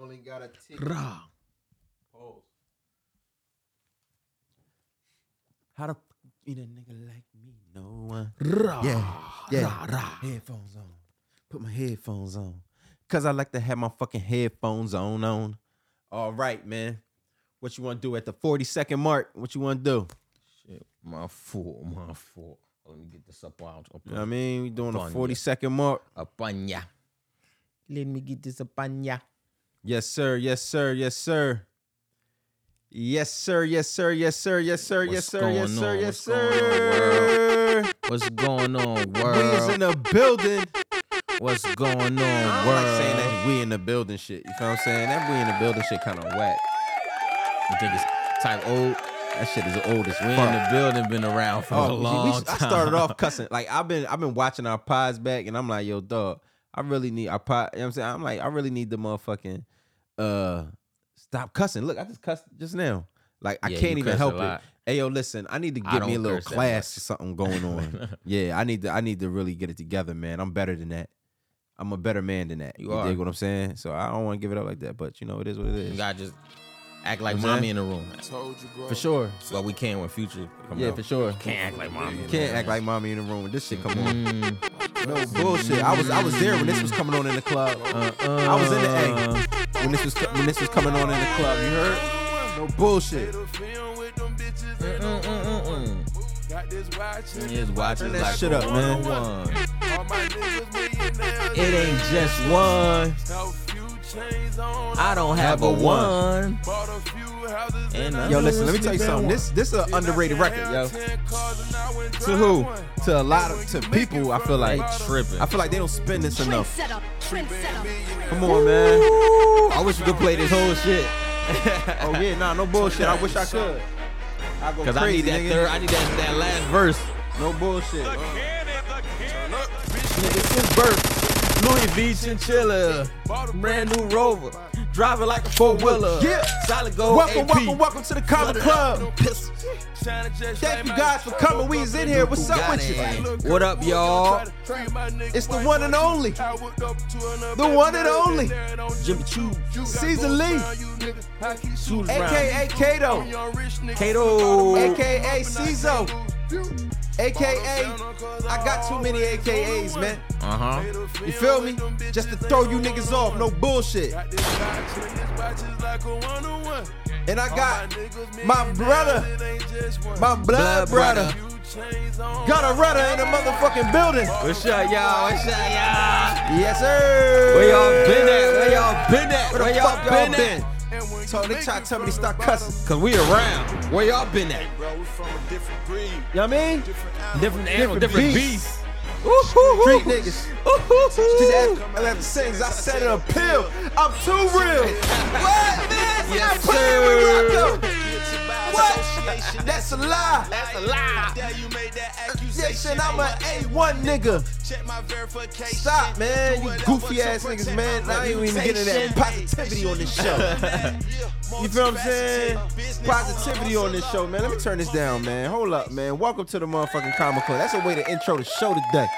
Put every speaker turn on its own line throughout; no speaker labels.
only got a ticket.
Rah.
Pause.
How to eat a nigga like me? No one.
Rah.
Yeah, yeah.
Rah, rah.
Headphones on. Put my headphones on. Cause I like to have my fucking headphones on on. All right, man. What you want to do at the 40 second mark? What you want to do?
Shit, my fault, my fault. Let me get this up out. Up,
You know what I mean? We doing a
Fun,
40
yeah.
second mark.
up on ya. Let me get this up on ya.
Yes, sir. Yes, sir. Yes, sir. Yes, sir. Yes, sir. Yes, sir. Yes, sir. yes,
What's
sir. Yes,
going
sir.
on?
Yes,
What's going on,
sir.
What's going on,
We is
world?
in the building.
What's going on, world?
I don't like saying that we in the building shit. You know what I'm saying? That we in the building shit kind of whack.
You think it's type old?
That shit is old as
We in the
fuck.
building, been around for a
Oh, we- we-
long time.
I started off cussing. Like I've been I've been watching our pods back and I'm like, yo, dog, I really need our pod. You know what I'm saying? I'm like, I really need the motherfucking uh stop cussing. Look, I just cussed just now. Like I
Yeah, you
can't even
cuss a
help it.
lot.
Hey yo, listen, I need to
I
get me a
don't
little
curse that
class
much.
or something going on. yeah, I need to I need to really get it together, man. I'm better than that. I'm a better man than that.
You
You, dig
are.
what I'm saying? So I don't want to give it up like that, but you know it is what it
You
is.
gotta just act like
What's
mommy
that?
in the room.
Told you, bro.
For sure.
Well, we can when Future come
Yeah,
out.
for sure.
Can't act like mommy. in the
Can't
room.
act like mommy in the room. This shit come on.
Mm,
No bullshit. I was I was there when this was coming on in the club. I was in the A when this was when this was coming on in the club. You heard? No bullshit.
mm, mm, mm, mm.
It
Just watching
Turn that shit up, man.
It ain't just one. I don't have a
Number one.
one. And I-
Yo, listen. Let me tell you something. This this is an underrated record, yo. To who? To a lot of to people. I feel like
They tripping.
I feel like they don't spend this
Trend
enough.
setup. Trend setup.
Come on, man. I wish you could play this whole shit. Oh yeah, nah, no bullshit. I wish I could. I go
Cause I need
crazy,
that
nigga.
third. I need that, that last verse.
No bullshit.
Uh,
Nigga, since birth.
Louis V chinchilla, brand new Rover, driving like a four wheeler.
Yeah.
solid gold.
Welcome,
AP.
welcome, welcome to the Common Club. Thank you guys for coming. We is in here. What's up
Got
with you?
it. What up, y'all?
It's the one and only. The one and only.
Jimmy Choo,
Season Lee,
Choo's
aka Kato,
Kato,
aka Cizo, aka I got too many AKAs, man.
Uh huh.
You feel me? Just to throw you niggas off, no bullshit. And I got my brother, my blood brother, got a rudder in the motherfucking building.
What's up, y'all? What's up, y'all?
Yes, sir.
Where y'all been at? Where y'all been at?
Where
Where
the fuck
y'all been
y'all
at?
been? So they try to tell me to stop cussing.
Cause we around. Where y'all been at?
You know what I mean?
Different animal, different beast.
Street niggas. Just ask Atlanta Saints. I said it a pill. I'm too real. What, man? We're
Yes,
not playing with
sir.
Rocco. What? That's a lie. That's a lie. Accusation, I'm an A1 nigga.
Check my verification.
Stop, man. You goofy ass niggas, man. I ain't even getting that positivity on this show. You feel what I'm saying? Positivity on this show, man. Let me turn this down, man. Hold up, man. Welcome to the motherfucking Comic Club. That's a way to intro the show today.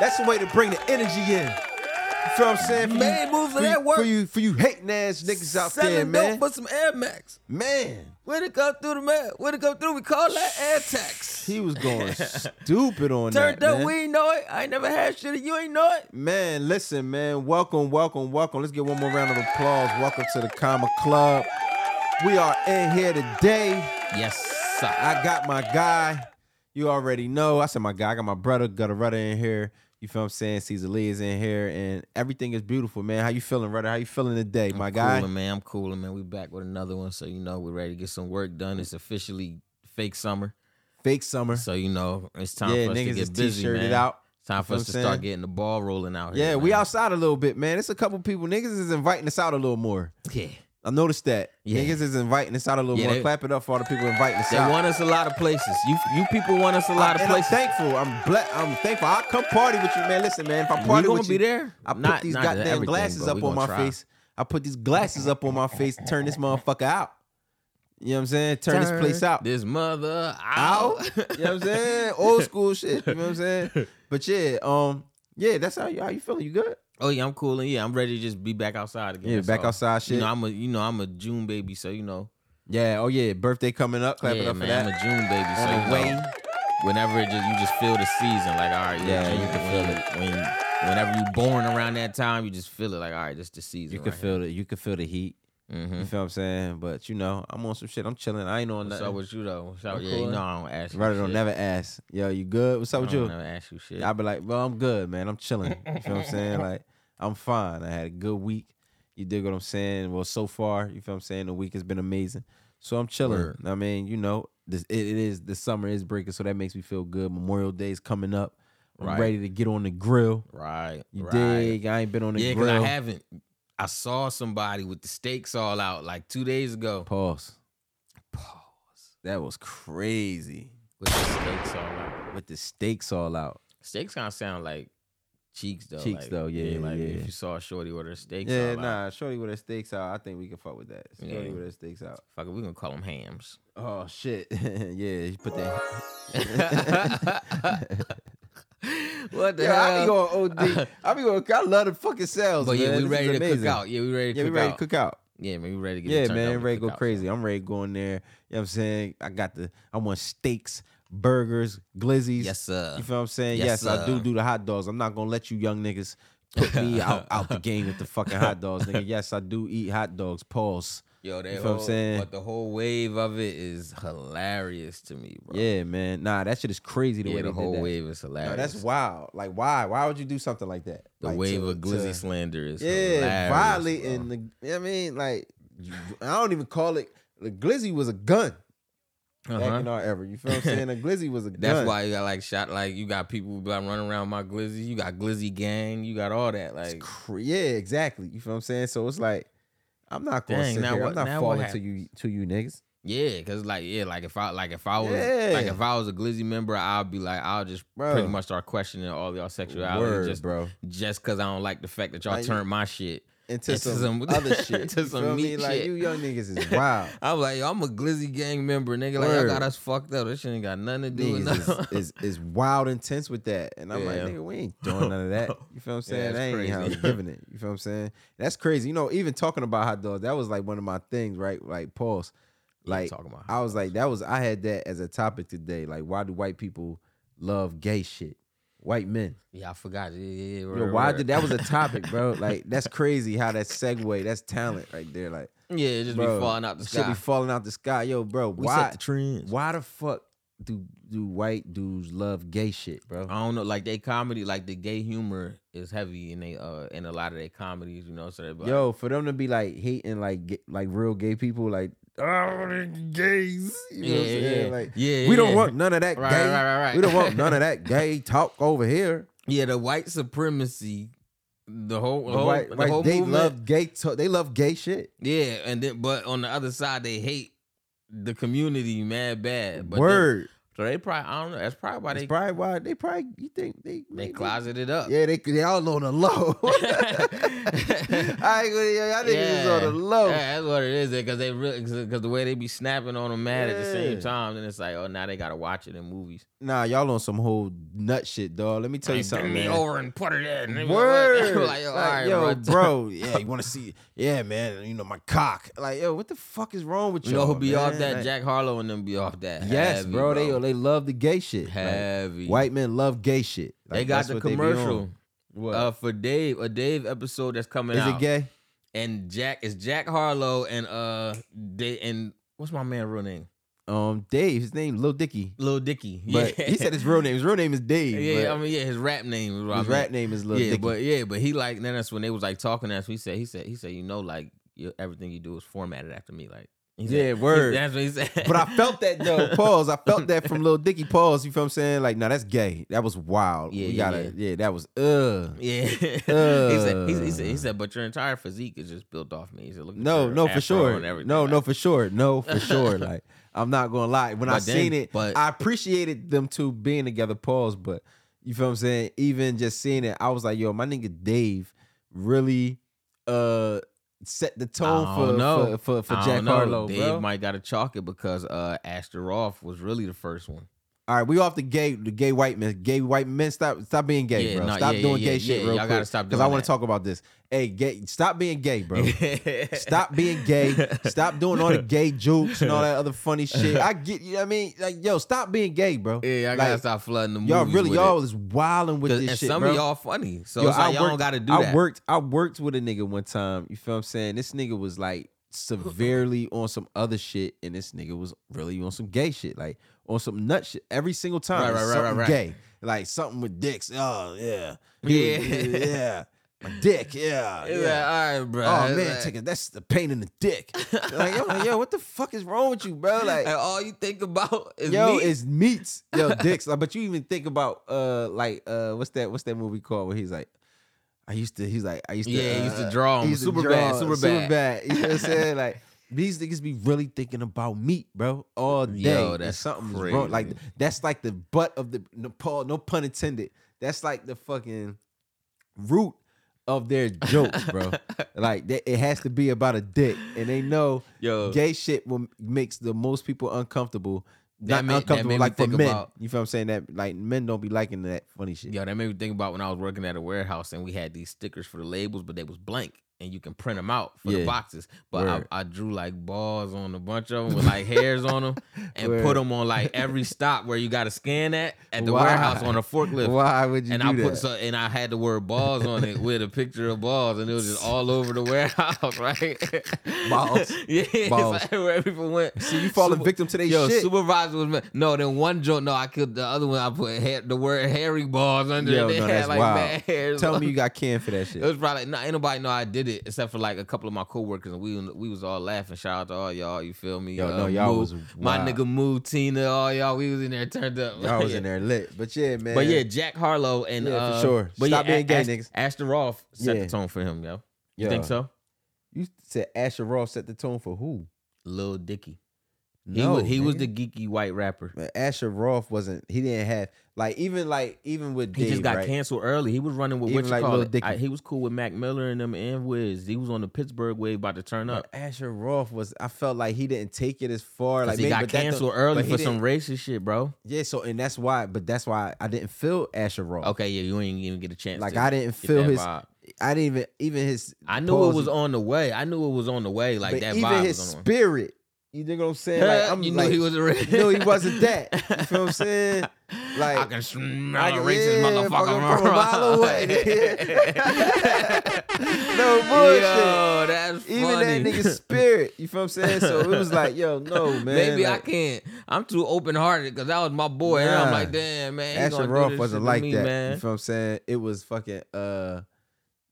That's a way to bring the energy in. You feel what I'm saying? For you-
Man, move for
you-
that work.
For you, for you hating ass niggas out there,
Selling dope
man.
for some Air Max.
Man,
When it come through the mail, when it come through, we call that air tax.
he was going stupid on
Turned
that, man.
up, we ain't know it. I ain't never had shit, and you ain't know it.
Man, listen, man. Welcome, welcome, welcome. Let's get one more round of applause. Welcome to the Comic Club. We are in here today.
Yes, sir.
I got my guy. You already know. I said my guy. I got my brother Gutter Rudder in here. You feel what I'm saying? Caesar Lee is in here, and everything is beautiful, man. How you feeling, Rudder? How you feeling today, my guy?
Cooling, man. I'm cooling, man. We back with another one, so you know we're ready to get some work done. It's officially fake summer,
Fake summer.
so you know it's time
Yeah,
for us to
niggas is
get busy,
t-shirted
man.
out.
Time for
You
us to
know what I'm
start
saying?
getting the ball rolling out here.
Yeah, we
man.
outside a little bit, man. It's a couple people. Niggas is inviting us out a little more.
Yeah.
I noticed that.
Yeah.
Niggas is inviting us out a little
Yeah,
more.
they-
Clap it up for all the people inviting us
They
out.
want us a lot of places. You you people want us a lot of
And
places.
I'm thankful. I'm ble- I'm thankful. I'll come party with you, man. Listen, man. If I
we
party
gonna
with
be
you,
there.
I put
Not-
these
not
goddamn
everything,
glasses
but
up
we
on
gonna
my
try.
face. I put these glasses up on my face. Turn this motherfucker out. You know what I'm saying? Turn, this place out.
This mother
out.
out.
you know what I'm saying? Old school shit. You know what I'm saying? But yeah, um, yeah, that's how you how you feeling. You good?
Oh yeah, I'm cool and yeah, I'm ready to just be back outside again.
Yeah,
that's
back
all.
outside shit.
You know, I'm a you know I'm a June baby, so you know.
yeah, oh yeah, birthday coming up. Clap it
yeah,
up
man,
for
I'm
that.
a June baby, so
On the
you
way.
know, whenever it just you just feel the season, like all right,
Yeah,
yeah,
you
you
can
can feel it when whenever you born around that time, you just feel it like all right, this the season.
You can feel it. You can feel the heat.
Mm-hmm.
You feel what I'm saying? But you know, I'm on some shit. I'm chilling. I ain't on
What's
nothing.
up with you though? What's up?
I'm
Oh, Yeah,
cool.
you know I don't ask. You
Rather
shit.
don't never ask. Yo, you good? What's up
I
with
don't
you?
Never ask you shit.
I'll be like, well, I'm good, man. I'm chilling. You feel what I'm saying? Like, I'm fine. I had a good week. You dig what I'm saying? Well, so far, you feel what I'm saying? The week has been amazing. So I'm chilling.
Word.
I mean, you know, this it, it is the summer is breaking, so that makes me feel good. Memorial Day is coming up. I'm
Right.
ready to get on the grill.
right,
You
right.
dig? I ain't been on the
Yeah, because
grill.
I haven't. I saw somebody with the steaks all out like two days ago.
Pause.
Pause.
That was crazy.
With the steaks all out.
With the steaks all out.
Steaks kind of sound like cheeks though.
Cheeks,
like,
though, yeah,
like
yeah.
if you saw a shorty order steaks.
Yeah,
all Out,
nah, Shorty with her steaks out. I think we can fuck with that. Shorty
Yeah.
with her steaks out.
fuck it, we gonna call them hams.
Oh shit. yeah, you put that.
what the
Yeah, I be
hell?
going OD. I be going. I love the fucking sales.
but yeah,
man.
we
This is
ready to cook
amazing.
out. Yeah, we ready to
Yeah, we
cook
ready
out.
to cook out.
Yeah, man, we ready to get it
Yeah,
turned
man,
up
ready to go
cook out.
crazy. I'm ready to go in there. You know what I'm saying? I got the. I want steaks, burgers, glizzies.
Yes, sir.
You feel what I'm saying? Yes,
Yes,
I do
sir.
do the hot dogs. I'm not gonna let you young niggas put me out, out the game with the fucking hot dogs, nigga. Yes, I do eat hot dogs. Pause.
Yo, that
You feel what
whole,
I'm saying?
But the whole wave of it is hilarious to me, bro.
Yeah, man. Nah, that shit is crazy. The
Yeah,
way
the
they
whole
did that.
wave is hilarious.
Nah, that's wild. Like, why? Why would you do something like that?
the
Like,
wave
to-
of glizzy
to-
slander is
Yeah,
hilarious,
violating
bro.
the. you know what I mean, like, you- I don't even call it. The glizzy was a gun back
Uh-huh.
in our era. You feel what I'm saying? A glizzy was a gun.
That's why you got like shot like you got people who be like running around my glizzy. You got glizzy gang. You got all that
It's
like.
cra- yeah, exactly. You feel what I'm saying? So it's like, I'm not going to
Dang,
sit
now
here.
what-
I'm not
now what
falling to you, to you niggas.
Yeah, cause like yeah, like if I like if I was
Yeah.
like if I was a glizzy member, I'll be like I'll just
Bro.
pretty much start questioning all y'all sexuality
Word,
just
bro.
just cause I don't like the fact that y'all
Like,
turned my shit.
Into,
into
some,
some-
other shit.
into
you
some
feel me?
meat
Like
shit.
you young niggas is wild.
I was like, yo, I'm a glizzy gang member, nigga. Like
Word.
I got us fucked up. This shit ain't got nothing to do with nothing.
niggas is, is is wild intense with that. And I'm like,
Yeah.
nigga, we ain't doing none of that. You feel what I'm saying?
Yeah, that's
that ain't how
crazy.
I'm giving it. You feel what I'm saying? That's crazy. You know, even talking about hot dogs, that was like one of my things, right? Like pause.
Yeah,
Like
talking about
I was like, that was I had that as a topic today. Like, why do white people love gay shit? White men.
Yeah, I forgot. Yeah, yeah, yeah.
Yo,
word,
why
word.
did that was a topic, bro? Like, that's crazy how that segue, that's talent right there. Like,
Yeah, it just
bro,
be falling out the
shit
sky.
be falling out the sky. Yo, bro,
we
why
set the trends.
why the fuck do do white dudes love gay shit, bro?
I don't know, like they comedy, like the gay humor is heavy in they uh in a lot of their comedies, you know. So they be like,
Yo, for them to be like hating like ga- like real gay people, like oh they're gays, you know what I'm
Yeah,
saying?
yeah.
Like
Yeah,
we don't
yeah.
want none of that
Right,
gay.
right, right, right.
We don't want none of that gay talk over here.
yeah, the white supremacy, the whole,
The
whole
white-
the
like,
whole
they
movement.
love gay. To- they love gay shit.
yeah, and then but on the other side they hate the community mad bad. But they-
Word.
so they probably I don't know. That's probably why
That's
they
probably why they probably you think they
they
maybe-
closeted up.
Yeah, they they all on the low. I ain't gonna, y'all niggas is on the low.
Yeah, that's what it is. Because they really because the way they be snapping on them mad at the
Yeah.
same time, then it's like, oh, now they gotta watch it in movies.
Nah, y'all on some whole nut shit, dog. Let me tell you
Like,
something,
Bend me
man.
over and put it in. They be like-
Word.
they be like, yo, all
Like,
right,
yo,
bro.
bro. Yeah, you want to see? Yeah, man. You know my cock. Like, yo, what the fuck is wrong with
You
you?
know who be off that?
Like,
Jack Harlow and them be off that.
Yes,
Heavy,
bro. They they love the gay shit. Like,
heavy.
white men love gay shit.
They
Like,
got
that's
the
what they be
commercial
on. What?
uh, for Dave, a Dave episode that's coming
is
out.
it gay?
And Jack is Jack Harlow and uh they and what's my man real name?
Um, Dave. His name Lil Dicky.
Lil Dicky.
But
yeah.
he said his real name. His real name is Dave.
Yeah,
but
I mean, yeah, his rap name. is what I
his
meant.
rap name is Lil
yeah,
Dicky.
but yeah, but he like then that's when they was like talking to us. He said, he said, he said, you know, like you, everything you do is formatted after me. Like, he said-
Yeah, word.
That's what he said.
But I felt that though. Pause. I felt that from Lil Dicky. Pause. You feel what I'm saying? Like, no, that's gay. That was wild.
Yeah,
we
yeah,
gotta. Yeah. that was. Uh.
Yeah, he, said, he, said- he said, he said, but your entire physique is just built off me. He said, look, at
No,
your
no, for
afro
sure.
and everything.
No,
like,
no, for sure. No, for sure. Like, I'm not gonna lie. When I
But then-
seen it,
but-
I appreciated them two being together. Pause. But you feel what I'm saying? Even just seeing it, I was like, yo, my nigga Dave really uh set the tone
I
for,
don't know.
for for for
I
Jack
don't know.
Harlow,
Dave
bro.
might gotta chalk it because uh, Astor Roth was really the first one.
All right, we off the gay, the gay white men. Gay white men, stop, stop being gay,
Yeah,
bro.
nah,
stop
yeah,
doing
yeah,
gay
yeah,
shit,
yeah.
real
Y'all
quick.
gotta stop
I
doing
want
that.
to talk about this. Hey, gay, stop being gay, bro. Stop being gay. Stop doing all the gay jokes and all that other funny shit. I get you. know what I mean, like, yo, stop being gay, bro.
Yeah, y'all gotta
Like,
stop flooding the movies.
Y'all really,
with
y'all
it.
is wilding with
'Cause-
this
and
shit,
some
bro.
of y'all funny, so
Yo,
it's like
I
y'all
worked-
don't gotta do
I
that.
worked. I worked with a nigga one time. You feel what I'm saying? This nigga was like severely on some other shit, and this nigga was really on some gay shit, like on some nut shit. Every single time,
Right,
it's
right, right,
something
right, right.
gay, like something with dicks. Oh yeah, He was-
Yeah.
yeah. My dick, yeah,
It's
yeah.
like, all right, bro.
Oh
It's
man,
like-
take it. That's the pain in the dick. like, yo, like, yo, what the fuck is wrong with you, bro? Like,
and all you think about is
yo,
me.
it's meats, yo, dicks. Like, but you even think about uh, like uh, what's that? What's that movie called? Where he's like, I used to. He's like, I used to.
Yeah, he used to
uh,
draw 'em.
he used to
Superbad,
draw 'em,
Superbad.
Superbad. You know what I'm saying? Like. These niggas be really thinking about meat, bro, all day.
Yo,
and
that's
something's wrong. Like
crazy.
that's like the butt of the no, Paul, no pun intended. That's like the fucking root of their jokes, bro. like that, it has to be about a dick, and they know
Yo.
gay shit will makes the most people uncomfortable. Not
That made- that made
uncomfortable
me
like for
think
men.
about-
you feel what I'm saying? That like men don't be liking that funny shit.
Yo, that made me think about when I was working at a warehouse and we had these stickers for the labels, but they was blank and you can print them out for
Yeah.
the boxes. But
Word.
I, I drew like balls on a bunch of them with like hairs on them and put
Word.
them on like every stop where you got to scan at at the
Why?
warehouse on a forklift.
Why would you
And
do
I put
that?
so, and I had the word balls on it with a picture of balls, and it was just all over the warehouse, right?
Balls.
yeah, it's
Balls.
like where people went.
See, you falling victim to they
Yo,
shit.
supervisor was ma- no. Then one joke, no, I killed the other one. I put ha- the word hairy balls under.
Yo,
it. They
no,
had
that's
like
wild.
mad hairs
Tell
on
me you
it.
got canned for that
It
shit.
was probably not anybody know I did it except for like a couple of my coworkers and we we was all laughing. Shout out to all y'all, you feel me? Uh,
Yo, no, y'all
Moo-
was
my
wild.
nigga Moo, Tina, all y'all. We was in there turned up.
I was
Yeah.
in there lit, but yeah, man.
But yeah, Jack Harlow and
Yeah, for
uh,
sure.
But
Stop
yeah,
being gay,
Ast-
niggas.
Astor Roth set
Yeah.
the tone for him, yo. You
Yo,
think so?
You said Asher Roth set the tone for who?
Lil Dicky. He
No,
was he was
nigga.
the geeky white rapper.
Man, Asher Roth wasn't. He didn't have like even like even with
He
Dave,
just got
right?
canceled early. He was running with
Even
what you
like
call
Lil
it.
Dicky.
I- he was cool with Mac Miller and them and Wiz. He was on the Pittsburgh wave about to turn up.
But Asher Roth was. I felt like he didn't take it as far.
'Cause
Like
he
maybe-
got
but that don't-
canceled early
but he
for
didn't-
some racist shit, bro.
Yeah, so and that's why, but that's why I didn't feel Asher Roth.
Okay, yeah, you ain't even get a chance.
Like
to
I didn't
get
feel
that
his.
vibe.
I didn't even even his.
I knew
pause-
it was on the way. I knew it was on the way. Like
but
that
even
vibe
his
was on the way.
spirit. You dig what I'm saying? Like I'm
you
like,
knew he was a racist.
no, he wasn't that. You feel what I'm saying? Like
I can smell
I
a
can-
racist
yeah,
motherfucker
fucking from a mile away. No bullshit.
Yo, that's funny.
even that nigga's spirit. You feel what I'm saying? So it was like, yo, no oh, man.
Maybe
like,
I can't. I'm too open hearted because that was my boy. and I'm
Nah.
like, damn, man. he
Asher
gonna do
Roth
this shit
wasn't
to
like
me,
that. You
Man.
feel what I'm saying? It was fucking uh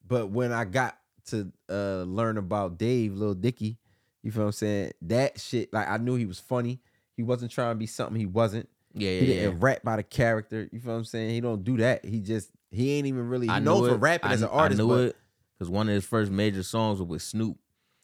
but when I got to uh learn about Dave, Lil Dicky, you feel what I'm saying? That shit, like I knew he was funny. He wasn't trying to be something he wasn't.
Yeah,
He
yeah, yeah.
didn't rap by the character. You feel what I'm saying? He don't do that. He just he ain't even really
I
he
knew
known for
it.
rapping
I,
as an
kn-
artist.
I knew
but,
it because one of his first major songs was with Snoop,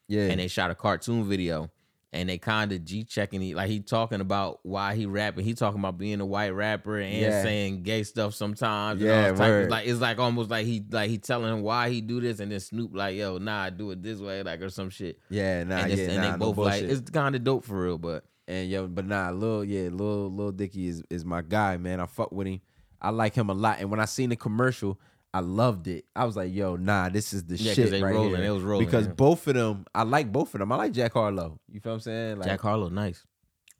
Yeah.
and they shot a cartoon video. And they kind of g checking, he like he talking about why he rapping. He talking about being a white rapper and
Yeah.
saying gay stuff sometimes. and
Yeah,
all type of-
word.
like it's like almost like he like he telling him why he do this, and then Snoop like, yo, nah, do it this way, like or some shit.
yeah, nah,
and it's-
yeah,
and
nah,
they
no
both like
bullshit.
it's kind of dope for real, but
And yo, but nah, Lil, yeah, Lil, Lil Dicky is is my guy, man. I fuck with him. I like him a lot. And when I seen the commercial, I loved it. I was like, yo, nah, this is the
Yeah, 'cause
shit
they
right
rolling.
here.
It was rolling,
because
yeah.
both of them, I like both of them. I like Jack Harlow. You feel what I'm saying? Like,
Jack Harlow, nice.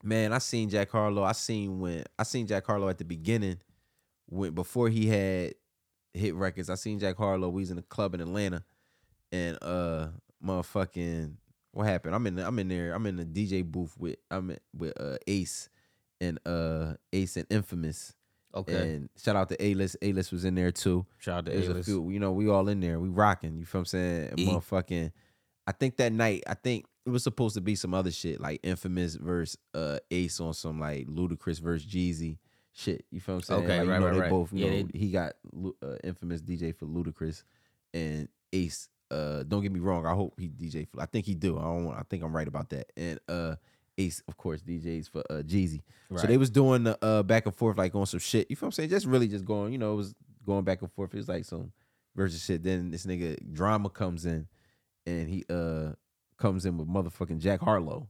man, I seen Jack Harlow. I seen when I seen Jack Harlow at the beginning when before he had hit records. I seen Jack Harlow. We was in a club in Atlanta, and uh, motherfucking, what happened? I'm in I'm in there. I'm in the DJ booth with I'm in, with uh Ace and uh Ace and Infamous.
Okay,
And shout out to A List. A List was in there too.
shout out to
There's a
A-List.
few, you know, we all in there. We rocking. You feel what I'm saying? And
E.
Motherfucking. I think that night, I think it was supposed to be some other shit, like infamous verse uh Ace on some like ludicrous verse Jeezy shit. You feel what I'm saying?
Okay,
Like, you
right,
know,
right,
they
right.
both you
Yeah,
know, he got Lu- uh, infamous DJ for ludicrous and Ace. Uh, don't get me wrong. I hope he DJ for. I think he do. I don't. want- I think I'm right about that. And uh, Ace, of course, DJs for uh Jeezy. So they was doing the uh, back and forth like on some shit. You feel what I'm saying? Just really just going, you know, it was going back and forth. It was like some versus shit. Then this nigga drama comes in and he uh comes in with motherfucking Jack Harlow.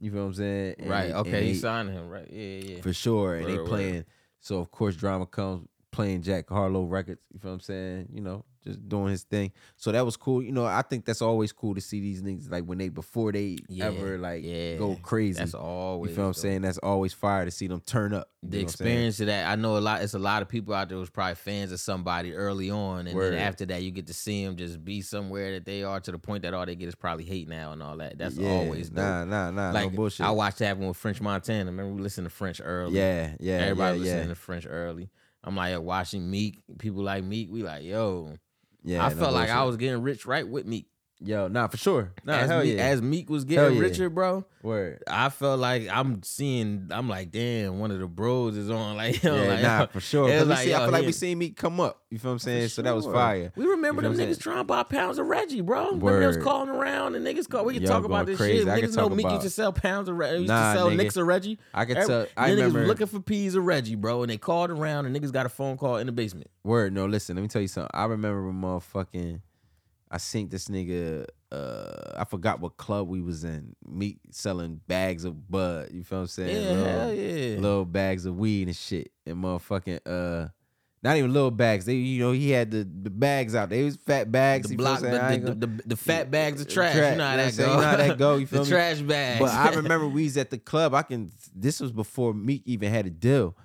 You feel what I'm saying? And-
right.
and
Okay, he
they-
signed him. Right. Yeah, yeah. yeah.
for sure. And they
Word, word.
playing. So of course, drama comes playing Jack Harlow records. You feel what I'm saying? You know, just doing his thing. So that was cool. You know, I think that's always cool to see these niggas like when they before they
Yeah,
ever like
yeah.
go crazy.
That's
you
always.
feel what I'm
dope.
saying? That's always fire to see them turn up. You
The
know what I'm saying?
experience of that, I know a lot. It's a lot of people out there was probably fans of somebody early on, and
Word.
then after that, you get to see them just be somewhere that they are to the point that all they get is probably hate now and all that. That's
Yeah,
always dope.
nah, nah, nah,
like
no bullshit.
I watched that one with French Montana. Remember we listened to French early.
yeah, yeah,
everybody
yeah,
listening
yeah,
to French early. I'm like yo, watching Meek. People like Meek. We like yo.
yeah.
I
no
felt like I
bullshit.
was getting rich right with Meek.
yo, nah, for sure. Nah,
as,
hell
Meek
yeah.
as Meek was
Hell
getting
yeah.
richer, bro.
Word.
I felt like I'm seeing. I'm like, damn, one of the bros is on. Like, yo,
yeah,
like,
nah,
yo.
for sure.
it
'Cause
was
we
like,
see, I
yo,
feel like
he-
we seen me come up. You feel what I'm saying? So that was
Sure.
fire.
We remember
You
them
feel what I'm
niggas trying to buy pounds of Reggie, bro. Remember they was
Word.
calling around and niggas call. We can
Y'all
talk
going
about this
crazy.
shit.
I can
Niggas know
talk
Meek
about-
used to sell pounds of Reggie. Used
Nah,
to sell
nigga.
nicks of Reggie.
I could
Every-
tell. I
Them niggas
remember.
was looking for peas of Reggie, bro, and they called around and niggas got a phone call in the basement.
word. No, listen. Let me tell you something. I remember when motherfucking. I seen this nigga. Uh, I forgot what club we was in. Me selling bags of bud. You feel what I'm saying?
yeah,
Little-
hell yeah.
little bags of weed and shit and motherfucking uh not even little bags. They you know he had the, the bags out. They was fat bags.
the
you feel
block,
what I'm saying? I
the,
ain't
the,
gonna-
the, the, the fat bags of trash.
Trash,
You know how
you know
that
what I'm
go.
saying? You know how that go, you feel
the
me?
trash bags.
but I remember we was at the club. I can. This was before Meek even had a deal.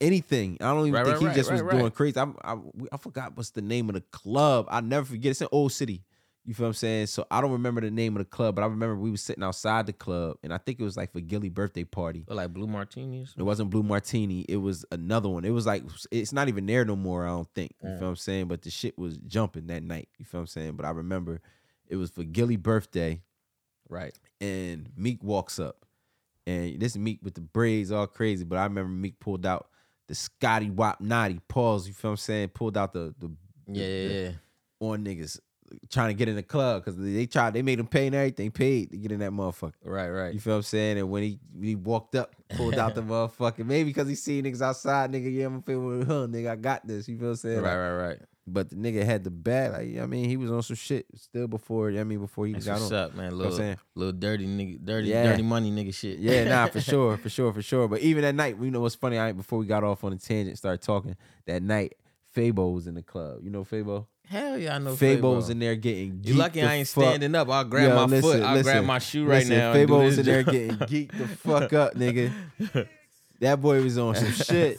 Anything. I don't even
Right,
think
right,
he
right,
just was
right, right.
doing crazy. I'm, I I forgot what's the name of the club. I never forget. It's in Old City. You feel what I'm saying? So I don't remember the name of the club, but I remember we was sitting outside the club, and I think it was like for Gilly birthday party.
Or like blue martinis.
It wasn't Blue Martini. It was another one. It was like it's not even there no more. I don't think. You
Mm.
feel what I'm saying? But the shit was jumping that night. You feel what I'm saying? But I remember it was for Gilly birthday,
Right.
and Meek walks up, and this Meek with the braids all crazy. But I remember Meek pulled out the Scotty Wop Naughty pause. You feel what I'm saying? Pulled out the the
Yeah, yeah, yeah.
on niggas trying to get in the club because they tried. They made him pay and everything. Paid to get in that motherfucker.
Right, right.
You feel what I'm saying? And when he when he walked up, pulled out the motherfucking maybe because he seen niggas outside, nigga. Yeah, I'm feeling with huh, nigga. I got this. You feel what I'm saying?
Right,
Like,
right, right.
But the nigga had the bag. Like I mean, he was on some shit still before. I mean, before he
That's
got
what's
on.
up,
You
man.
know what I'm
Little,
saying?
little dirty nigga, dirty,
Yeah.
dirty money nigga shit.
Yeah, nah, for sure, for sure, for sure. But even that night, you know what's funny? I before we got off on a tangent, started talking. That night, Fabo was in the club. You know Fabo?
Hell yeah, I know.
Fabo
Fabo.
was in there getting.
You
geeked
lucky
the
I ain't
fuck
standing up. I'll grab
Yo,
my foot.
listen,
I'll grab
listen,
my shoe right
Listen,
now. and do
Fabo was
this
in there
job.
getting geeked the fuck up, nigga. That boy was on some shit.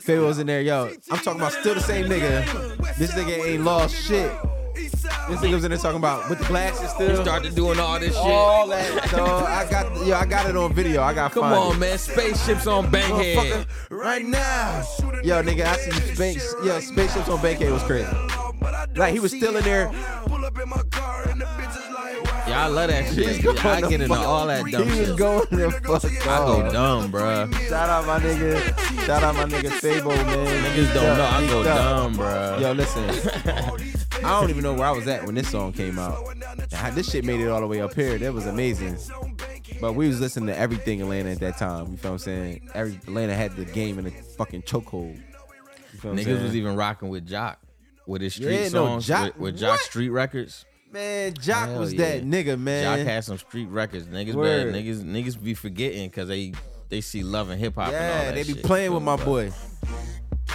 Fabo was in there, yo. I'm talking about still the same nigga. This nigga ain't lost shit. This nigga was in there talking about with the glasses
He
still.
started doing all this shit.
all that, dog. I got, yo, I got it on video. I got.
Oh, Come on, man. Spaceships on Bankhead.
right now. Yo, nigga, I see you space. Yo, spaceships on Bankhead was crazy. Like he was still in there.
Yeah, I love that shit.
going
I
the
get into
fuck-
all that dumb
He was
shit.
going the fuck
I go
off.
dumb, bruh.
Shout out my nigga. Shout out my nigga Fable, man.
Niggas don't know. I
Geeked
go
up.
dumb, bruh.
Yo, listen. I don't even know where I was at when this song came out. And how- This shit made it all the way up here. That was amazing. But we was listening to everything Atlanta at that time. You feel what I'm saying? Every Atlanta had the game in a fucking chokehold. You feel what I'm
Niggas was
saying?
even rocking with Jock. With his street
Yeah, no,
songs,
Jock-
with, with Jock
what?
Street Records,
man, Jock
Hell
was
yeah.
that nigga, man.
Jock had some street records. Niggas,
Word.
bad. niggas, niggas be forgetting because they they see love and hip hop. and all
yeah,
that
they be
shit,
playing
so,
with my
bruh.
boy.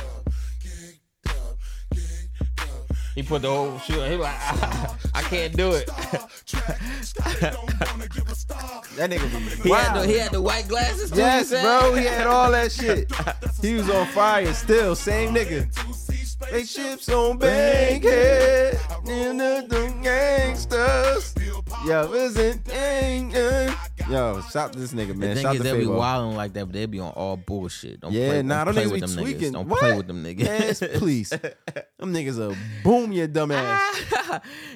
He put the whole shit. on. He like, I can't do it.
That nigga
He,
be
had
wow.
the, he had the white glasses. Too,
Yes,
he said.
bro, he had all that shit. He was on fire still, same nigga. They ships on Bankhead, in the them gangsters. Yo, isn't anger. Yo, shout this nigga,
The
man.
thing
Shout
is,
to
they be
Fabo.
wilding like that, but they be on all bullshit. Don't
Yeah,
play,
nah,
don't
them
play
niggas
with
be
them
tweaking.
niggas. Don't
What?
play with them niggas.
Yes, please. Them niggas a boom your
Ah,
dumb ass.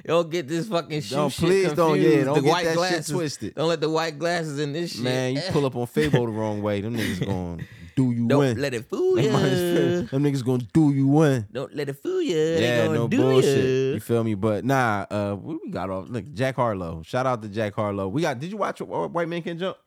don't get this fucking shoe
Don't-
shit
please don't- yeah,
confused.
don't
the
get
white
that shit
glasses,
twisted.
Don't let the white glasses in this shit.
Man, you pull up on Fable the wrong way. Them niggas gonna do you
don't
in.
let it fool
Them
you.
motherfuckers- them niggas gonna do you in.
don't let it fool you. They
Yeah,
gonna
no
do
bullshit. You.
ya.
feel me? But nah, uh, what we got off. Look, Jack Harlow. Shout out to Jack Harlow. We got. Did you watch uh, White Man Can Jump?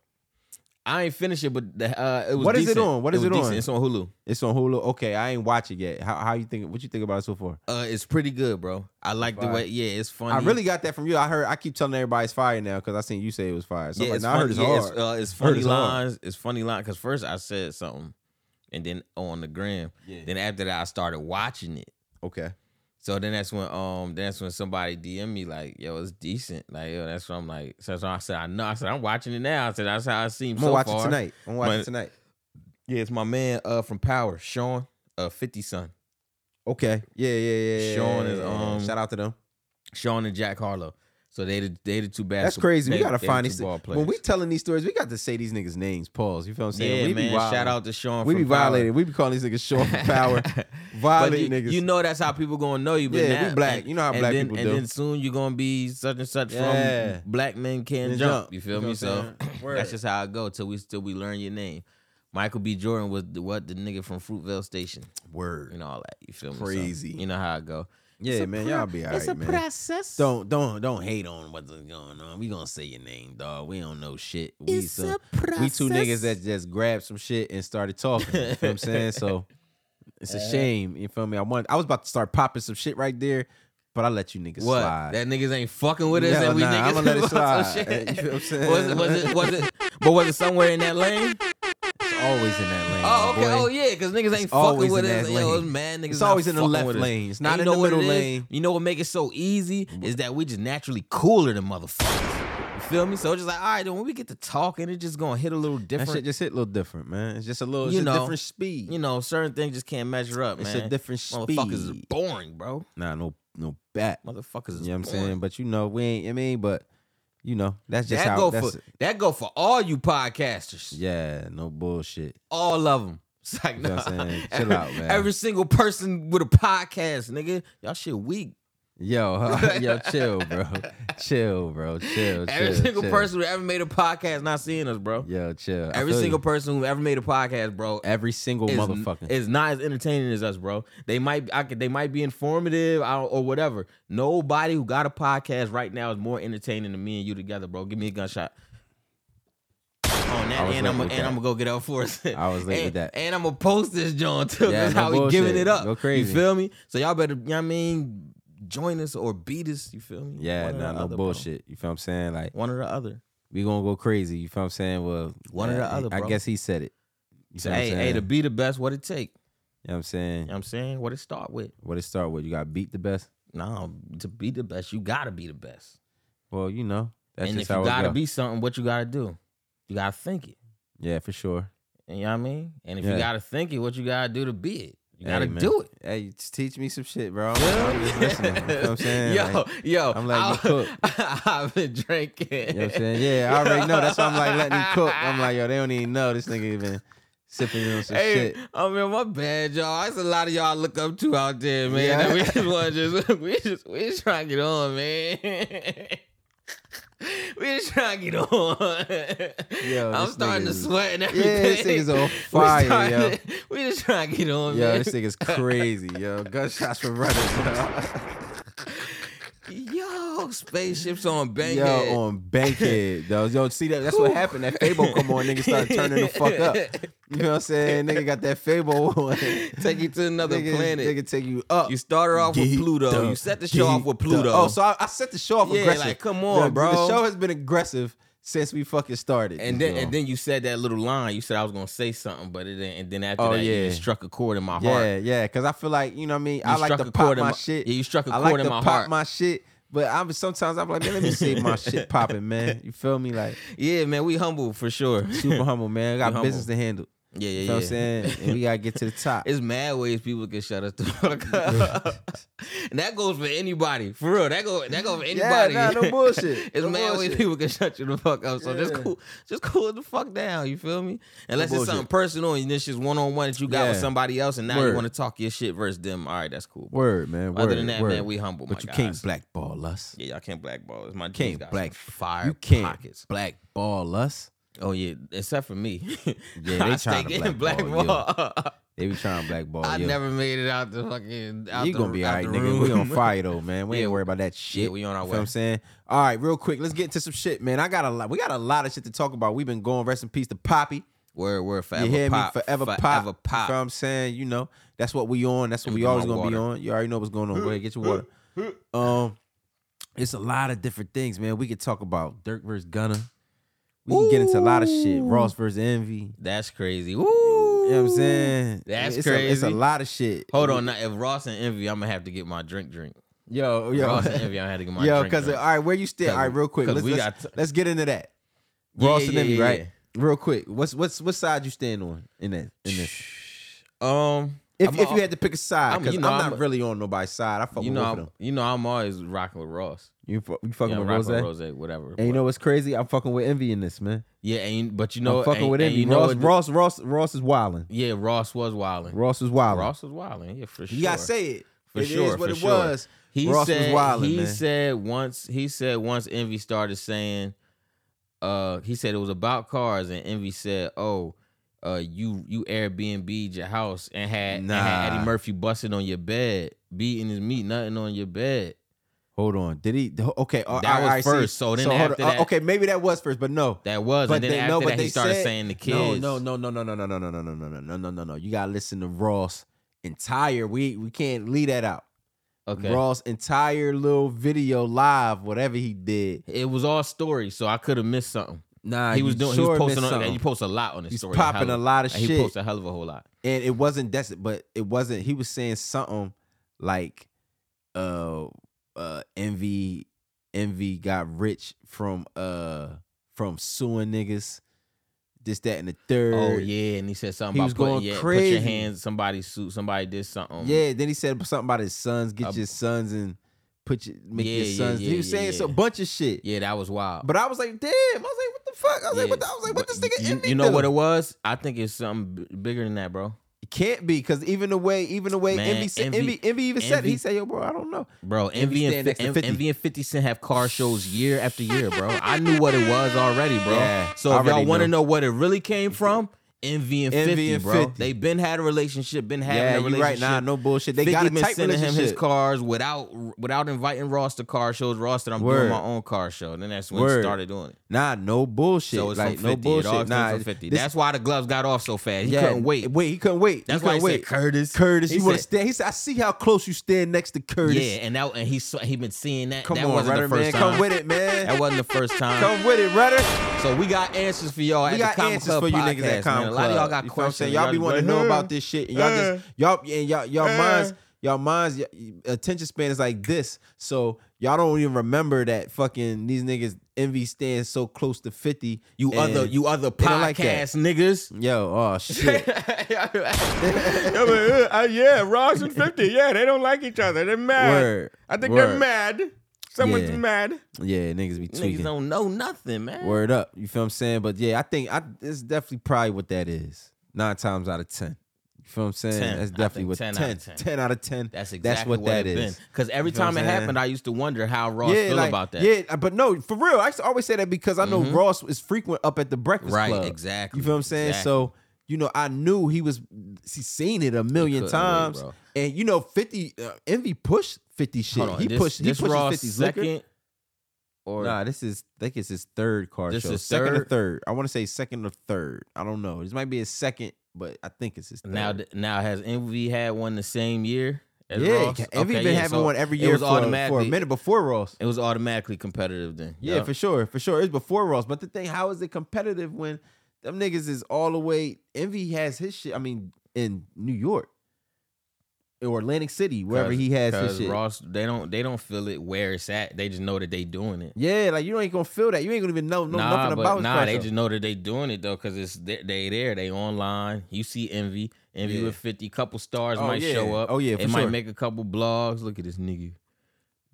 I ain't finished it, but the, uh, it was.
What is it
decent.
on? What is
was
it on?
decent. It's on Hulu.
It's on Hulu. Okay, I ain't watch it yet. How, how you think? What you think about it so far?
Uh, it's pretty good, bro. I like the
Fire.
way. Yeah, it's funny.
I really got that from you. I heard. I keep telling everybody it's fire now because I seen you say it was fire. So
yeah,
yeah,
it's
I heard
funny.
it's
yeah,
hard.
it's, uh, it's funny
it's hard.
lines. It's funny line because first I said something, and then on the gram.
Yeah.
Then after that, I started watching it.
okay.
So then that's when um then that's when somebody DM me like yo it's decent like yo that's what I'm like so that's why I said I know I said I'm watching it now I said that's how I seem
I'm
so
gonna watch
far.
it tonight. I'm gonna watch
But-
it tonight.
Yeah, it's my man uh from Power, Sean, uh 50 son.
Okay. Yeah, yeah, yeah. yeah,
Sean
yeah,
is,
yeah, yeah.
um,
Shout out to them.
Sean and Jack Harlow. So they the they the two bad.
That's crazy. We
they-
gotta
they the
find
two
these.
ball
When
players.
we telling these stories, we got to say these niggas' names. Pause. You feel what I'm saying?
yeah
we
man,
Be wild.
shout out to Sean.
We
from
be
Power.
violated. We be calling these niggas Sean for power.
But
Violate
you,
niggas.
you know that's how people gonna know you. But
Yeah, we
now-
black.
and-
You know how
and
black
then,
people
And
do.
then soon you gonna be such and such
Yeah.
from Black Men Can
Can
Jump.
Jump.
You
You
feel
know
me?
what I'm
So
saying? Word.
that's just how it go till we till we learn your name. Michael B. Jordan was the, what the nigga from Fruitvale Station
Word.
and all that. You feel me? So
Crazy.
you know how it go.
Yeah, man, y'all be alright, man.
process.
Don't don't don't hate on what's going on. We gonna say your name, dog. We don't know shit. We
It's
some-
a
we two niggas
process.
that just grabbed some shit and started talking. You know what I'm saying? So it's
Uh.
a shame. You feel me? I want I was about to start popping some shit right there, but I let you niggas
What?
slide.
That niggas ain't fucking with us,
Yeah,
and we
nah,
niggas.
I'ma let it
on some
slide.
shit?
You feel what I'm saying?
Was it? Was it? Was it? But was it somewhere in that lane?
It's always in that lane. my
Oh, okay.
boy.
Oh, yeah, because niggas ain't
always
fucking with
in
us.
that
Yo,
lane.
it's mad niggas.
It's
not
always in the
fucking
left
with us.
lane. It's
And
not
you
in
know
the
what it
middle
is?
lane.
You know what make it so easy is that we just naturally cooler than motherfuckers. You feel me? So it's just like, all right, then when we get to talking, it's just gonna hit a little
That
different.
shit just hit a little different, man. It's just a little, it's
You
a
know.
different speed.
you know, certain things just can't measure up,
it's
man.
a different
Motherfuckers is
speed.
boring, bro.
Nah, no, no bat.
Motherfuckers is
You know what I'm
boring.
saying? But you know, we ain't. I mean, but you know, that's just
that
how.
go
that's,
for that go for all you podcasters.
Yeah, no bullshit.
all of them. It's like,
You know
nah.
what I'm saying? Chill out, man.
Every single person with a podcast, nigga, y'all shit weak.
Yo, yo, chill, bro. Chill, bro. Chill.
Every
chill,
single
chill.
person who ever made a podcast not seeing us, bro.
Yo, chill. I
Every
feel
single
you.
person who ever made a podcast, bro,
every single
is,
motherfucker.
is not as entertaining as us, bro. They might, I could, they might be informative I don't- or whatever. Nobody who got a podcast right now is more entertaining than me and you together, bro. Give me a gunshot. On
I
that,
was
and
late
I'm
with
and
that.
I'm gonna go get out for us.
I was late
and,
with that.
And I'm gonna post this joint too.
Yeah,
that's
no
how we giving
bullshit.
it up.
Go crazy.
You feel me? So y'all better, you know what I mean, join us or beat us. You feel me?
yeah,
One or the
nah, no
other, bro.
bullshit. You feel what I'm saying? Like
One or the other.
we gonna go crazy. You feel what I'm saying? Well,
One or
yeah,
the other,
I
bro.
guess he said it. You
So,
feel what I'm
hey, hey,
saying?
to be the best, what it take?
You know what I'm
You
saying?
know what I'm saying? What it start with?
What it start with? You got beat the best.
No, to be the best, you gotta be the best.
Well, you know that's
and if
just
you
how it
gotta
go.
be something, what you gotta do? You gotta think it.
yeah, for sure.
You know what I mean? And if
Yeah.
you gotta think it, what you gotta do to be it? You gotta
Hey, man.
do it.
Hey, you just teach me some shit, bro.
Feel
I'm
me?
just listening. You know what I'm saying?
Yo,
Like,
yo,
I'm letting you cook.
I've been drinking.
you know what I'm saying? Yeah, I already know. That's why I'm like letting you cook. I'm like, yo, they don't even know this nigga even sipping on some
Hey,
shit.
I mean, my bad, y'all. That's a lot of y'all I look up to out there, man.
Yeah.
that we just want to just, we just, we just trying to get on, man. we just trying to get on.
Yo,
I'm
this
starting
nigga
to
is-
sweat and everything.
Yeah, this nigga's on
We
fire,
starting
yo.
to- we just trying to get on,
Yo,
man.
this nigga's crazy, yo. Gunshots from runners,
Yo, spaceships on
yo.
Bangkok.
yo on Bankhead, though. Yo, see that? That's what happened. That Fable come on, nigga started turning the fuck up. You know what I'm saying? Nigga got that Fable on.
Take you to another
nigga,
planet.
Nigga take you up.
You started off with
Geeked
Pluto.
up.
You set the show off with
Geeked up.
Pluto.
Oh, so I, I set the show off
Yeah,
aggressive.
like, come on,
the,
bro.
The show has been aggressive since we fucking started.
and
you
then
know.
and then you said that little line. You said I was gonna say something, but it didn't. And then after
Oh,
that, you
yeah.
just struck a chord in my heart.
yeah, yeah, because I feel like you know what I mean.
You
I like
struck
to
a
pop
chord in
my
my-
shit.
yeah, you struck a
I like
chord in
to
my
pop
heart.
my shit, but I'm sometimes I'm like, man, let me see my shit popping, man. You feel me? Like
Yeah, man, we humble for sure.
super humble, man. I
We
got
humble.
business to handle.
Yeah, yeah,
You
yeah.
know what I'm saying? And we gotta get to the top.
It's mad ways people can shut us the fuck up, and that goes for anybody, for real. That go that goes for
Yeah,
anybody.
nah, no bullshit.
it's
No
mad ways
bullshit.
people can shut you the fuck up. So just
Yeah.
cool, just cool the fuck down. You feel me? Unless it's
bullshit.
something personal and this just one on one that you got with
Yeah.
somebody else, and now
Word.
you want to talk your shit versus them. All right, that's cool.
Word, man. Word,
Other than that,
word.
man, we humble.
But
my
you
guys.
can't blackball us.
Yeah, y'all can't blackball us. My
Can't
G's got
black-
black fire
You can't
pockets.
blackball us.
Oh yeah, except for me.
Yeah, they
I
trying
stay
to
getting
blackball
blackballed.
They be trying to blackball.
I
yo.
never made it out the fucking. Out
Oh, You
the,
gonna be
out
all right,
the
nigga. We
room.
on fire though, man. We
Yeah,
ain't worry about that shit.
we on our
You feel
way.
What I'm saying. All right, real quick, let's get into some shit, man. I got a lot. We got a lot of shit to talk about. We've been going. Rest in peace to Poppy.
We're we're forever
you hear
pop.
me? Forever, pop.
Forever
You feel what I'm saying? You know, that's what we on. That's what we
Drinking
always
my
gonna be
water.
on. You already know what's going on. Go ahead, get your water. Um, it's a lot of different things, man. We could talk about Dirk versus Gunner. We can get into a lot of shit.
Ooh.
Ross versus Envy.
That's crazy. Woo.
You know what I'm saying?
That's
it's A, it's a
crazy.
lot of shit.
Hold on, now, if Ross and Envy, I'm gonna have to get my drink drink.
Yo, yo.
Ross and Envy, I'm gonna have to get my
Yo,
drink.
because all
drink.
right, where you stand?
'Cause-
All right, real quick.
'cause
Let's,
we
let's,
got-
let's get into that.
Yeah,
Ross and
yeah,
Envy,
yeah,
right?
yeah.
Real quick. What's what's what side you stand on in that in this?
um,
If,
I'm
if
all-
you had to pick a side,
I'm-
because
you
I'm,
know,
not
I'm-
really on nobody's side. I fuck
you
with
know,
both of
I'm,
them.
you know, I'm always rocking with Ross.
You, fu- you fucking
Yeah,
with
rocking
Rose.
with Rose, whatever.
And you
but-
know what's crazy? I'm fucking with Envy in this man.
yeah, and but you know,
I'm fucking
and,
with
and
Envy.
You know,
Ross,
it-
Ross, Ross, Ross is wilding.
Yeah, Ross was wilding.
Ross is wilding.
Ross was wilding. Yeah, for sure.
you gotta say it.
For
It is
sure,
what
for
it
sure.
was.
He
Ross was
said
wildin',
he
man.
said once he said once Envy started saying uh he said it was about cars and Envy said, "Oh, uh you you Airbnb'd your house and had, and had
Nah.
Eddie Murphy busted on your bed, beating his meat, nothing on your bed."
Hold on. Did he? Okay. all-
That
all
was
right, see.
first, so then
hold
after
on. Uh,
that-
okay, maybe that was first, but no.
That was and then
they-
after
no, but
that he
they
started
said-
saying the kids.
No, no, no, no, no, no, no, no, no, no, no, no, no, no, no, no. You gotta listen to Ross entire. We we can't leave that out.
Okay.
Ross entire little video live, whatever he did.
It was all stories, so I could have missed something.
Nah,
He was
you
doing
sure
he was
missed
posting on,
something.
and he posts a lot on his
He's
story.
popping
hell
a
of-
lot of
and he
shit,
posts a hell of a whole lot.
and it wasn't that's but it wasn't. He was saying something like, uh, uh, envy, envy got rich from uh from suing niggas, this that and the third.
Oh yeah, and he said something
He
about
was
putting,
going
yeah, put
crazy.
your hands somebody suit somebody did something.
Yeah, then he said something about his sons. Get
Uh,
your sons and put your make
Yeah,
your
yeah,
sons.
yeah,
he was
yeah,
saying
yeah.
so a bunch of shit.
Yeah, that was wild.
But I was like, damn. I was like, what the fuck? I was like,
Yeah,
what? The, I was like, what this
but
nigga?
You,
Envy
you know what it
doing?
was? I think it's something b- bigger than that, bro.
It can't be because even the way, even the way
Man,
Envy, said,
Envy-
Envy, Envy even said, it. he
Envy-
said, yo, bro, I don't know.
Bro,
Envy
Envy and,
stand
Fi-
next to
En-
50.
Envy and 50 Cent have car shows year after year, bro. I knew what it was already, bro.
Yeah,
so if
already
y'all want to
knew.
know what it really came from, Envy and
Envy
50,
and
bro.
50.
They been had a relationship, been having
yeah,
a
you
relationship.
right now. Nah, no bullshit. They
50
got a
been
tight
sending him
relationship.
his cars without without inviting Ross to car shows. Ross said, I'm
Word.
doing my own car show. And then that's when
Word.
he started doing it.
Nah, no bullshit.
So it's
like
from
no
50. It all
bullshit.
stems
Nah,
from 50.
this-
That's why the gloves got off so fast. He
yeah,
couldn't wait.
Wait, he couldn't wait.
That's
he
why he
couldn't
said
wait.
Curtis.
Curtis,
He
you want to
said-
stand? He said, I see how close you stand next to Curtis.
Yeah, and that and he saw, he been seeing that.
Come
that
on,
wasn't
Rudder,
the first
man.
time.
Come with it, man.
That wasn't the first time.
Come with it, Rudder.
So we got answers for y'all.
We
at
got
the Comic
answers
Club
for you niggas
podcast,
at Comic
man. A
Club.
lot of y'all got
You feel what I'm
questions.
saying? Y'all be
just
wanting to
like,
know
"Huh?"
about this shit. And y'all just y'all and y'all y'all minds y'all minds y- attention span is like this. So y'all don't even remember that fucking these niggas envy stands so close to fifty.
you
and-
other you other
they
podcast
don't like that.
niggas.
yo oh shit.
"Uh, yeah, Ross and Fifty. Yeah, they don't like each other. They're mad.
Word. Word.
mad.
Someone's Yeah.
mad.
Yeah, niggas be
Niggas
tweaking.
don't know nothing, man.
Word up. You feel what I'm saying? But yeah, I think I it's definitely probably what that is. Nine times out of ten. You feel what I'm saying?
10.
That's
I
definitely what
think 10
10
out of 10.
10 out of 10.
That's exactly
That's what, that is.
Because every
You feel what
time it
I'm saying?
happened, I used to wonder how Ross feel
like,
about that. Mm-hmm.
Yeah, uh, but no, for real. I used to always say that because I know Ross is frequent up at the Breakfast
Right,
Club.
exactly,
You feel what I'm saying?
exactly.
So, you know, I knew he was he seen it a million
couldn't wait,
times.
bro.
and you know, 50 uh, Envy pushed 50 shit.
Hold on,
he
this,
pushed he
this
pushed
Ross
50's liquor.
second or
Nah, this is I think it's his third car
This
show.
is
second or
third?
third. I want to say second or third. I don't know. This might be his second, but I think it's his third.
Now, th- now has Envy had one the same year? As
yeah,
Ross?
Envy
Okay,
been
yeah,
having
so
one every
it
year
was
for, for a
automatically-
minute before Ross.
It was automatically competitive then.
Yeah,
Yup.
for sure, for sure. It's before Ross, but the thing, how is it competitive when them niggas is all the way? Envy has his shit. I mean, in New York or Atlantic City, wherever
'Cause-
he has his
'cause
shit.
Ross, they don't they don't feel it where it's at. They just know that they doing it.
yeah, like you ain't gonna feel that. You ain't gonna even know, know
nah,
nothing
but
about his
nah,
car
they
show.
just know that they doing it though, cause it's they, they there, they online. You see Envy, Envy
Yeah.
with fifty, couple stars
Oh,
might
yeah.
show up.
Oh, yeah,
it
for sure.
might make a couple blogs. Look at this nigga,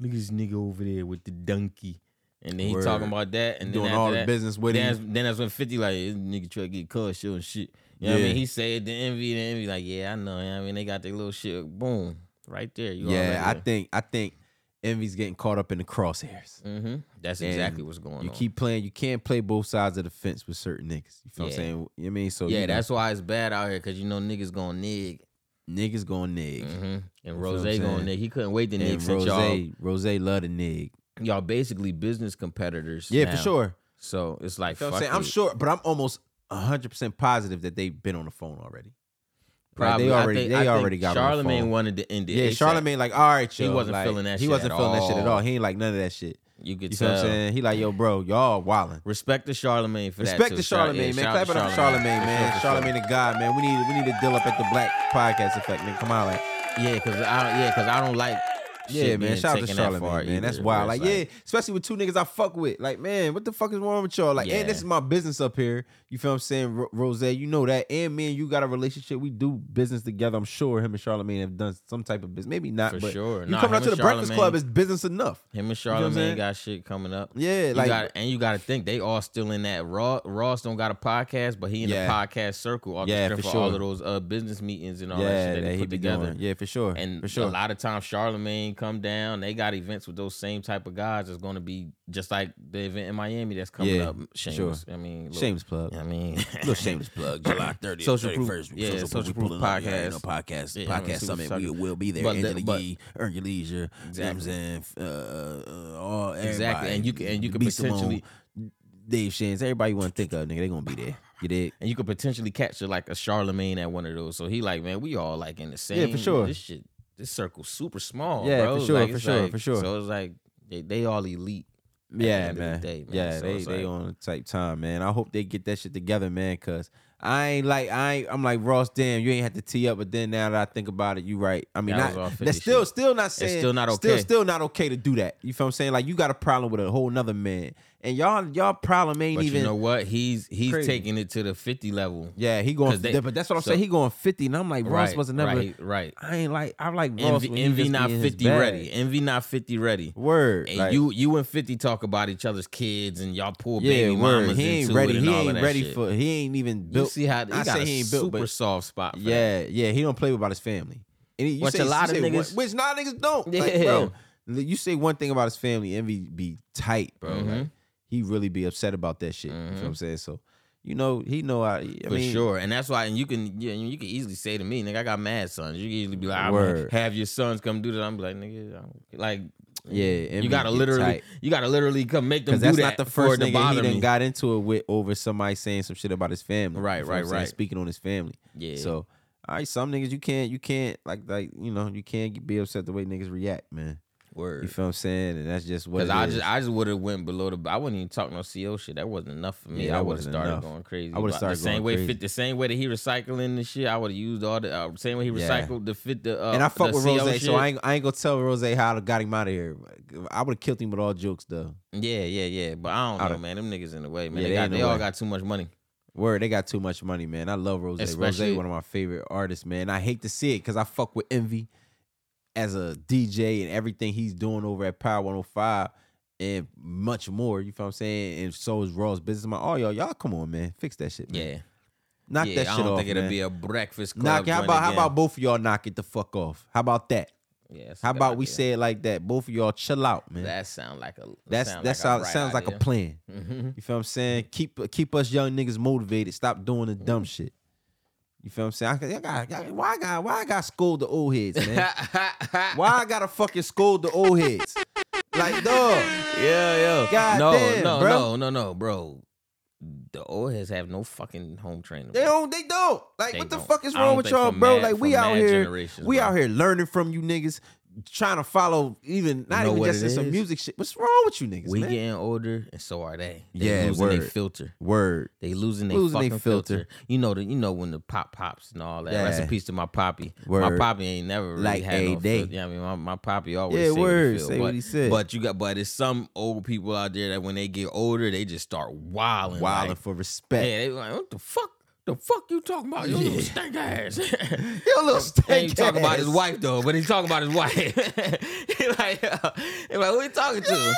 look at this nigga over there with the donkey, and then he
Word.
talking about that, and
doing
then after
all the
that,
business with
Then
him.
that's, then that's when 50 like this nigga try to get cut show and shit. You know what I
Yeah.
mean? He said the envy, the envy, like, yeah, I know. You know what I mean, they got their little shit. Boom. Right there. You
Yeah, I
already-
think I think envy's getting caught up in the crosshairs.
Mm-hmm. That's
And
exactly what's going on.
You keep playing. You can't play both sides of the fence with certain niggas. You feel what I'm
Yeah.
saying? You know what I mean? So
yeah,
you know,
that's why it's bad out here because you know niggas gonna nig.
niggas going nig.
hmm And
what I'm
Rose gonna
saying?
nig. He couldn't wait to nig
And
since y'all
Rose, Rose love the nig.
y'all basically business competitors.
Yeah, for
now.
sure.
So it's like
You know what
fuck
I'm saying? I'm
it.
sure, but I'm almost 100 percent positive that they've been on the phone already. Like,
Probably
they
I
already
think-
they
I think
already got on the
Charlemagne
phone.
wanted to end it.
Yeah,
ASAP.
Charlemagne like, all right,
He
yo,
wasn't
like,
feeling that
He
shit
wasn't
at
feeling that shit at
all. uh,
all. He ain't like none of that shit.
You could
You feel
tell.
what I'm saying? He like, yo, bro, y'all wildin'.
Respect to Charlemagne for that.
Respect to
too. Char-
Charlemagne,
yeah,
man.
shout out
Clap it up
to
to Charlemagne, man. Charlemagne the God, man. We need we need to deal up at the Black Podcast Effect, man. Come on, like,
Yeah, cause I don't, yeah, cause I don't like.
yeah,
shit
man.
being
Shout out to
taken that
Charlemagne,
far
man. That's
either,
wild.
where
Like,
it's
yeah, especially with two niggas I fuck with. Like, man, what the fuck is wrong with y'all? Like, and this
Yeah.
is my business up here. You feel what I'm saying, Ro- Rose? You know that. And me and you got a relationship. We do business together. I'm sure him and Charlemagne have done some type of business. Maybe not,
For
but
sure.
you
Nah,
coming out
him
to the
and
Breakfast Club
Charlemagne-
is business enough.
Him and
what I'm
Charlemagne
saying?
got shit coming up.
Yeah,
You
like-
got and you got to think they all still in that. Ross, Ross don't got a podcast, but he in
Yeah.
the podcast circle. Off
Yeah,
the strength
for
of all
sure.
of those uh, business meetings and all
yeah,
that shit that, they
he
put
be
together.
doing. Yeah, for sure.
And
for sure.
a lot of times Charlemagne come down. They got events with those same type of guys. It's going to be just like the event in Miami that's coming
Yeah,
up.
sure.
Shameless. I mean, look,
Shameless plug.
I mean,
Little shameless plug. July
30th,
Social
social
proof.
31st.
Yeah, social
we
proof
pulling up. You already
podcast.
know, podcast.
Yeah, I wanna
podcast
see what
summit.
sucking.
We will be there.
But the-
Angela
but-
Yee, Earn Your Leisure.
Exactly.
You know what I'm saying? Uh, uh, all,
Exactly, and you can- and you can
everybody. B. Simone,
potentially-
Dave Shins, everybody you want to think of, nigga, they gonna be there. You did.
and you could potentially capture like a Charlemagne at one of those. So he like, man, we all like in the same.
Yeah, for sure.
This shit, this circle super small.
Yeah,
bro.
for sure,
Like,
for
it's
sure,
like-
for sure.
So it's like they, they all elite. at the
Yeah,
end of the
man.
day, man.
Yeah,
So
they
it's
they
like-
on type time, man. I hope they get that shit together, man. Cause I ain't like I ain't, I'm like Ross. Damn, you ain't have to tee up. But then now that I think about it, you right. I mean,
That
not,
was all 50
that's still
shit.
still not saying
still not
Still
okay.
still not okay to do that. You feel what I'm saying? Like you got a problem with a whole nother man, and y'all y'all problem ain't
But
even.
you know what? He's he's
crazy.
taking it to the fifty level.
yeah, he going.
'Cause they-
yeah, but that's what I'm
so-
saying. He going 50, and I'm like Ross
right,
wasn't never.
right. Right.
I ain't like I like Ross.
Envy,
when he
envy
just
not
be in his
fifty
bag.
ready. Envy not fifty ready.
Word.
And
like-
you you and Fifty talk about each other's kids and y'all poor
Yeah,
baby
word.
mamas
He ain't
into
ready.
it and
He
all of
ain't
that
ready
shit.
for. He ain't even
you
built.
see how he
I
got
say
a
he ain't built,
super
but
soft spot. For that.
yeah, yeah. He don't play about his family. And he- you
Which
say,
a lot
you
of
say one-
niggas-
which a lot of niggas don't. Like,
Yeah.
bro, you say one thing about his family, envy be tight, bro. Like,
Mhm.
he really be upset about that shit. You know what I'm saying? So, you know, he know I. I
Mm-hmm. For
mean,
sure, and that's why, and you can, yeah, you can easily say to me, nigga, I got mad sons. You can easily be like, I'm gonna
Word.
have your sons come do this. I'm like, nigga, I don't- like,
Yeah, envy
you gotta
get
literally,
tight.
you gotta literally come make them
Because
do
that's
that
not the
for it
first
to
nigga he
bother
done
me.
got into it with over somebody saying some shit about his family.
Right,
You feel what I'm
right,
saying?
right.
Speaking on his family.
Yeah.
So, all right, some niggas you can't, you can't like, like you know, you can't be upset the way niggas react, man. You
Word,
feel what I'm saying? And that's just what.
because
it
I
is.
just, I just would have went below the. I wouldn't even talk no CO shit. That wasn't enough for me.
Yeah, that
I would have
wasn't
started
enough.
going crazy.
I would've
But
started
the same
going
way
crazy.
fit the same way that he recycling the shit. I would have used all the uh, same way he
Yeah.
recycled the fit the. Uh,
and I fuck
the
with
CO
Rose,
shit.
so I ain't, I ain't gonna tell Rose how I got him out of here. I would have killed him with all jokes though.
Yeah, yeah, yeah. But I don't
Outta-
know, man. Them niggas in the way, man.
Yeah,
they
they
got,
in the
they all
way.
got too much money.
Word, they got too much money, man. I love Rose. Rose,
Especially-
one of my favorite artists, man. I hate to see it because I fuck with Envy as a DJ and everything he's doing over at Power 105 and much more. You feel what I'm saying? And so is Rose Businessman. Oh, y'all, y'all come on, man. Fix that shit, man.
Yeah.
Knock
yeah,
that shit
I don't
off.
think it'll
man.
be a breakfast club.
knock it. How
joint
about how
again.
about both of y'all knock it the fuck off? How about that?
Yeah, that's a
How
good
about we
idea.
say it like that? Both of y'all chill out, man.
that? Sound like a
That's
sound
that's
like
how it sounds like a plan.
plan.
You feel what I'm saying? Keep keep us young niggas motivated. Stop doing the dumb shit. You feel what I'm saying? I, got- I got, why I got why I got scold the old
Mm-hmm.
heads, man? why I gotta fucking scold the old heads? Like dog,
yeah, yeah.
God
no,
damn,
no,
bro.
no, no, no, bro. The old heads have no fucking home training.
they don't they don't. Like
They
what the
don't.
fuck is
I
wrong
don't
with
think
y'all,
for
bro?
mad-
like we
for
out
mad
here,
generations,
we
bro.
out here learning from you niggas, trying to follow even not
know
even
what
just
it
in some
is?
music shit. What's wrong with you niggas,
we
man?
getting older, and so are they. they
Yeah,
losing their
word.
filter.
Word.
They losing their
Losing they
fucking filter. You know the you know when the pop pops and all that.
Yeah.
That's a piece to my poppy. My
Word.
poppy ain't never really
Like
had
a
no
day.
filter. Yeah, I mean my, my poppy always
Yeah,
say what
word,
he feel,
say
but,
what he said.
But you got but it's some old people out there that when they get older they just start wilding.
Wilding
like,
for respect.
Yeah, they like what the fuck. The fuck you talking about? You little stink ass.
Your little
They ain't
stank
talking about
ass.
his wife though, but he's talking about his wife. he like, uh, he like, who he talking to?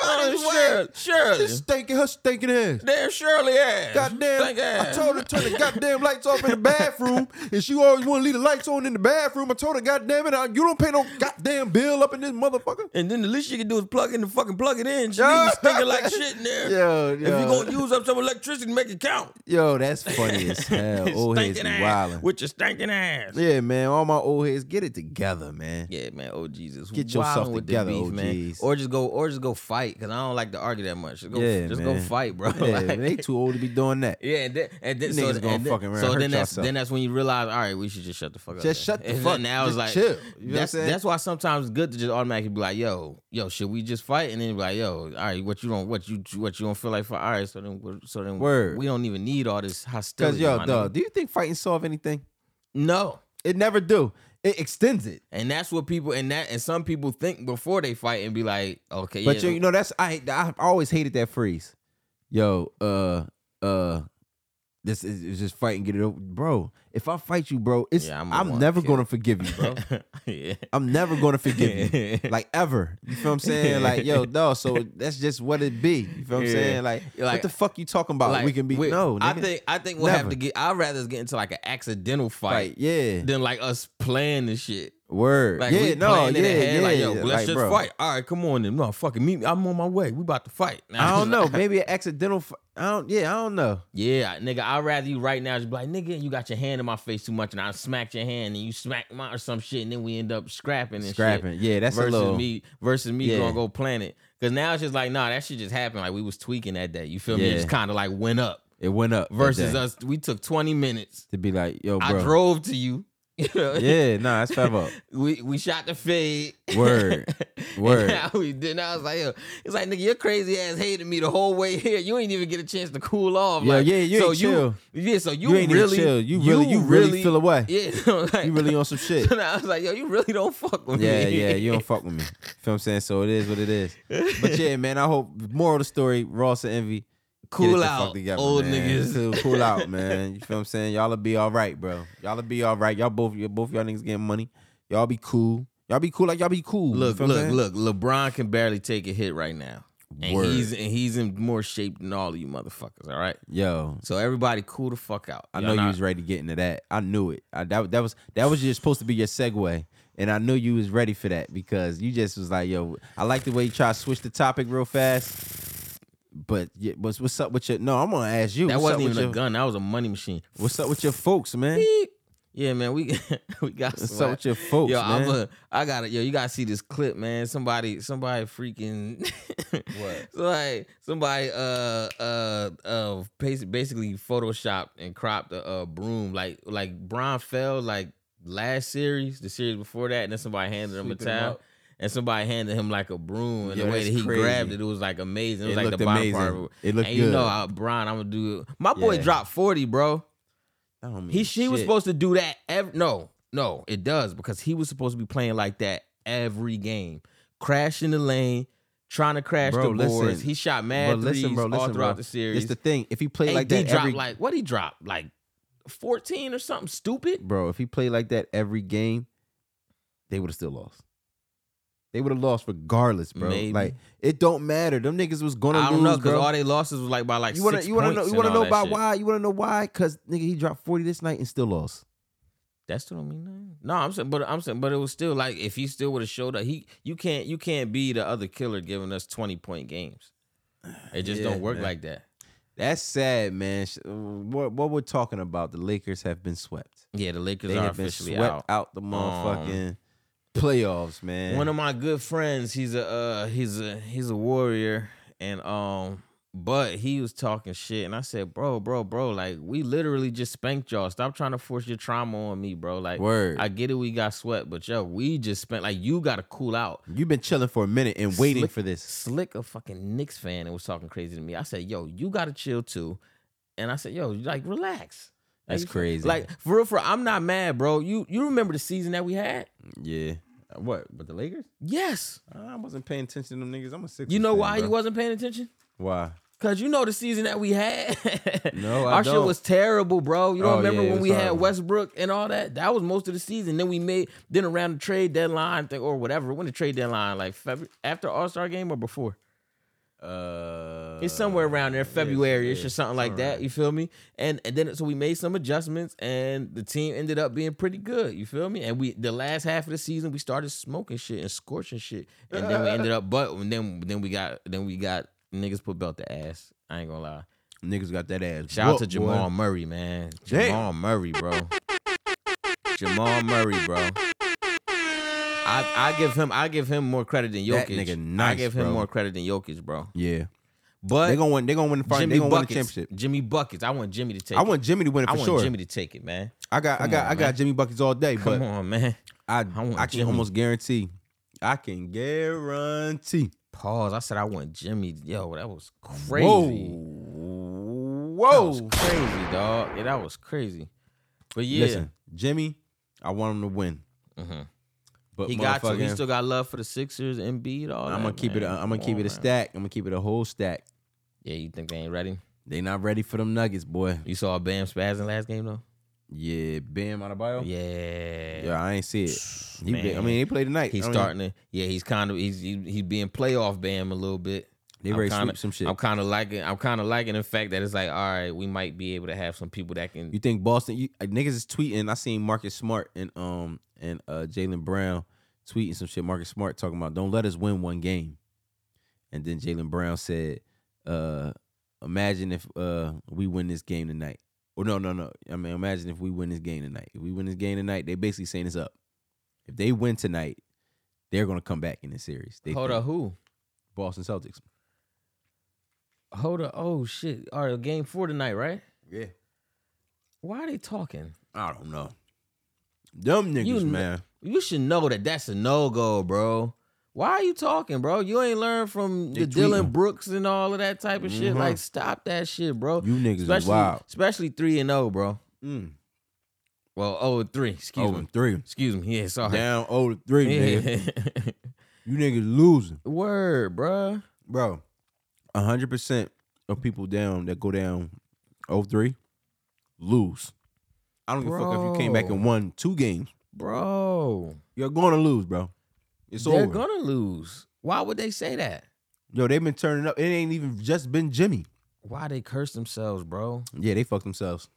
Shirley, Shirley, Shirley,
This stinking, her stinking ass.
damn Shirley ass,
Goddamn,
Stink
I
ass.
told her to turn the goddamn lights off in the bathroom, and she always want to leave the lights on in the bathroom. I told her, goddamn it, I, you don't pay no goddamn bill up in this motherfucker.
And then the least you can do is plug in the fucking plug it in. She be stinking like shit in there.
Yo,
If you gonna use up some electricity, make it count.
yo, that's
Funny as hell. Old heads
Stinking
be
ass
wildin'.
with your stinking ass.
yeah, man. All my old heads, get it together, man.
Yeah, man. Oh Jesus,
Get
Wildin'
yourself
with the
together,
beef, man.
OGs.
Or just go, or just go fight, because I don't like to argue that much. Just go,
Yeah,
just go
man.
fight, bro.
Yeah,
Like-
they too old to be doing that.
yeah, and then, and then, so,
Niggas gonna
and then,
fuck around,
so
hurt
then that's
yourself.
then that's when you realize, all right, we should just shut the fuck up.
Just shut the
And
fuck-
then Now it's
just
like
chill. You know what I'm
that's
saying?
that's why sometimes it's good to just automatically be like, yo, yo, should we just fight? And then be like, yo, all right, what you don't, what you, what you don't feel like for? All right, so then, we're- so then,
Word.
we don't even need all this hostility.
Cause yo,
my nigga.
dog, do you think fighting solve anything?
no.
It never do. It extends it.
And that's what people and that and some people think before they fight and be like, okay,
But
yeah,
you, you know, that's I I always hated that phrase. Yo, uh, uh, this is it's just fight and get it over, bro. If I fight you, bro, it's
Yeah,
I'm,
I'ma wanna
never
kill.
gonna forgive you, bro.
yeah.
I'm never gonna forgive you, like ever. You feel what I'm saying? Like yo, no. So that's just what it be. You feel what I'm
Yeah.
saying? Like,
Like-
what the fuck you talking about? we can be
we-
no.
I
nigga.
think I think we'll have
Never.
to get. I'd rather get into like an accidental
Like,
fight
yeah,
than like us playing this shit.
word.
Like
yeah,
we
no,
playing
yeah,
in the head,
yeah.
like yo, let's
like,
just
bro.
fight. All right, come on, then. No, fucking meet me. I'm on my way. We about to fight.
I don't know. Maybe an accidental. F- I don't. Yeah, I don't know.
Yeah, nigga, I'd rather you right now just be like, nigga, you got your hand in my face too much, and I smack your hand, and you smack mine or some shit, and then we end up scrapping and shit.
Scrapping. Yeah, that's
versus
a little.
me versus me
Yeah.
gonna go planet. Cause now it's just like, nah, that shit just happened. Like we was tweaking that day. You feel me? It
Yeah.
just kind of like went up.
It went up that
Versus
day.
us, we took 20 minutes.
to be like, yo, bro.
I drove to you.
Yeah, nah, that's five up.
We we shot the fade.
Word.
And
Word.
now we did. Now I was like, yo, it's like nigga, your crazy ass hated me the whole way here. You ain't even get a chance to cool off.
Yeah,
like,
yeah, you
so
ain't
You, yeah, so you,
You, ain't
really
even chill. You really, you, really, feel away.
Yeah, so like,
You really on some shit.
So now I was like, yo, you really don't fuck with
Yeah,
me.
yeah, you don't fuck with me. Feel what I'm saying? So it is what it is. But yeah, man, I hope moral of the story, Ross and Envy. get it
cool
the fuck
out,
together,
old
man.
niggas.
Cool- Cool out, man. You feel what I'm saying? Y'all'll be all right, bro. Y'all'll be all right. Y'all both y'all both y'all niggas getting money. Y'all be cool. Y'all be cool like y'all be cool. You
Look,
feel what I'm
look,
saying?
look. LeBron can barely take a hit right now, and
Word.
he's and he's in more shape than all of you motherfuckers. All right,
Yo,
so everybody, cool the fuck out.
I
Y'all
know
not-
you was ready to get into that. I knew it. I, that that was that was just supposed to be your segue, and I knew you was ready for that because you just was like, "Yo, I like the way you try to switch the topic real fast." But yeah, what's what's up with your? No, I'm gonna ask you.
That
what's
wasn't
up
even
with
a
your,
gun. That was a money machine.
What's up with your folks, man?
Beep. Yeah, man, we we got
What's up
slapped.
with your folks,
Yo,
man?
I'm a, I got it. Yo, you gotta see this clip, man. Somebody, somebody freaking
What?
Somebody, somebody, uh, uh, uh, basi- basically photoshopped and cropped a, uh broom, like like Brian fell like last series, the series before that, and then somebody handed him a
Sweeping him
towel.
up.
And somebody handed him like a broom, and
Yo,
the way
that's
that he
crazy.
grabbed it, it was like amazing. It was
It
like
looked
the bottom part.
amazing.
of
It looked
and you know,
good.
I, Brian, I'm gonna do it. My boy
Yeah.
dropped forty, bro.
I don't mean
He she was
shit.
supposed to do that ev no, no, it does because he was supposed to be playing like that every game. Crashing the lane, trying to crash
Bro,
the boards.
listen.
He shot mad
Bro, listen,
threes
bro,
all
listen,
throughout
bro.
the series.
It's the thing. If he played like
AD
that
dropped
every,
like what he dropped? Like 14 or something stupid?
bro, if he played like that every game, they would have still lost. They would have lost regardless, bro.
Maybe.
Like it don't matter. Them niggas was gonna
I don't
lose,
know because
bro.
all they losses was like by like
you wanna
six
you wanna know
points
you wanna
and all
know
that
about
shit.
why? You wanna know why? Cause nigga, he dropped forty this night and still lost.
That still don't mean nothing. No, I'm saying, but I'm saying, but it was still like if he still would have showed up, he you can't you can't be the other killer giving us 20 point games. It just
Yeah,
don't work
man.
like that.
That's sad, man. Sh- What what we're talking about? The Lakers have been swept.
Yeah, the Lakers
They
are
have been
officially
swept
out. Um,
out, the motherfucking playoffs, man.
One of my good friends, he's a uh, he's a he's a warrior, and um, but he was talking shit, and I said, bro, bro, bro, like we literally just spanked y'all. Stop trying to force your trauma on me, bro. Like,
Word.
I get it, we got swept, but yo, we just spent like you got to cool out.
You've been chilling for a minute and waiting
Slick-
for this.
Slick, a fucking Knicks fan, and was talking crazy to me. I said, "Yo, you gotta chill too," and I said, "Yo, like relax."
That's
Like,
crazy.
Like for real, for real, I'm not mad, bro. You you remember the season that we had?
Yeah. What? But the Lakers?
Yes.
I wasn't paying attention to them niggas. I'm a six.
You know why you wasn't paying attention?
Why?
Cause you know the season that we had.
No, I
our shit
don't.
was terrible, bro. You don't
Oh,
remember
yeah, it
when
was
we had
horrible.
Westbrook and all that? That was most of the season. Then we made then around the trade deadline thing or whatever. When the trade deadline, like February, after All Star game or before?
Uh,
It's somewhere around there, February ish or something like that. You feel me? And and then so we made some adjustments, and the team ended up being pretty good. You feel me? And we the last half of the season we started smoking shit and scorching shit, and then we ended up. But and then then we got then we got niggas put belt to ass. I ain't gonna lie.
Niggas got that ass.
Shout out to
whooped, boy.
Jamal Murray, man.
Damn.
Jamal Murray, bro. Jamal Murray, bro. I, I give him I give him more credit than
That
Jokic.
nigga
I
nice,
give him
bro.
more credit than Jokic, bro.
Yeah,
But
they gonna win. They gonna win the final. They
Jimmy
gonna win the
buckets.
championship.
Jimmy buckets. I want Jimmy to take.
I
it.
want Jimmy to win it
I
for
want
sure.
Jimmy to take it, man.
I got, I
Come
got,
on,
I got
man.
Jimmy buckets all day,
Come
but
on, man.
I,
I want
I can
Jimmy.
almost guarantee. I can guarantee.
Pause. I said I want Jimmy. Yo, that was crazy.
Whoa,
That was
whoa.
crazy, dog. Yeah, that was crazy. But yeah,
Listen, Jimmy, I want him to win.
Mhm.
But
he got to. He
motherfucking-
still got love for the Sixers, Embiid, all that.
I'm gonna keep it.
man.
I'm gonna
Come
keep it
on,
a
man.
stack. I'm gonna keep it a whole stack.
Yeah, you think they ain't ready?
They not ready for them Nuggets, boy.
You saw Bam spazzing last game though.
Yeah, Bam Adebayo. Yeah,
Yeah.
yeah I ain't see it. He
Man.
been- I mean, they play tonight.
He's
I mean,
starting to. Yeah, he's kind of. He's he, he's being playoff Bam a little bit.
They
I'm
ready to
kinda-
sweep some shit.
I'm kind of liking. I'm kind of liking the fact that it's like, all right, we might be able to have some people that can.
You think Boston? You, uh, niggas is tweeting. I seen Marcus Smart and um and uh Jalen Brown tweeting some shit. Marcus Smart talking about don't let us win one game, and then Jalen Brown said, uh, "Imagine if uh we win this game tonight." Or no, no, no. I mean, imagine if we win this game tonight. If we win this game tonight, they basically saying it's up. If they win tonight, they're gonna come back in the series. They
hold
think.
up, who?
Boston Celtics.
Hold up. Oh shit. All right, game four tonight, right?
Yeah,
Why are they talking?
I don't know. Them niggas,
kn-
man.
You should know that that's a no go, bro. Why are you talking, bro? You ain't learned from
They
the Dylan
tweeting.
Brooks and all of that type of shit.
Mhm.
Like, stop that shit, bro.
You niggas is
especially,
wild.
Especially three and zero, bro.
Mm.
Well, oh and three. Excuse
Oh,
me.
and three.
Excuse me. Yeah, sorry.
Down 0 to 3, nigga.
yeah.
You niggas losing.
Word, bro.
Bro, 100% of people down that go down 0 3 lose. I don't give a fuck if you came back and
Bro.
won two games.
Bro.
You're going to lose, bro. It's
They're
over.
gonna lose. Why would they say that?
Yo, they've been turning up. It ain't even just been Jimmy.
Why they curse themselves, bro?
Yeah, they fucked themselves.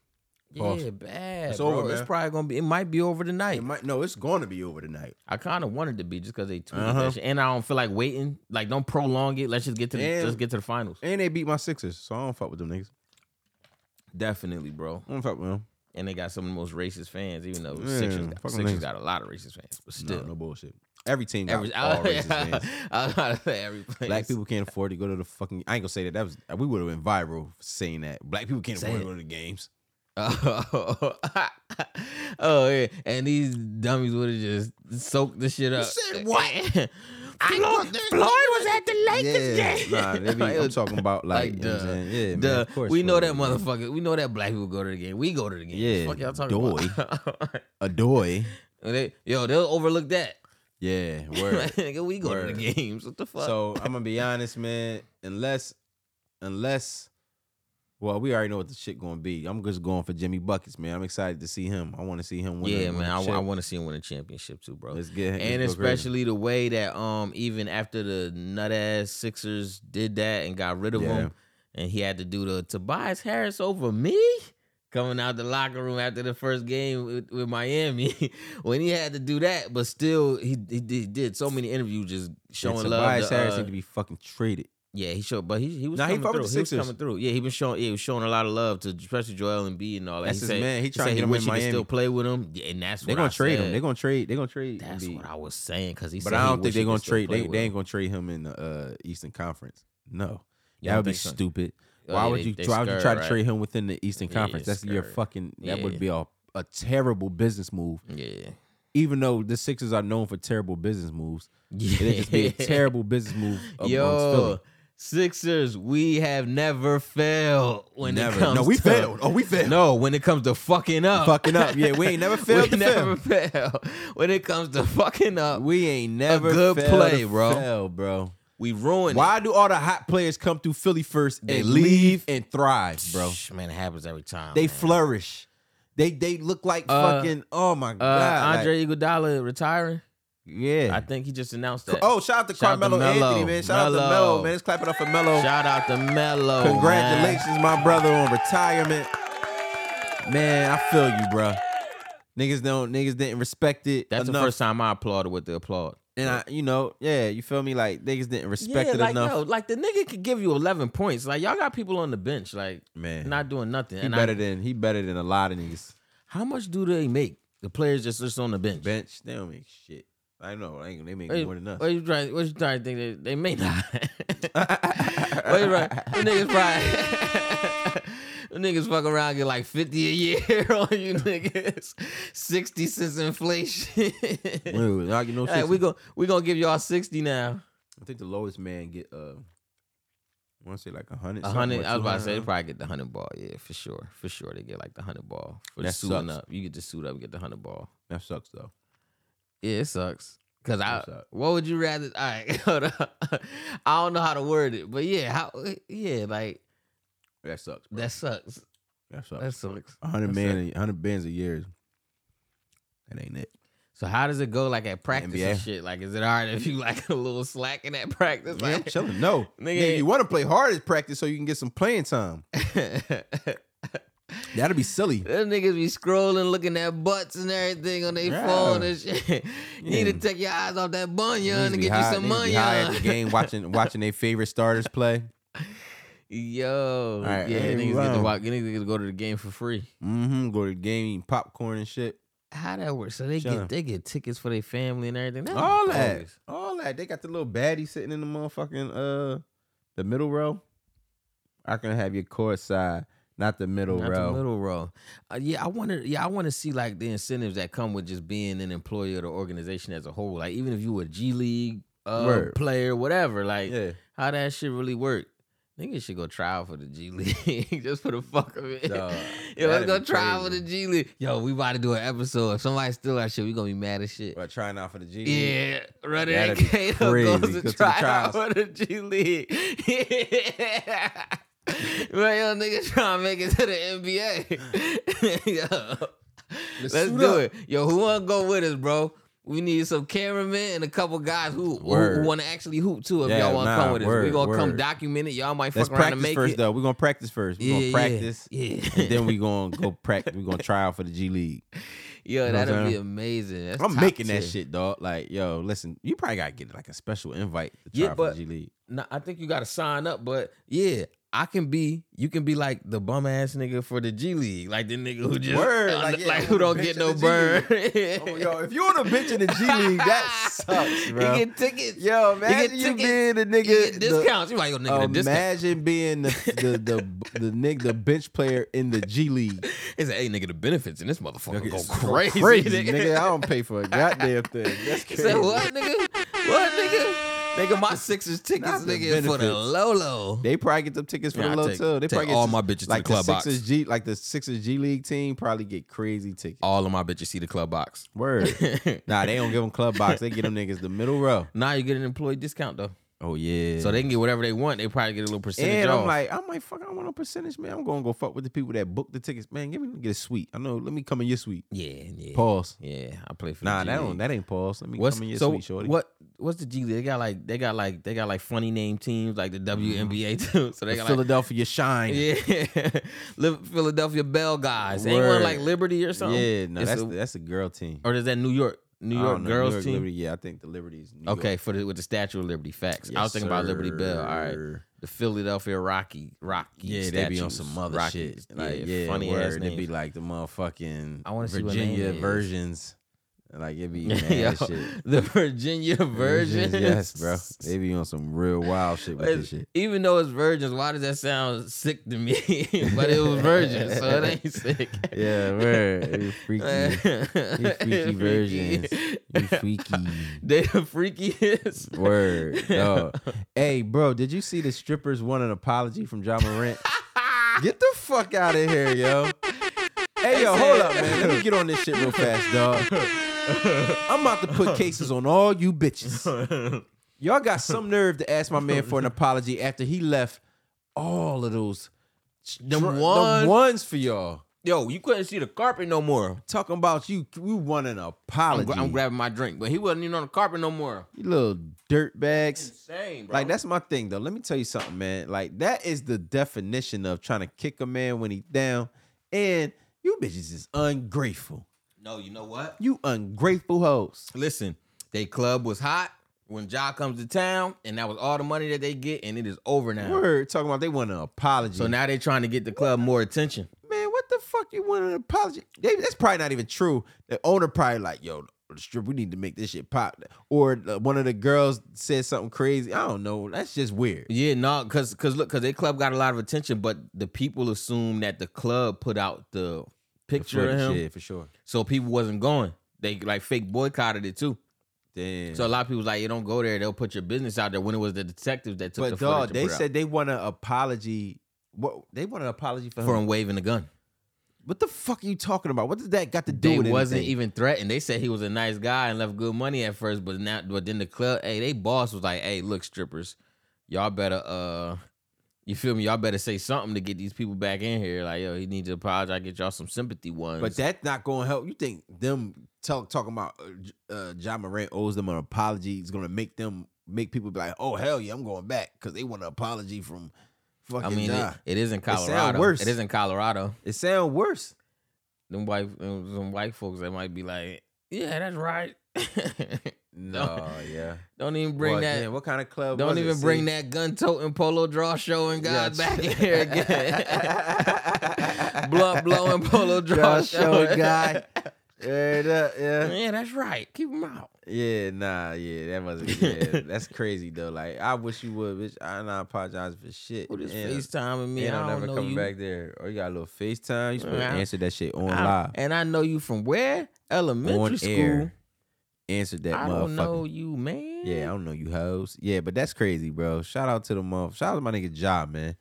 Pause.
Yeah, bad.
It's
bro.
over,
It's
man.
probably gonna be. It might be over tonight.
It might no, it's going to be over tonight.
I kind of wanted to be just because they tweeted
Uh-huh.
that shit, and I don't feel like waiting. Like, don't prolong it. Let's just get to the,
And-
let's get to the finals.
And they beat my Sixers, so I don't fuck with them niggas.
Definitely, bro.
I don't fuck with them.
And they got some of the most racist fans, even though
Yeah,
Sixers, got,
fuck them
Sixers
niggas.
got a lot of racist fans, but
No,
still.
no bullshit. Every team got
Every,
all racist fans.
I was about to say every place.
Black people can't afford to go to the fucking. I ain't gonna say that. That was we would have been viral for saying that. Black people can't
Say
afford to
it.
go to the games.
Oh, oh yeah. And these dummies would have just soaked the shit up.
said what?
Floyd, Floyd was at the Lakers game.
nah, they be- I'm talking about like, you know what I'm
duh,
saying? yeah, man,
Duh.
of course
we know
Floyd
that
would be-
motherfucker. We know that black people go to the game. We go to the game.
Yeah,
Fuck y'all talking about.
Adoy,
they, yo, they'll overlook that.
yeah, word.
Nigga, we go to
Word.
the games. What the fuck?
so I'm gonna be honest, man. Unless, unless, well, we already know what the shit gonna be. I'm just going for Jimmy buckets, man. I'm excited to see him. I want to see him win.
yeah,
a- win
man.
a
I,
chip.
want to see him win a championship too, bro.
Let's get
and
let's go crazy.
especially the way that um even after the nut ass Sixers did that and got rid of
Yeah.
him, and he had to do the Tobias Harris over me coming out the locker room after the first game with, with Miami when he had to do that, but still he he did, he did so many interviews just
And
showing love.
Tobias
To,
Harris
uh,
need to be fucking traded.
yeah, he showed, but he he was
Nah, he
coming
fuck
through.
with the
he was
Sixers.
coming through. Yeah, he been showing. Yeah, he was showing a lot of love to especially Joel and B and all that.
That's
he
his
said-
man. He
he
trying to
said he
get him
wish
in
he could
Miami.
Still play with him, Yeah, and that's
They're
what
gonna
I
trade him.
said.
They're gonna trade. They're gonna trade.
That's
Embiid.
what I was saying because he.
But
said
I
he
don't
wish
think
he
they're
could
gonna
still
trade.
play
They,
with
they
him.
ain't gonna trade him in the uh, Eastern Conference. No,
You
that
don't
would be
think so?
stupid.
Oh,
why
yeah,
would
they-
you?
they
Why would you
scurred,
try to
right?
trade him within the Eastern
Yeah,
Conference? That's your
scurred.
fucking. That
Yeah.
would be a a terrible business move.
Yeah.
Even though the Sixers are known for terrible business moves,
Yeah.
it'd just be a terrible business move amongst
Yo,
Philly.
Sixers, we have never failed when it
Never.
comes.
No, we
to-
failed. Oh, we failed.
No, when it comes to fucking up.
Fucking up. Yeah, we ain't never failed
we
to
never fail. When it comes to fucking up,
We ain't never
good
failed to
play, bro.
fail, bro.
we ruin it.
Why do all the hot players come through Philly first
They
and
leave.
leave and thrive, bro?
Shh, Man, it happens every time.
They
man.
flourish. They they look like
Uh,
fucking oh my
Uh,
god. like-
Andre Iguodala retiring.
Yeah.
I think he just announced that.
Oh, shout out to
Shout out to
Carmelo Anthony,
Melo.
man. Shout out to
Melo.
Melo, man. Let's clap it up for Melo.
Shout out to Mello. man.
Congratulations, my brother, on retirement.
Man, I feel you, bruh. Niggas don't niggas didn't respect it.
That's
enough.
the first time I applauded with the applaud.
and I you know, yeah, you feel me? Like niggas didn't respect
yeah,
it
like
enough.
yo, like the nigga could give you eleven points. Like y'all got people on the bench, like
Man.
not doing nothing.
he
And I-
better than he better than a lot of niggas.
how much do they make? The players just just on the bench.
Bench, they don't make shit. I know, they ain't- they make
What you-
more than us.
What you trying? What you trying to think? They, they may not. what you right? The niggas probably. the niggas fuck around get like fifty a year on you niggas, sixty since inflation.
Dude, y'all get no
Hey,
shit.
we go. We gonna give y'all sixty now.
I think the lowest man get uh I wanna say like a hundred.
A
something or
hundred. I was about to say they
200.
probably get the hundred ball. Yeah, for sure. For sure, they get like the hundred ball for
That
suiting
sucks.
up. You get to suit up, get the hundred ball.
That sucks though.
Yeah, it sucks. Cause I,
That sucks.
what would you rather? All right, hold up. I don't know how to word it, but yeah, how? Yeah, like
That sucks. Bro.
that sucks.
That
That
sucks.
sucks.
A hundred
that's
man, a hundred bands a year. is- That ain't it.
So how does it go? Like at practice
NBA.
and shit. Like, is it all right if you like a little slack in that practice?
Yeah, I'm
Like,
chilling. No,
Nigga,
nigga, you want to play hard as practice so you can get some playing time. That'd be silly.
Them niggas be scrolling, looking at butts and everything on their
Yeah.
phone and shit. You need to
Yeah.
take your eyes off that
Niggas
bunion and
be
get
high-
you some
niggas be high at the
bunion.
game, watching watching their favorite starters play.
Yo,
All right,
yeah,
hey,
niggas get to
wow.
walk. Niggas get to go to the game for free.
Mm-hmm. Go to the game, eating popcorn and shit.
How that work? So they
Shut
get
up.
they get tickets for their family and everything. That's
All that,
bogus.
all that. They got the little baddie sitting in the motherfucking uh, the middle row. I can have your court side, not the middle
Not
row.
the middle row. Uh, yeah, I wonder. Yeah, I want to see like the incentives that come with just being an employee of the organization as a whole. Like even if you a G League uh,
Word.
player, whatever. Like
Yeah,
how that shit really work. Niggas should go try out for the G League just for the fuck of it.
Dog,
Yo, let's
that'd
go
be
try out for the
crazy.
G League. Yo, we about to do an episode. If somebody steal our shit, we gonna be mad as shit.
but trying out for the G. League.
Yeah, Rudder
That'd
and
be
Kato
crazy.
goes
Go
to
to the
try out
trials.
for the G League. Yeah. Well, yo, niggas trying to make it to the NBA. yo. Let's,
suit
do
up.
it. Yo, who wanna go with us, bro? We need some cameramen and a couple guys who, who
Word.
want to actually hoop too. If
Yeah,
y'all want to
nah,
come with us, we
word,
gonna come
word.
document it. Y'all might
Let's
fuck around and
practice
make
first
it.
though. We're gonna practice first. We're
Yeah,
gonna
yeah,
practice.
Yeah,
and then we gonna go practice. We gonna try out for the G League.
yo,
know what I'm
that'll be
saying?
amazing. That's
I'm
top
making that
tier.
shit, dog. Like, yo, listen, you probably gotta get like a special invite to try
Yeah,
out
but-
for the G League.
No, I think you gotta sign up, but yeah, I can be. You can be like the bum ass nigga for the G League, like the nigga who just
Word,
uh, like,
like, yeah, I'm
who
a
don't get
bitch
no
in the
burn. oh,
if you on a bitch in the G League,
You get tickets.
yo,
get
imagine you,
tickets,
being the
you get
nigga. the-
discounts. You like yo nigga the discount.
Imagine being the the the the, nigga, the bench player in the G League.
It's a hey nigga the benefits in this motherfucker
Nigga,
go
it's
crazy.
nigga. I don't pay for a goddamn thing. That's
He
crazy.
said what nigga? What nigga? Nigga, my Sixers tickets,
Not the
nigga, for the
benefits.
Lolo.
They probably get them tickets for
Yeah, I
the low
take-
too. They
take
probably get
all
some-
my bitches to
like
the club box.
Sixers G, like the Sixers G League team probably get crazy tickets.
All of my bitches see the club box.
Word. nah, they don't give them club box. They get them niggas the middle row.
now you get an employee discount though.
Oh yeah.
So they can get whatever they want. They probably get a little percentage
and
off.
I'm like, I'm like, fuck, I don't want no percentage, man. I'm gonna go fuck with the people that booked the tickets, man. Give me get a suite. I know. Let me come in your suite.
yeah, yeah,
Pause.
yeah. I play for
Nah,
the G
that
League.
don't. That ain't pause. Let me
What's
come in your
so
suite, shorty.
what? What's the G League? They got like they got like they got like funny name teams like the WNBA too. So
Mm-hmm.
they
The
got like
Philadelphia Shine.
yeah, Liv- Philadelphia Bell guys. Ain't one
Word.
like Liberty or something.
Yeah, no,
It's
that's
a-
the, that's a girl team.
or is that New York New
I don't
York
know,
girls
York
team?
Liberty, yeah, I think the Liberty's. New
Okay,
York.
for the, with the Statue of Liberty. Facts. I was
Yes,
thinking about Liberty Bell. All right,
sir.
the Philadelphia Rocky Rocky.
Yeah, they be on
statues.
some mother
Rockies.
shit. Like, yeah,
funny
word.
ass
It'd be
names.
like the motherfucking
I wanna see what name
Virginia
it is.
versions. Like it'd be mad
Yo,
shit.
the Virginia Virgins.
Virgins, yes, bro. They be on some real wild shit with
It's-
this shit.
Even though it's virgins, why does that sound sick to me? but it was virgin, so it ain't sick.
Yeah, word. It be freaky.
freaky,
You freaky virgins. You freaky.
They the freakiest.
Word. dog. Hey, bro, did you see the strippers want an apology from John Morant? Get the fuck out of here, yo. Hey, yo, hold up, man. Let me get on this shit real fast, dog. I'm about to put cases on all you bitches. Y'all got some nerve to ask my man for an apology after he left all of those
Them
dr-
ones.
ones for y'all.
Yo, you couldn't see the carpet no more.
Talking about you, we want an
I'm,
apology.
gra- I'm grabbing my drink, but he wasn't even on the carpet no more.
you little dirt bags.
Insane, bro.
Like that's my thing though. Let me tell you something, man. Like that is the definition of trying to kick a man when he down. And you bitches is ungrateful.
no. You know what?
You ungrateful hoes.
Listen, they club was hot when Ja comes to town, and that was all the money that they get, and it is over now.
Word talking about they want an apology.
So now they trying to get the club more attention.
man, what the fuck you want an apology? They, that's probably not even true. The owner probably like, yo, the strip, we need to make this shit pop. Or uh, one of the girls said something crazy. I don't know. That's just weird.
Yeah, no, cause cause look, cause their club got a lot of attention, but the people assume that the club put out the picture of him,
Yeah, for sure.
so people wasn't going. They like fake boycotted it too.
Damn.
So a lot of people was like, you don't go there. They'll put your business out there. When it was the detectives that took the
but
footage
dog,
and
they
put it out.
said they want an apology. What they want an apology for,
for
him.
him waving a gun.
What the fuck are you talking about? What does that got to do
They
with
wasn't
anything?
even threatened. They said he was a nice guy and left good money at first, but now but then the club, hey, they boss was like, hey, look, strippers, y'all better uh you feel me? Y'all better say something to get these people back in here. Like, yo, he need to apologize, get y'all some sympathy ones.
But that's not going to help. You think them talk, talking about uh, J- uh, John Morant owes them an apology is going to make them make people be like, oh hell yeah, I'm going back because they want an apology from fucking.
I mean,
Ja.
it, it is in
sound
Colorado.
worse.
It is in Colorado.
it, sound worse.
Them white them some white folks that might be like, Yeah, that's right.
No, yeah.
don't even bring
Well,
that
damn, what kind of club?
Don't
was it?
even
See?
bring that gun toting polo draw showing guy
Yes.
back in here again. Blunt blowing polo draw
Draw showing
showing
guy. Yeah, that- yeah.
Yeah, that's right. Keep him out.
Yeah, nah, yeah, that wasn't. Yeah, that's crazy though. Like, I wish you would, bitch. I, and I apologize for shit.
Who just
And-
FaceTiming me?
Man,
I
I'm
don't
never
know
coming
you.
back there. Or you got a little FaceTime. You supposed
Yeah.
to answer that shit on
I-
live.
and I know you from where? Elementary
On
school.
air. Answer that
I
motherfucker.
don't know you, man.
Yeah, I don't know you hoes. Yeah, but that's crazy, bro. Shout out to the mother. Shout out to my nigga Ja, man.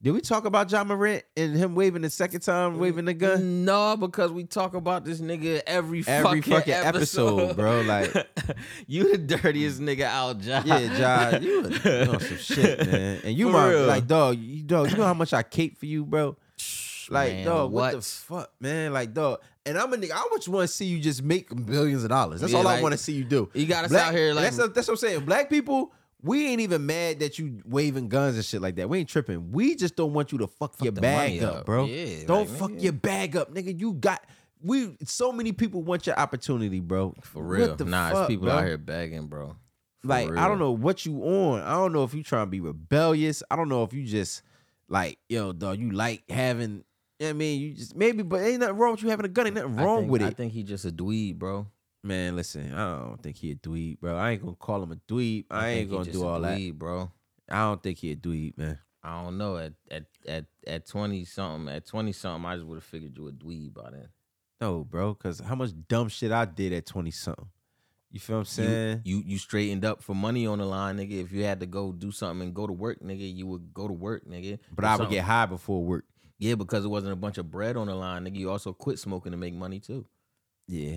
Did we talk about Ja Morant and him waving the second time, waving the gun?
No, because we talk about this nigga every,
Every
fucking,
fucking episode, bro, like-
you the dirtiest nigga out, John.
Yeah, Ja, you a- you on some shit, man. And you
For
my
real.
like dog, you dog, you know how much I cape for you, bro? Like,
man,
dog, what? the
what?
fuck, man? Like, dog. And I'm a nigga. I just want to see you just make billions of dollars. That's
Yeah,
all I
like,
want to see you do.
You got us
Black-
out here like
that's a- that's what I'm saying. Black people, we ain't even mad that you waving guns and shit like that. We ain't tripping. We just don't want you to fuck, your
the
bag
money
up,
up.
bro.
Yeah,
don't
like,
fuck
nigga.
your bag up, nigga. You got we so many people want your opportunity, bro.
For real.
What the
nah,
fuck,
it's people
bro?
out here begging, bro. For
Like I
real.
don't know what you on. I don't know if you trying to be rebellious. I don't know if you just like yo dog. You like having. you know what I mean, you just maybe, but ain't nothing wrong with you having a gun. Ain't nothing
I
wrong
think-
with
I
it.
think he just a dweeb, bro.
Man, listen, I don't think he a dweeb, bro. I ain't gonna call him a dweeb. I, ain't
think he
gonna
just
do
a
all that.
dweeb, bro.
I don't think he a dweeb, man.
I don't know. At at at at twenty something, at twenty something, I just would have figured you a dweeb by then.
No, bro, because how much dumb shit I did at 20 something. You feel what I'm
You-
saying?
You, you straightened up for money on the line, nigga. If you had to go do something and go to work, nigga, you would go to work, nigga.
but
Do
I would
something.
get high before work.
yeah because it wasn't a bunch of bread on the line, nigga. You also quit smoking to make money too.
Yeah.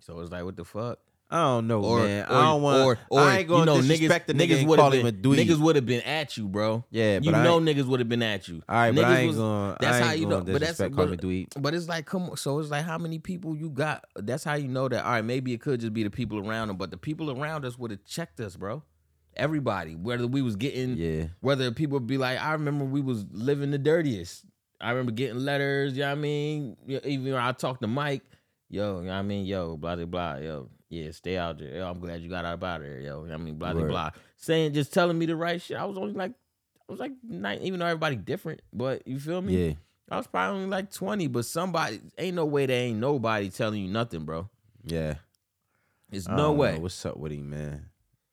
So it's like, what the fuck?
I don't know,
Or
Oh, man. I don't want to. I ain't gonna
you know,
disrespect
niggas,
the nigga
niggas
and
would have
call him
been
a dweeb.
niggas would have been at you, bro.
yeah, but
you
I
know,
ain't-
niggas would have been at you.
All right, but
Niggas
I ain't
was-
gonna.
that's
I ain't
how you know-
gonna
but that's-
disrespect call me
but-
dweeb.
But it's like, come on. So it's like, how many people you got? That's how you know that. All right, maybe it could just be the people around them, but the people around us would have checked us, bro. Everybody, whether we was getting,
Yeah.
whether people be like, I remember we was living the dirtiest. I remember getting letters. You know what I mean? You know, Even when I talked to Mike, yo, you know what I mean, yo, blah blah blah, yo, yeah, stay out there. Yo, I'm glad you got out of there, yo. You know what I mean, blah blah
Word.
blah. Saying just telling me the right shit. I was only like, I was like, nine, even though everybody different, but you feel me?
Yeah.
I was probably only like 20, but somebody ain't no way there ain't nobody telling you nothing, bro.
Yeah.
It's
I
no
don't know
way.
Oh, What's up with him, man?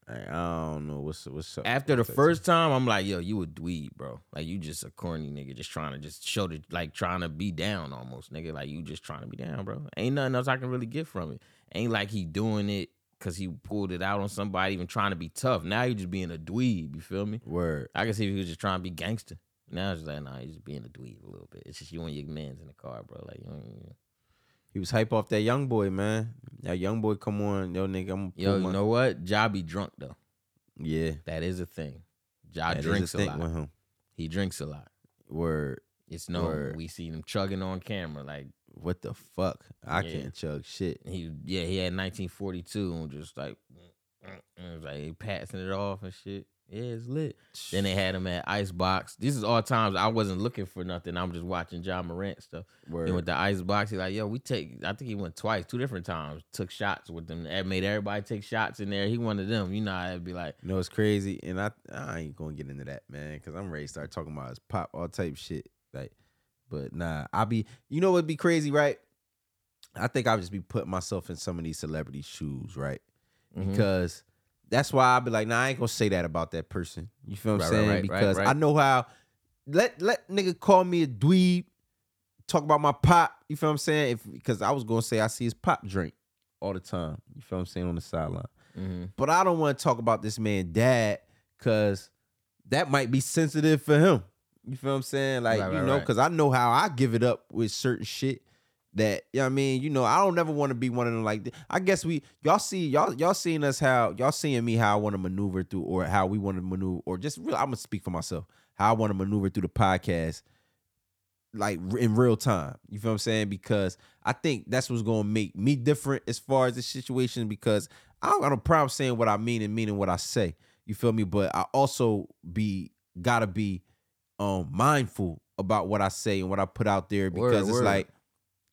I I don't know what's what's up.
After the
with that
first time, I'm like, yo, you a dweeb, bro. Like you just a corny nigga, just trying to just show the like trying to be down almost, nigga. Like you just trying to be down, bro. Ain't nothing else I can really get from it. Ain't like he doing it cause he pulled it out on somebody, even trying to be tough. Now you just being a dweeb, you feel me?
word.
I can see if he was just trying to be gangster. Now it's just like, nah, you just being a dweeb a little bit. It's just you and your mans in the car, bro. Like you don't
He was hype off that young boy, man. That young boy, come on, yo, nigga. I'm
Yo, you know what? Ja be drunk though.
yeah.
That is a thing. Ja
that is
drinks a,
thing
lot.
with him.
He drinks a lot.
Word.
It's no.
Word.
We seen him chugging on camera. Like
What the fuck? I
Yeah.
can't chug shit.
he, yeah, he had 1942 and just like, it was like he passing it off and shit. Yeah, it's lit. Then they had him at Icebox. This is all times I wasn't looking for nothing. I'm just watching John Morant stuff. Then with
Word.
the Icebox, he like, yo, we take. I think he went twice, two different times. Took shots with them. That made everybody take shots in there. He one of them. You know, I'd be like,
You know it's crazy, and I I ain't gonna get into that, man, because I'm ready to start talking about his pop, all type shit. Like, but nah, I be you know what'd be crazy, right? I think I'll just be putting myself in some of these celebrity shoes, right? Mm-hmm. because
because
that's why I'd be like, nah, I ain't gonna say that about that person. You feel what
Right,
I'm
right,
saying?
right, right,
because
right.
I know how let let nigga call me a dweeb, talk about my pop. You feel what I'm saying? If because I was gonna say I see his pop drink all the time. You feel what I'm saying on the sideline. But I don't want to talk about this man dad because that might be sensitive for him. You feel what I'm saying? Like,
Right,
you
right,
know,
right.
because I know how I give it up with certain shit that, you know what I mean? You know, I don't ever want to be one of them like th- I guess we y'all see y'all y'all seeing us how y'all seeing me how I want to maneuver through or how we want to maneuver or just real I'm gonna speak for myself. How I want to maneuver through the podcast like r- in real time. You feel what I'm saying? Because I think that's what's gonna make me different as far as the situation because I don't got no problem saying what I mean and meaning what I say. You feel me? But I also be gotta be um mindful about what I say and what I put out there
Word,
because it's
word.
like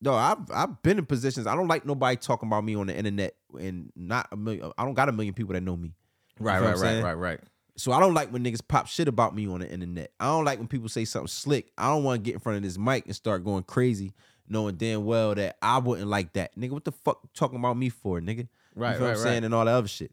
no, I've I've been in positions. I don't like nobody talking about me on the internet and not a million I don't got a million people that know me.
right,
You feel what
right,
I'm
right,
saying?
right, right.
So I don't like when niggas pop shit about me on the internet. I don't like when people say something slick. I don't want to get in front of this mic and start going crazy, knowing damn well that I wouldn't like that. Nigga, what the fuck you talking about me for, nigga?
Right,
you feel
right,
what I'm saying,
right.
and all that other shit.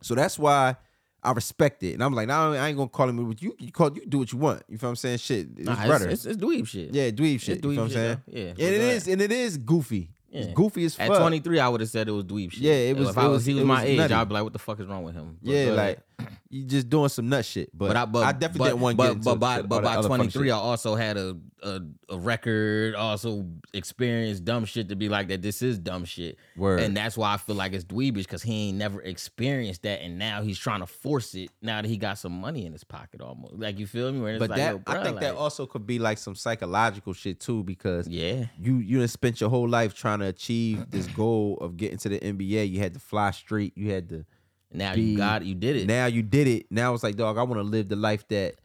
So that's why I respect it, and I'm like, nah, I ain't gonna call him. What you you call you do what you want. You feel what I'm saying? Shit, it's
Nah,
brother.
it's, it's dweeb shit.
yeah, dweeb shit.
It's
you feel
dweeb
what I'm
shit,
saying?
though. Yeah,
and it
yeah.
is, and it is goofy. It's
Yeah.
goofy as fuck.
At 23, I would have said it was dweeb shit.
Yeah, it was-
If
it
I was,
was-
he was
it
my
was
age,
nutty.
I'd be like, what the fuck is wrong with him? But
yeah,
go ahead.
like you just doing some nut shit. But,
But I, but
I definitely
but,
didn't want to
but,
get into
but by
all
but
that
by
other funny
twenty
shit.
three, I also had a, a a record, also experienced dumb shit to be like that. This is dumb shit,
Word.
and that's why I feel like it's dweebish because he ain't never experienced that, and now he's trying to force it. Now that he got some money in his pocket, almost like you feel me. Where it's
but
like,
that
yo,
I
bruh,
think that
like-
also could be like some psychological shit too, because
yeah,
you you done spent your whole life trying to achieve this goal of getting to the NBA. You had to fly straight. You had to.
now
be-
you got it, you did it.
Now you did it. Now it's like, dog, I want to live the life that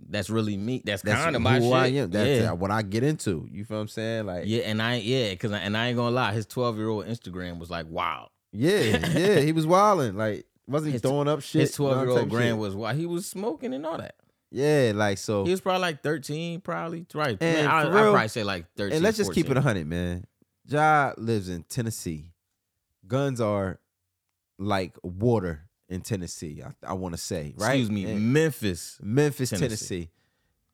that's really me. That's,
that's
kind of
who
my shit.
I am. That's
yeah.
what I get into. You feel what I'm saying? Like, yeah,
yeah, and I yeah, cause I, and I ain't gonna lie, his twelve year old Instagram was like, wow.
yeah, He was wilding. Like, wasn't he
His-
throwing up shit?
His
and all
twelve year
type
old
of
grand
shit?
was why he was smoking and all that.
Yeah, like so.
He was probably like 13, probably. Right.
And
Man, I,
for
I'd
real-
probably say like 13.
and let's just keep it
14.
100 man ja lives in tennessee guns are like water in tennessee i, I want to say right
Excuse me.
And
Memphis.
memphis
Tennessee.
tennessee.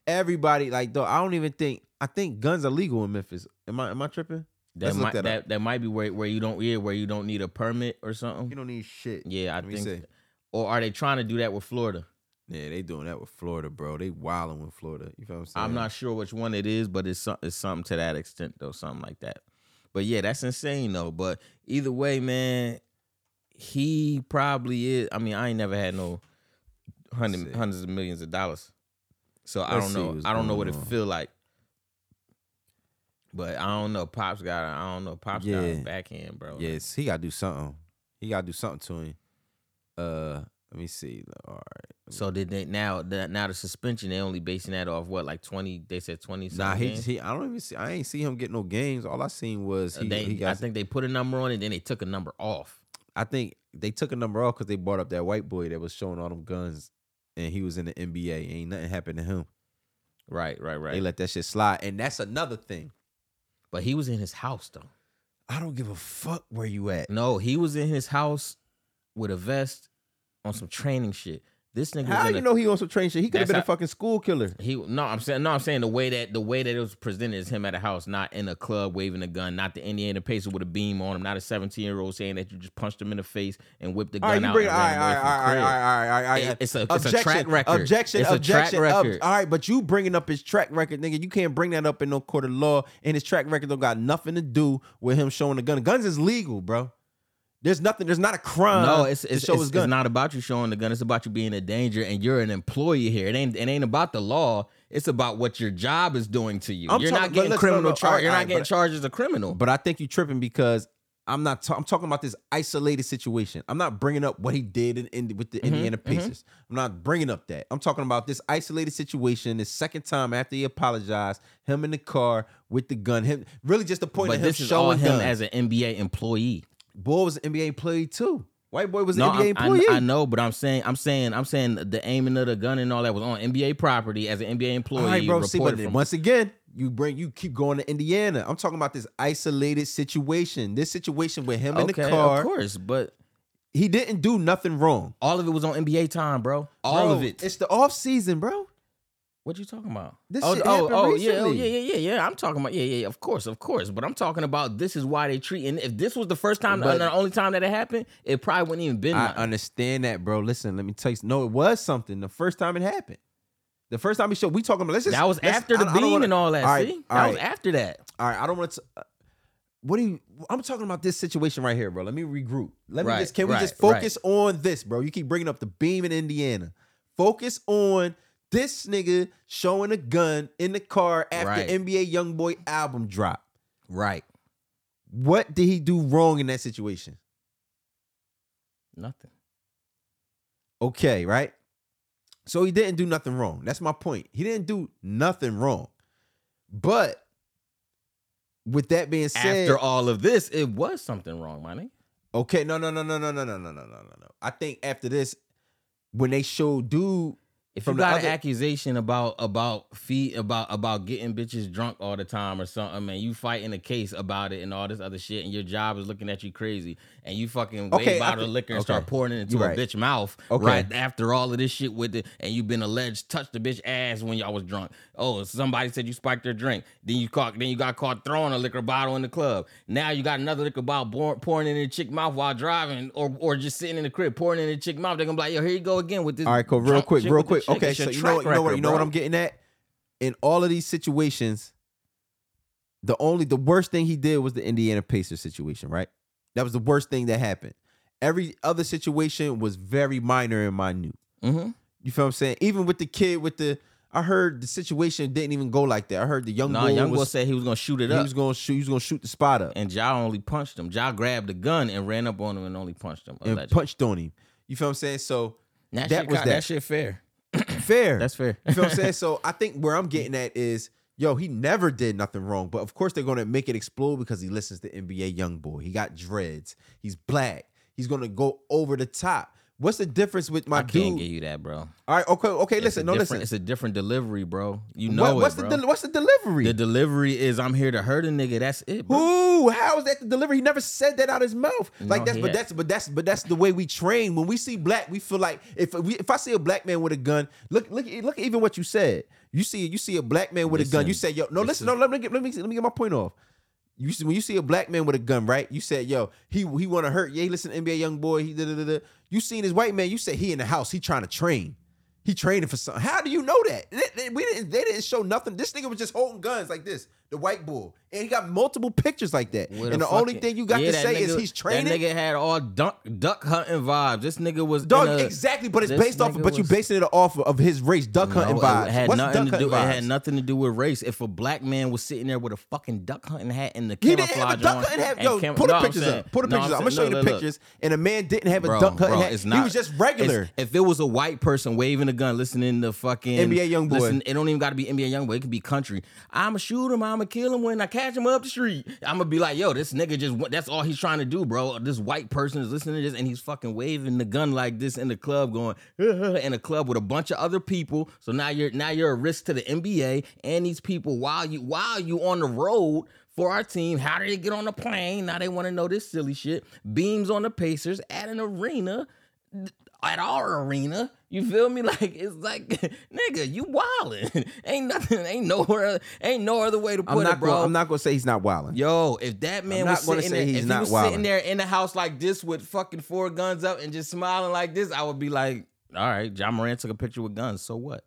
everybody like though i don't even think i think guns are legal in memphis am i am i tripping
That
Let's look
might
that up.
that, that, might be where, where you don't yeah, where you don't need a permit or
you
something.
don't need shit
Yeah, I
Let me
think
see.
or are they trying to do that with Florida?
yeah they doing that with florida bro they wilding with florida you feel what i'm saying
I'm not sure which one it is, but it's some, it's something to that extent though, something like that. But yeah, that's insane though. But either way, man, he probably is. I mean, I ain't never had no hundred,
see.
hundreds of millions of dollars, so I
Let's
don't
see
know.
what's
I don't know what
going
it
on.
feel like. But I don't know. Pops got. a- I don't know. Pops got a
Yeah.
backhand, bro. Like,
yes he gotta do something he gotta do something to him uh let me see all right
So did they now? The, now the suspension they only basing that off what like twenty? They said twenty.
Nah, he,
something?
he I don't even see I ain't see him get no games. All I seen was
Uh,
he,
they,
he got
I think they put a number on it, then they took a number off.
I think they took a number off because they brought up that white boy that was showing all them guns and he was in the NBA. Ain't nothing happened to him.
Right, right, right.
They let that shit slide. And that's another thing.
But he was in his house though.
I don't give a fuck where you at.
No, he was in his house with a vest on some training shit. This nigga
How
was in
you
a-
know he on some train shit? He could have
That's
been a
how-
fucking school killer.
he no, I'm saying no, I'm saying the way that the way that it was presented is him at a house, not in a club waving a gun, not the Indiana Pacer with a beam on him, not a 17 year old saying that you just punched him in the face and whipped the
All right,
gun
you
out.
bring all
and
right,
ran
all right,
away from the
all right, all
crib.
right, all right, all right, all right.
It- it's a- it's a track record.
Objection,
It's a track
objection, ob-
record.
all right, but you bringing up his track record, nigga. You can't bring that up in no court of law, and his track record don't got nothing to do with him showing the gun. Guns is legal, bro. There's nothing. There's not a crime.
No, it's
to
it's,
Uh, show
it's,
his gun.
it's not about you showing the gun. It's about you being a danger, and you're an employee here. It ain't it ain't about the law. It's about what your job is doing to you.
I'm
you're
talking-
not
but
getting
listen, no,
criminal
no,
charge.
alright,
You're not
alright,
getting
but-
charged as a criminal.
But I think you tripping because I'm not. Ta- I'm talking about this isolated situation. I'm not bringing up what he did in, in with
Mm-hmm,
the Indiana Pacers. I'm not bringing up that. I'm talking about this isolated situation. The second time after he apologized, him in the car with the gun. Him really just the point
but
of him
this is all
showing
him
guns.
as an NBA employee.
boy was an NBA player too. White boy was an
No,
NBA
I'm- I,
employee.
I, know, but I'm saying, I'm saying, I'm saying the aiming of the gun and all that was on NBA property as an NBA employee.
All right, bro. See, but
reported
then
from-
once again, you bring you keep going to Indiana. I'm talking about this isolated situation. This situation with him in
okay,
the
of
car.
course, but
He didn't do nothing wrong.
all of it was on NBA time, bro. All
Bro,
of it.
It's the off season, bro.
What you talking about?
This
oh,
shit
oh,
happened
oh, yeah, oh,
recently.
yeah, yeah, yeah, yeah. I'm talking about, yeah, yeah, yeah, of course, of course. But I'm talking about this is why they treat. And if this was the first time
But-
and the only time that it happened, it probably wouldn't even been.
I
nothing.
understand that, bro. Listen, let me tell you. No, it was something the first time it happened. The first time he showed, we talking about. Let's just,
that was
let's-
after the
I- I don't
beam
wanna-
and all that.
All right,
see,
all
that
right,
was after that.
all right. I don't want to. What do you? I'm talking about this situation right here, bro. Let me regroup. Let me
Right,
just. Can we
right,
just focus on this, bro? You keep bringing up the beam in Indiana. Focus on this nigga showing a gun in the car after
Right.
NBA YoungBoy album drop.
Right.
What did he do wrong in that situation?
Nothing.
okay, right? So he didn't do nothing wrong. That's my point. He didn't do nothing wrong. But with that being said,
after all of this, it was something wrong, my nigga.
okay, no, no, no, no, no, no, no, no, no, no, no, no. I think after this, when they showed dude,
If
From
you
the
got
other-
an accusation about about feet about about getting bitches drunk all the time or something, man, you fighting a case about it and all this other shit, and your job is looking at you crazy, and you fucking
Okay,
okay,
I
wave out of
think-
liquor and
okay.
start pouring it into
You
a
right.
bitch mouth
Okay.
right after all of this shit with it, and you've been alleged touch the bitch ass when y'all was drunk. Oh, somebody said you spiked their drink. Then you caught then you got caught throwing a liquor bottle in the club. Now you got another liquor bottle pour- pouring in the chick mouth while driving, or or just sitting in the crib pouring in the chick mouth. They're gonna be like, yo, here you go again with this.
all right, cool, real
drunk
quick,
chick
real
with the
quick.
chick.
Okay,
It's
so
your
you know,
track
you know what,
record,
you know what
bro.
I'm getting at. In all of these situations, the only the worst thing he did was the Indiana Pacers situation, right? That was the worst thing that happened. Every other situation was very minor and minute.
Mhm.
You feel what I'm saying? Even with the kid with the, I heard the situation didn't even go like that. I heard the young
Nah,
boy
Young
was,
Boy said he was gonna shoot it
he
up,
was gonna shoot, he was gonna shoot the spot up
and Ja only punched him. Ja grabbed the gun and ran up on him and only punched him.
and
allegedly.
punched on him. You feel what I'm saying? So
that,
that
shit,
was
ki-
that.
shit fair.
fair.
That's fair.
You feel what I'm saying? So I think where I'm getting at is, yo, he never did nothing wrong. But of course they're gonna make it explode because he listens to NBA YoungBoy. He got dreads. He's black. He's gonna go over the top. What's the difference with my
I can't
dude?
give you that, bro.
All right, okay, okay.
It's a
Listen, no,
different-
listen.
It's a different delivery, bro. You
What-
know
what's
it, bro.
the del- what's the delivery?
the delivery is I'm here to hurt a nigga. That's it, bro.
Ooh, how is that the delivery? He never said that out his mouth. Like
No,
that's
he
but
had-
that's but that's but that's the way we train. When we see black, we feel like if we, if I see a black man with a gun, look look look at even what you said. You see you see a black man with a gun. You
Listen,
say yo no listen no let me get, let me let me get my point off. You see, when you see a black man with a gun, right? You said, "Yo, he he want to hurt." Yeah, he listen, to NBA young boy. He da da da. da. You seen this white man? You said he in the house. He trying to train. He training for something. How do you know that? They, they- we didn't. They didn't show nothing. This nigga was just holding guns like this. The white bull, and he got multiple pictures like that.
With
and
a
the only
fucking-
thing you got
Yeah,
to
that
say is
nigga-
he's training.
That nigga had all duck duck hunting vibes. This nigga was in
Dog,
a-
exactly, but it's
this
based off.
nigga
But you
was-
basing it off of his race, duck hunting
No,
vibes.
It had,
What's
nothing
duck
to do,
hunting
it had
vibes?
nothing to do with race. If a black man was sitting there with a fucking duck hunting hat and the
He
camouflage
didn't have a duck
on,
hunting hat.
and
Yo,
cam-
pull
No,
the
I'm
pictures
saying-
up. Pull the
no,
pictures up. I'm gonna show you
saying- no,
the
look, look.
pictures. And a man didn't have a
Bro,
duck hunting
bro,
hat.
it's not-
he was just regular.
it's- If it was a white person waving a gun, listening to fucking
NBA Youngboy.
listen, it don't even got to be NBA young boy. It could be country. I'ma shoot him. I'ma kill him when I catch him up the street. I'ma be like, yo, this nigga just wa- that's all he's trying to do, bro. This white person is listening to this and he's fucking waving the gun like this in the club, going in a club with a bunch of other people. So now you're now you're a risk to the NBA and these people while you while you on the road. For our team, how did they get on the plane? Now they want to know this silly shit. Beams on the Pacers at an arena at our arena. You feel me? Like it's like, nigga, you wildin'. ain't nothing. Ain't nowhere. Ain't no other way to put
I'm
it,
not.
bro.
Gonna, I'm not gonna say he's not wilding.
Yo, if that man
I'm
was
not gonna say
sitting there,
he's
if he
not
was
wildin'.
sitting there in the house like this with fucking four guns up and just smiling like this, I would be like, all right, John Moran took a picture with guns. So what?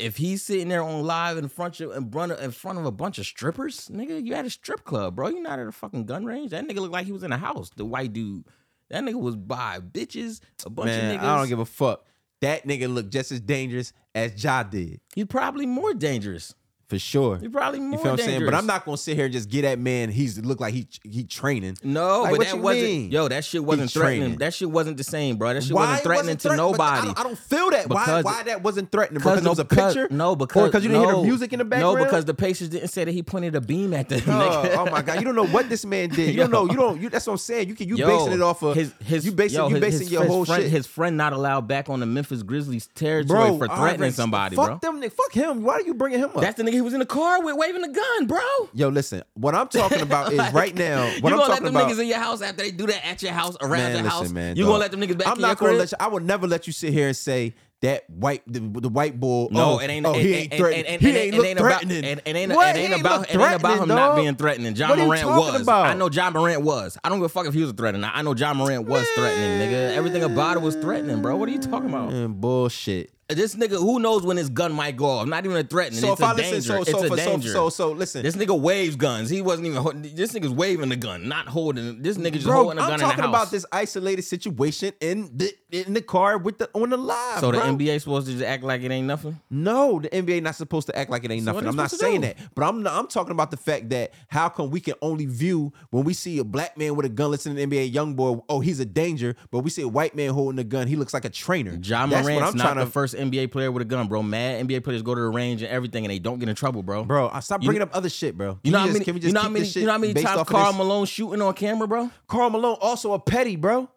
If he's sitting there on live in front of in front of, in front of a bunch of strippers, nigga, you at a strip club, bro. You not at a fucking gun range. That nigga looked like he was in a house. The white dude. That nigga was by bitches, a bunch
Man,
of niggas.
I don't give a fuck. That nigga looked just as dangerous as Ja did,
You probably more dangerous.
for sure.
You probably
You
more
feel what I'm
dangerous.
saying? But I'm not gonna sit here and just get that man. He's look like he he training.
No,
Like,
but
what
that
you
wasn't.
mean?
Yo, that shit wasn't threatening.
training.
That shit wasn't the same, bro. That shit
Why
wasn't
it
threatening
wasn't
to
threatening? But
nobody.
I don't, I don't feel that.
Because-
why, why that wasn't threatening?
Because
Because there was a
because-
picture.
No, because
because you didn't hear
no.
the music in the background.
No, because the Pacers didn't say that he pointed a beam at them.
Oh,
nigga.
oh my god, you don't know what this man did. You
Yo.
don't know. You don't. You, that's what I'm saying. You can you
Yo,
basing it off of
his his
You basing
yo,
you
his-
basing
his-
your
his
whole
friend,
shit.
His friend not allowed back on the Memphis Grizzlies territory for
I
threatening
already-
somebody,
fuck
bro.
them. ni- Fuck him. Why are you bringing him up?
That's the nigga he was in the car with waving a gun, bro.
Yo, listen. What I'm talking about is right now. What
you
I'm
gonna let
talking
them
about.
niggas in your house after they do that at your house around
man,
your
listen,
house?
man.
you
dog.
gonna let them niggas back
I'm
in
not
your
gonna
crib?
let you. I would never let you sit here and say. That white the, the white bull.
No,
oh,
it ain't.
Oh,
it,
he
it-
ain't
it-
threatening.
it- it-
he
it-
ain't
it
look
ain't about.
threatening.
It, it ain't,
What?
it
He
ain't
look
about. It ain't about him
threatening,
not
dog.
being threatening. John
What are you
Morant
talking
was.
about?
I know John Morant was. I don't give a fuck if he was threatening. I I know John Morant was threatening, nigga. Everything about it was threatening, bro. What are you talking about?
Man, bullshit.
This nigga, who knows when his gun might go off? Not even a threatening.
So
it's
if
a
I
danger.
listen, so
it's
so
a
for- so
danger.
so so listen.
this nigga waves guns. He wasn't even. holding This nigga's waving the gun, not holding. it. This nigga just
Bro,
holding a gun
I'm
in the
talking
house.
about this isolated situation in the in the car with the on the live.
so the
bro.
NBA supposed to just act like it ain't nothing.
No, the NBA not supposed to act like it ain't
what
nothing.
they
I'm not
supposed to
saying
do?
that, but I'm I'm talking about the fact that how come we can only view when we see a black man with a gun listening to NBA young boy, oh he's a danger, but we see a white man holding a gun, he looks like a trainer.
John
That's what
Morant's
I'm
not
trying
the
to-
first NBA player with a gun, bro. Mad NBA players go to the range and everything, and they don't get in trouble, bro.
Bro, I stop
You-
bringing up other shit, bro. Can
you
we
know how
just-
many?
Can we just
You know
keep
how many?
this shit
You know how many
based
times
off of
Carl
this?
Malone shooting on camera, bro?
Karl Malone also a petty, bro.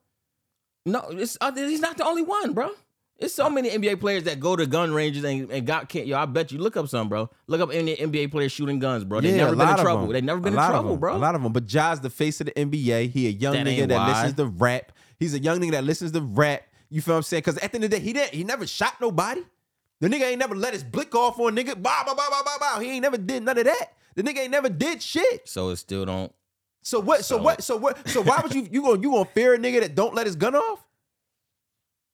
No, it's uh, he's not the only one, bro. It's so many NBA players that go to gun ranges and, and got can't. Yo, I bet you look up some, bro. Look up any NBA players shooting guns, bro. They
Yeah,
never
a
been in
lot of
trouble.
them.
They never
A
been in
lot of
trouble,
them.
bro.
A lot of them. But Ja's the face of the NBA. He a young
That
nigga
ain't
that
why.
listens to rap. He's a young nigga that listens to rap. You feel what I'm saying? Because at the end of the day, he didn't. He never shot nobody. The nigga ain't never let his blick off on a nigga. Bow, bow, bow, bow, bow, bow. He ain't never did none of that. The nigga ain't never did shit.
so it still don't.
So what? So,
So-
what? So what? So why would you you gonna you gonna fear a nigga that don't let his gun off?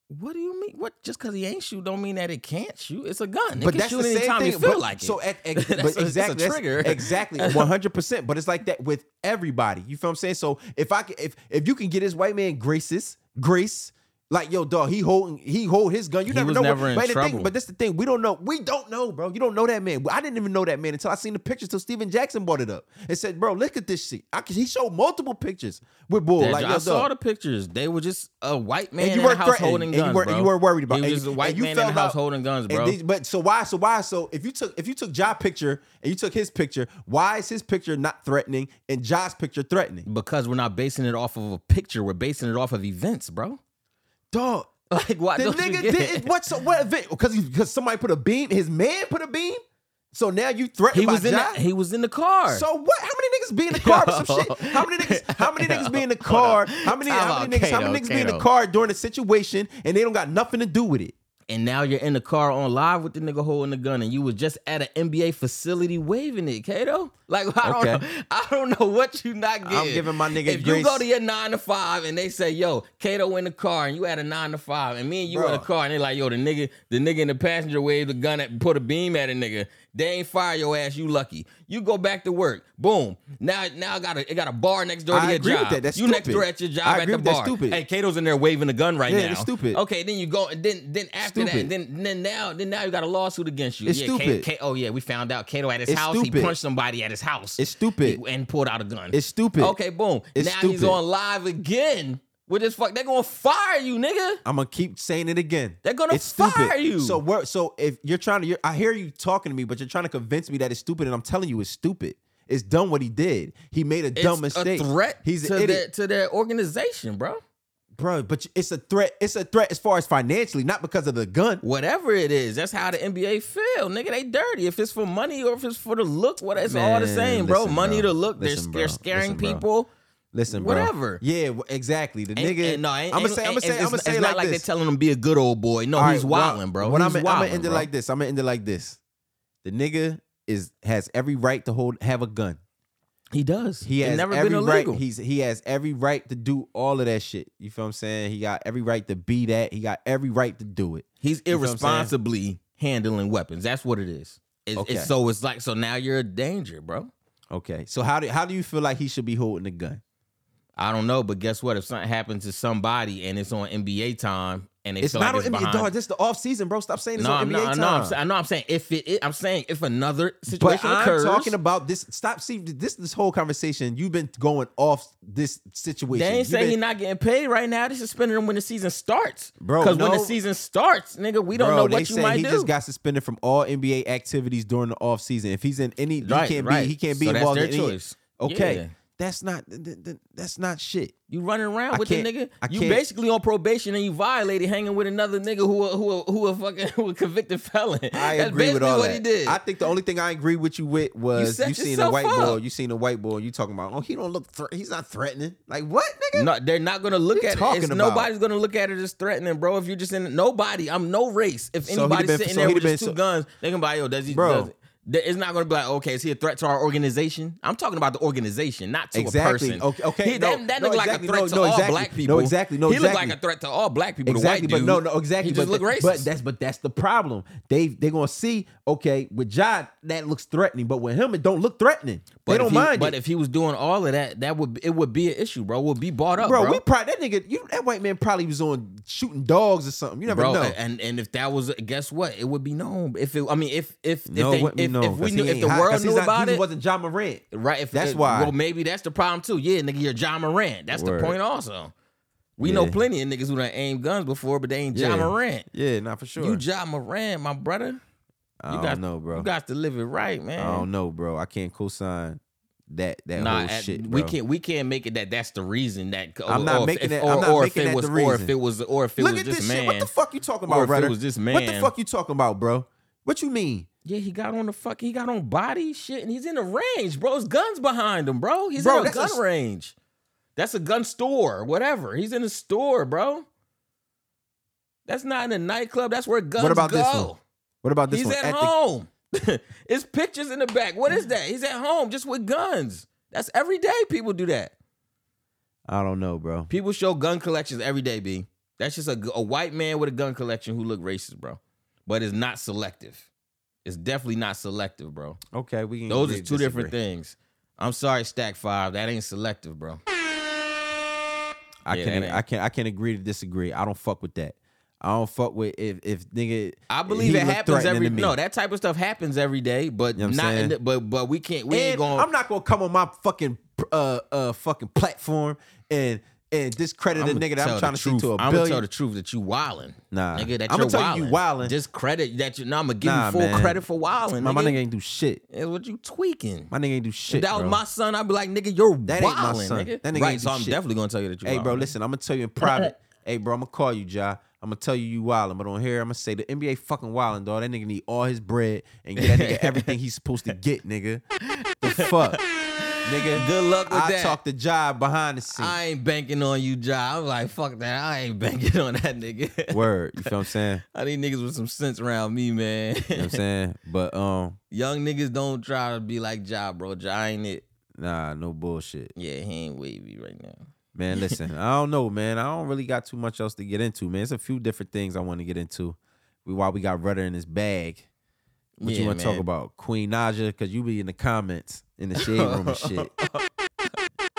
What do you mean? What? Just because he ain't shoot, don't mean that it can't shoot. It's a gun. It
but
can
that's
shoot
the same
anytime
thing.
you feel
but-
like it.
So at, at,
That's
but
a- it's a
exactly, that's-
trigger.
exactly, one hundred percent. But it's like that with everybody. You feel what I'm saying? So if I c- if if you can get this white man graces grace. Like yo, dog, he holding, he hold his gun. You
He
never
was
know.
never
what,
in
but the
trouble.
Thing, but that's the thing. We don't know. We don't know, bro. You don't know that man. I didn't even know that man until I seen the pictures. Till Steven Jackson brought it up and said, "Bro, look at this shit." I, can- he showed multiple pictures with bull.
That-
like yo,
I saw
dog.
the pictures. They were just a white man
And you
in the
weren't
house
threatened.
holding
And you
guns,
weren't-
bro.
you weren't worried about
He
it.
was just a
And
white
you
man in the
felt
house
out-
holding guns,
And
bro.
these- but so why? So why? So if you took if you took Ja's picture and you took his picture, why is his picture not threatening and Ja's picture threatening?
because we're not basing it off of a picture. We're basing it off of events, bro.
Dog,
Like why
the
don't you
nigga
get
did
it?
what? So what event? Because because somebody put a beam. His man put a beam. So now you threatened
He
by
was in.
Ja?
The, he was in the car.
So what? How many niggas be in the car with some shit? How many niggas? How many niggas be in the car? How many?
Time
How
out,
many niggas? How
Kato,
many niggas be in the
Kato.
car during a situation and they don't got nothing to do with it?
and now you're in the car on live with the nigga holding the gun, and you was just at an NBA facility waving it, Kato. Like I don't
Okay.
know, I don't know what you not getting.
giving my nigga
If you
grace.
go to your nine to five and they say, "Yo, Kato in the car," and you at a nine to five, and me and you in the
Bruh.
car, and they like, "Yo, the nigga, the nigga in the passenger waved a gun at, put a beam at a nigga." They ain't fire your ass. You lucky. You go back to work. Boom. Now, now I got a, I got a bar next door
I
to your
agree
job.
with that. That's
you next
stupid.
door at your job
I
at
agree
the
with
bar.
that. Stupid.
Hey, Kato's in there waving a gun right
Yeah,
now.
that's stupid.
Okay, then you go, and then then after that,
Stupid.
then then now then now you got a lawsuit against you.
It's
yeah,
stupid.
K- K- oh yeah, we found out Kato at his
It's
house. He
stupid.
punched somebody at his house.
It's stupid.
He- and pulled out a gun.
It's stupid.
Okay, boom.
It's
now he's
stupid.
on live again with this fuck. They're gonna fire you, nigga.
I'm gonna keep saying it again.
They're gonna fire you.
So we're, so if you're trying to, you're, I hear you talking to me, but you're trying to convince me that it's stupid, and I'm telling you it's stupid. It's dumb what he did. He made a
It's
dumb mistake.
A threat
He's
to
an
their
idiot,
to their organization, bro.
bro. But it's a threat. It's a threat as far as financially, not because of the gun.
Whatever it is, that's how the NBA feel, nigga. They dirty. If it's for money or if it's for the look, what it's all the
Man,
same, bro.
listen,
money
bro.
to look, they're,
Listen,
they're
bro.
scaring
Listen, bro.
people.
Listen, bro.
Whatever.
Yeah, w- exactly. The
Ain't-
nigga.
ain't- no, ain't-
I'm gonna
ain't-
say. I'm gonna
ain't-
say.
it's-
I'm gonna
it's
say it
not
like,
like
this.
they telling him be a good old boy. No, he's wilding, bro.
When
he's
I'm,
wilding,
I'm gonna end
bro.
it like this. I'm gonna end it like this. The nigga is has every right to hold have a gun.
he does.
He
It
has
never
every
been illegal.
right. He's he has every right to do all of that shit. You feel what I'm saying? He got every right to be that. He got every right to do it.
he's
know what I'm saying?
irresponsibly handling weapons. That's what it is. It's,
Okay.
it's- so it's like so now you're a danger, bro.
Okay. So how do how do you feel like he should be holding the gun?
I don't know, but guess what? If something happens to somebody and it's on NBA time and they
It's
feel
not
like it's
on NBA,
behind,
dog. This is the off season, bro. Stop saying it's
no,
on
I'm
NBA
not.
time.
No, I'm, sa- I know. I'm saying if it, is- I'm saying if another situation
But I'm
occurs,
talking about this. Stop. See, this this whole conversation. You've been going off this situation.
they ain't
You
saying
been-
he's not getting paid right now. They suspended him when the season starts,
Bro,
Because when the
no.
season starts, nigga, we don't
Bro,
know
they
what you
saying
might
he
do.
just got suspended from all NBA activities during the off season. If he's in any,
Right,
he can't
right.
be. He can't be
So that's
involved
their
in any.
choice.
Okay,
Yeah.
that's not. th- th- th- That's not shit.
You running around
I
with the
can't-
nigga.
I
you
can't-
basically on probation and you violated hanging with another nigga who a, who a, who a fucking who a convicted felon.
I
That's
agree with
basically
all
what
that.
he did.
I think the only thing I agree with you with was
set
you, seen a
yourself
white
up.
boy. You seen a white boy. You talking about? Oh, he don't look. Thre- he's not threatening. Like what, nigga?
No, they're not gonna look
you
at
talking
it. It's,
about?
nobody's gonna look at it as threatening, bro. If you're just in nobody, I'm no race. If
So he'd
anybody's
been-
sitting
so
there
he'd
with his two
been- so-
guns, they can buy yo. Does he?
Bro.
Does it? It's not gonna be like okay, is he a threat to our organization? I'm talking about the organization, not to
Exactly.
a person.
Okay- okay,
He-
no,
that that
no,
looked
exactly,
like a threat
no,
to
no,
all
exactly,
black
no,
people.
exactly, no,
he looked like
exactly.
a threat to all black people.
Exactly,
the white
but
dude,
no, no, exactly.
He just
but
looked racist.
But that's but that's the problem. They they gonna see okay with John that looks threatening, but with him it don't look threatening.
But
they
if
don't
he-
mind
But
it.
if he was doing all of that, that would it would be an issue, bro. Would be bought up,
bro,
bro.
we probably that nigga you that white man probably was on shooting dogs or something. You never
bro,
know.
and and if that was, guess what? It would be known. If it, I mean, if if
no,
if,
it wouldn't
they,
be
if,
known,
if we
'cause
knew,
he
if
ain't
the
hot, 'cause
world
he's
knew
not-
about
he
it,
wasn't John Morant.
right? If
That's
if-
why.
Well, maybe that's the problem too. Yeah, nigga, you're John Morant. That's
Word.
the point. Also, we know
Yeah.
plenty of niggas who done aimed guns before, but they ain't John
Yeah.
Morant.
Yeah, not for sure.
You John Morant, my brother. You
I don't
got,
know, bro.
You got to live it right, man.
I don't know, bro. I can't co-sign that that
Nah,
whole
at-
shit.
we
bro.
can't. We can't make it that. That's the reason that.
I'm not
or if-
making
if-
that-
Or,
I'm not
or
making
if it
that
was,
the
or if
reason.
it was, or if it
Look
was
at this
just
shit.
man.
What the fuck you talking about,
Or if it
brother?
was this
What the
man.
fuck you talking about, bro? What you mean?
Yeah, he got on the fuck. He got on body shit, and he's in the range, bro. His guns behind him, bro. He's
Bro,
in a
that's a
gun
s-
range. That's a gun store, whatever. He's in a store, bro. That's not in a nightclub. That's where guns
What about
go.
this one? What about this
he's
one?
at,
the-
home. it's pictures in the back. What is that? He's at home just with guns. That's every day people do that.
I don't know, bro.
People show gun collections every day, B. That's just a, a white man with a gun collection who look racist, bro. But it's not selective. It's definitely not selective, bro.
Okay, we can
Those
agree
are
to
two different
disagree.
things. I'm sorry, Stack Five. That ain't selective, bro.
I
Yeah,
can
that ain't-
I can I can agree to disagree. I don't fuck with that. I don't fuck with if if nigga.
I believe
he
it
look
happens
threatening
every
to me.
no. That type of stuff happens every day, but
You know what I'm
not. In
saying?
the, but but we can't. We ain't
And
going.
I'm not gonna come on my fucking uh uh fucking platform and and discredit a nigga that I'm trying to see
truth.
to a
I'm gonna
billion.
tell the truth that you wildin'.
Nah.
nigga, that
I'ma
you're
tell you you wildin'.
Just credit that you. No, I'm gonna give
Nah,
you full
man.
credit for wildin'.
my, my
nigga.
nigga ain't do shit.
That's what you tweaking.
My nigga ain't do shit.
if that
bro.
was my son, I'd be like, nigga, you're
That ain't my
wildin',
son.
nigga.
That nigga
right,
ain't
so
do
I'm
shit.
definitely gonna tell you that you.
Hey, bro,
wildin'.
listen, I'm gonna tell you in private. hey, bro, I'm gonna call you, Ja. I'm gonna tell you you wildin', but on here, I'm gonna say the NBA fucking wildin', dog. That nigga need all his bread and get that nigga everything he's supposed to get, nigga. The fuck, nigga.
Good luck with
I
that.
talk to Ja behind the scenes.
I ain't banking on you, Ja. I'm like, fuck that. I ain't banking on that nigga.
Word, you feel what I'm saying?
I need niggas with some sense around me, man.
You know what I'm saying? But um,
Young niggas don't try to be like Ja, bro. Ja ain't it.
nah, no bullshit.
Yeah, he ain't wavy right now.
Man, listen, I don't know, man. I don't really got too much else to get into, man. It's a few different things I want to get into. We why we got Rudder in his bag. What
Yeah,
you want to talk
man.
about? Queen Naja, cause you be in the comments in the shade room and shit. Chris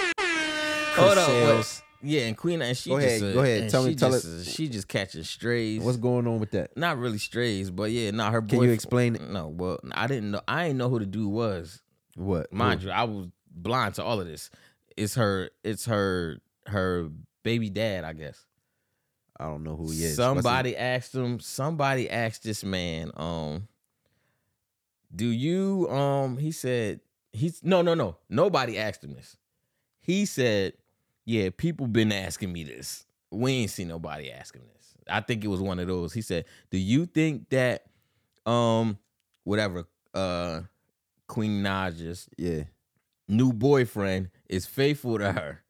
Hold up, what-
Sales.
Yeah, and Queen and she
Go
just
ahead,
a-
go ahead.
and
Tell me-
she
tell
just
it-
a- she just catching strays.
What's going on with that?
not really strays, but yeah, not her.
Can you
boyfriend-
explain it?
No, well, I didn't know. I didn't know who the dude was.
What?
Mind you, I was blind to all of this. It's her. It's her. Her baby dad, I guess.
I don't know who he is. What's his-
Somebody asked him. Somebody asked this man. Um, do you? Um, he said he's no, no, no. Nobody asked him this. He said, "Yeah, people been asking me this. We ain't seen nobody asking this. I think it was one of those." He said, "Do you think that, um, whatever, uh, Queen Naja's
Yeah.
new boyfriend is faithful to her.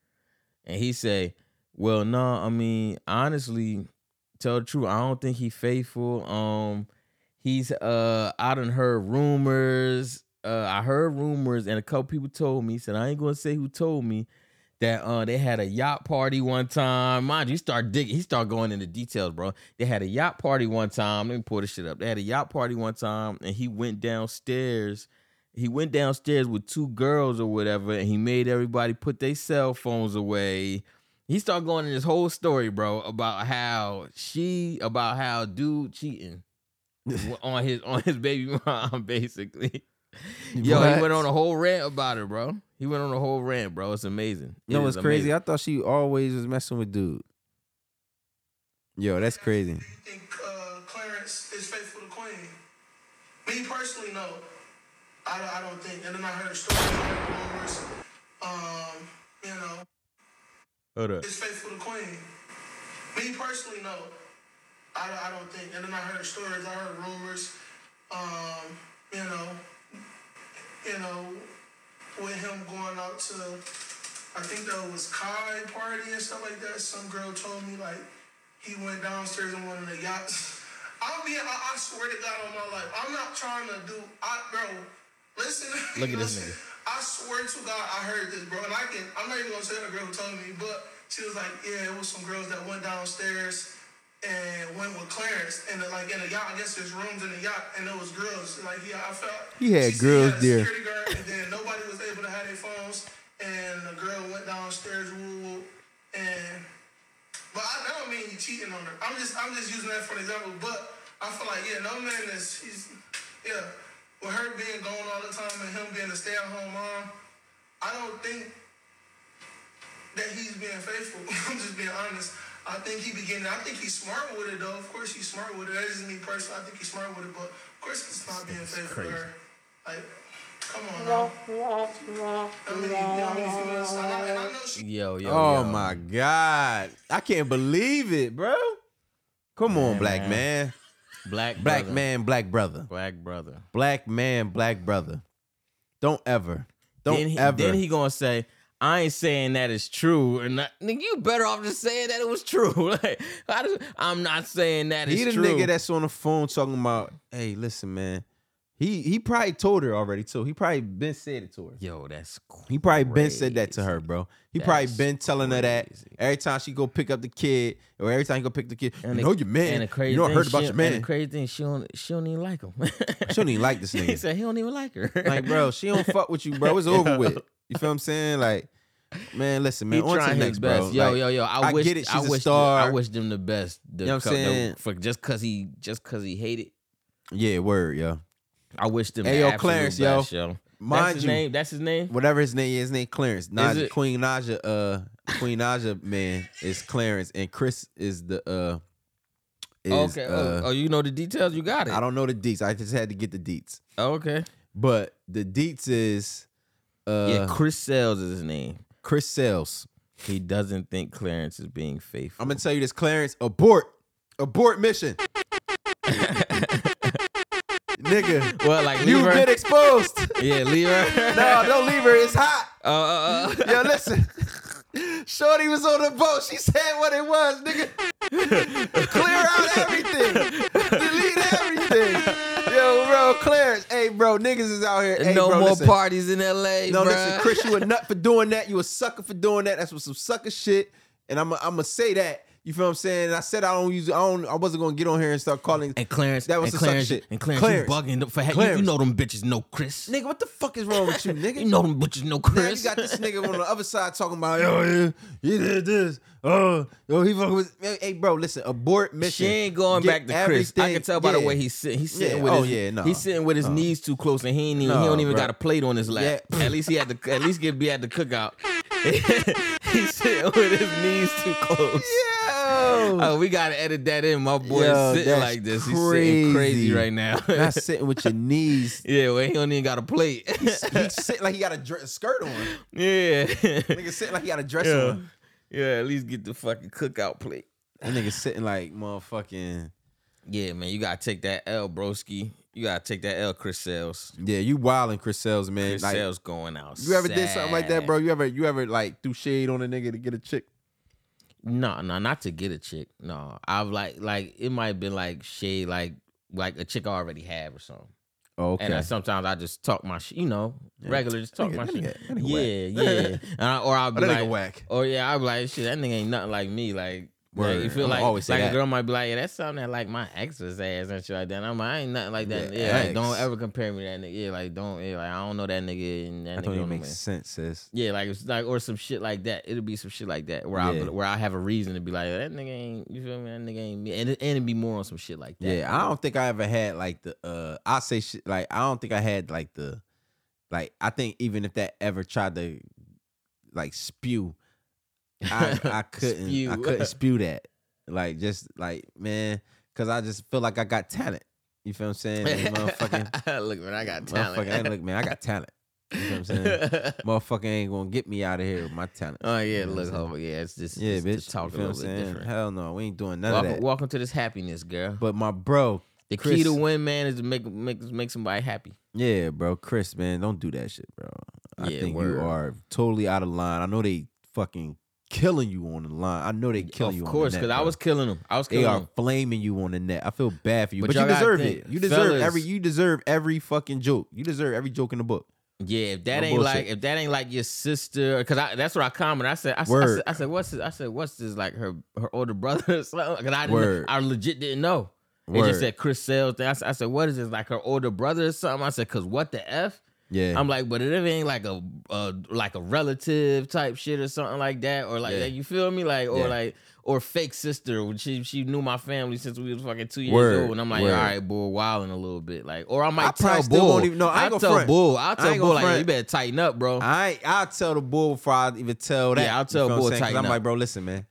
And he say, Well, no, I mean, honestly, tell the truth, I don't think he faithful. Um, he's uh I done heard rumors. Uh I heard rumors and a couple people told me, said I ain't gonna say who told me that uh they had a yacht party one time. Mind you, he start digging, he start going into details, bro. They had a yacht party one time. Let me pull this shit up. They had a yacht party one time and he went downstairs he went downstairs with two girls or whatever, and he made everybody put their cell phones away. He started going in this whole story, bro, about how she, about how dude cheating on his on his baby mom, basically. Yo, he
What?
went on a whole rant about it, bro. He went on a whole rant, bro. It's amazing. It
No,
is
it's crazy.
amazing.
I thought she always was messing with dude. Yo, that's crazy.
Do you think uh, Clarence is faithful to Queen? Me personally, no. I, I don't think. And then I heard stories, I heard rumors. Um, you know,
Hold up.
is faithful to Queen. Me personally, no. I, I don't think. And then I heard stories, I heard rumors. Um, you know, you know, with him going out to, I think that was Kai party and stuff like that. Some girl told me like he went downstairs on one of the yachts. I'll be. I, I swear to God on my life, I'm not trying to do. I bro, listen.
Look at this
listen.
nigga.
I swear to God, I heard this, bro, and I can. I'm not even gonna tell the girl who told me, but she was like, yeah, it was some girls that went downstairs and went with Clarence and like in a yacht. I guess there's rooms in the yacht, and there was girls. Like yeah, I felt
He had
she said
girls
a
there.
security guard, and then nobody was able to have their phones, and the girl went downstairs, woo, woo, and but I, that don't mean he cheating on her. I'm just I'm just using that for an example. But I feel like yeah, no man is he's yeah. With her being gone all the time and him being a stay-at-home mom, I don't think that he's being faithful. I'm just being honest. I think he began. I think he's smart with it though. Of course he's smart with it. That isn't me personally. I think he's smart with it, but of course he's not being faithful to her. Like, come on now. I mean, you know how many females- and I- and I know she
Yo, yo.
Oh
yo.
my god, I can't believe it, bro. Come on, black
man.
man,
Black
black
brother.
man, black brother,
Black brother.
black man, black brother. Don't ever, don't
then he,
ever.
Then he gonna say, "I ain't saying that is true," and I, nigga, you better off just saying that it was true. like, I just, I'm not saying that
He
it's
the
true.
nigga that's on the phone talking about, hey, listen, man. He he probably told her already too. He probably been said it to her.
Yo, that's crazy.
He probably been said that to her, bro. He probably
That's
been telling her that
crazy.
every time she go pick up the kid, or every time he go pick the kid.
And
you
the-
know your man.
And the crazy
you know I
thing,
heard about
she,
your
And
man.
the crazy thing, she don't, she don't even like him.
she don't even like this
he
nigga.
said he don't even like her.
like, bro, she don't fuck with you, bro. It's over with. You feel what I'm saying? Like, man, listen, man.
He
on to
trying his
next,
best.
bro.
Yo,
Like,
yo, yo. I,
I
wish,
get it,
I
she's a
wish, I
star.
wish them the best. The
You know what I'm
co- the-
saying?
for just cause he, just cause he hated.
Yeah, word, yo.
I wish them.
Hey,
the
yo,
absolute
Clarence, yo.
best, yo. that's
Mind
his
you,
name. That's his name.
whatever his name is, his name Clarence. Naja,
it-
Queen Naja, uh, Queen Naja, man, is Clarence, and Chris is the uh, is,
Okay.
uh,
oh, oh, you know the details. You got it.
I don't know the deets. I just had to get the deets,
Okay.
but the deets is uh,
yeah, Chris Sales is his name.
Chris Sales.
He doesn't think Clarence is being faithful.
I'm gonna tell you this, Clarence, abort, abort mission, nigga.
well, like leave
You've
her.
been exposed.
Yeah, leave her.
no, don't leave her. It's hot.
Uh, uh, uh.
Yo, listen. Shorty was on the boat. She said what it was, nigga. Clear out everything. Delete everything. Yo, bro, Clarence. Hey, bro, niggas is out here. Hey,
no
bro,
more
listen.
parties in L.A.
No,
bruh.
listen, Chris, you a nut for doing that. You a sucker for doing that. That's what some sucker shit. And I'm gonna say that. You feel what I'm saying? And I said I don't use. I don't. I wasn't gonna get on here and start calling.
And Clarence,
That was
and
the suck
Clarence,
shit.
And Clarence,
Clarence.
you bugging for you, you
Clarence.
know them bitches no Chris.
nigga, what the fuck is wrong with you, nigga?
You know them bitches
Now
no
you
Chris.
got this nigga on the other side talking about, yo, yeah, he did this. Oh, yo, he fucking with. Hey, hey, bro, listen, abort mission.
She ain't going
Get
back to Chris. I
everything-
can tell by the
yeah.
way he's sitting. He's sitting
Yeah.
with
Oh,
his
yeah, no.
he's sitting with his knees too close, and he ain't even, he
No,
don't even
bruh.
got a plate on his lap.
Yeah.
At least he had to at least get be at the cookout. he's sitting with his knees too close.
Yo.
Oh, we gotta edit that in. My boy
Yo,
is sitting
that's
like this. He's sitting crazy
crazy.
right now.
Not sitting with your knees.
yeah, well, he don't even got a plate.
He's sitting like he got a dress, skirt on.
yeah.
Nigga sitting like he got a dress
yeah.
on.
yeah, at least get the fucking cookout plate.
That nigga sitting like motherfucking.
Yeah, man, you gotta take that L, broski. You gotta take that L, Chris Sales.
Yeah, you wilding Chris Sales, man.
Chris
like,
Sales going out.
you ever did something like that,
sad.
bro? You ever, you ever like threw shade on a nigga to get a chick?
No, no, not to get a chick. No, I've like, like it might have been like shade, like like a chick I already have or something.
Oh, okay.
And I, sometimes I just talk my shit, you know, regular, just talk
Nigga-
my
that
shit.
nigga- that nigga
yeah, yeah. and I, or I'll
Oh,
be
that nigga
like,
whack.
oh yeah, I'll be like, shit, that nigga ain't nothing like me. Like Like, you feel
I'ma
like
always say
like
that.
a girl might be like, yeah, that sounded like my ex's ass and shit like that. And I'm like, I ain't nothing like that.
Yeah,
Yeah, like,
ex.
don't ever compare me to that nigga. Yeah, like don't. Yeah, like I don't know that nigga. And that
That
nigga
don't even
know
make
me.
sense, sis.
Yeah, like it's like or some shit like that. It'll be some shit like that where
Yeah.
I where I have a reason to be like that nigga ain't you feel me that nigga ain't me and it, and it'd be more on some shit like that.
Yeah, I don't think I ever had like the uh I say shit like I don't think I had like the like I think even if that ever tried to like spew I I couldn't I
Spew.
couldn't spew that. Like just like man cuz I just feel like I got talent. You feel what I'm saying? Like, motherfucking
Look, man, I got
motherfucking I
talent.
look man, I got talent. You know what I'm saying? motherfucker ain't going to get me out of here with my talent.
oh yeah,
You know what
look,
I'm saying?
oh, yeah, it's just
Yeah,
it's,
bitch.
it's
you
talk a
feel what
little
I'm
bit
saying?
different.
Hell no, we ain't doing none of
Welcome,
that.
welcome to this happiness, girl.
But my bro,
the key
Chris-
to win, man, is to make make make somebody happy.
Yeah, bro, Chris, man, don't do that shit, bro. I
Yeah,
think
word.
you are totally out of line. I know they fucking killing you on the line. I know they killing you.
of
on
course,
because
I was killing them. I was
They
killing
are
them.
flaming you on the net. I feel bad for you,
But
but, you
y'all gotta
deserve
think,
it. You deserve
fellas-
every. You deserve every fucking joke. You deserve every joke in the book.
Yeah, if that
No
ain't
bullshit.
like if that ain't like your sister, because I, that's what I commented. I said, I, said- I
Word.
said, I said, what's this? I said, what's this? Like her her older brother or something? Because I didn't,
Word.
I legit didn't know. It
Word.
just said Chris Sales. thing. I said, I said, what is this? Like her older brother or something? I said, cause what the f?
Yeah,
I'm like, but it ain't like a, a like a relative type shit or something like that, or like,
Yeah.
like, you feel me, like or
Yeah.
like or fake sister. when She she knew my family since we was fucking two years
Word,
old, and I'm like,
word.
all right, bull, wilding a little bit, like, or I might
I
tell
probably still
bull,
won't even- no, I ain't
I'll
gonna
tell
front.
bull, I'll
I
tell
ain't
bull,
gonna
like,
front.
you better tighten up, bro.
I I'll tell the bull before I even tell that.
Yeah, I'll
You
tell
feel what
bull,
I'm saying? 'Cause
tighten
I'm
up.
like, bro, listen, man.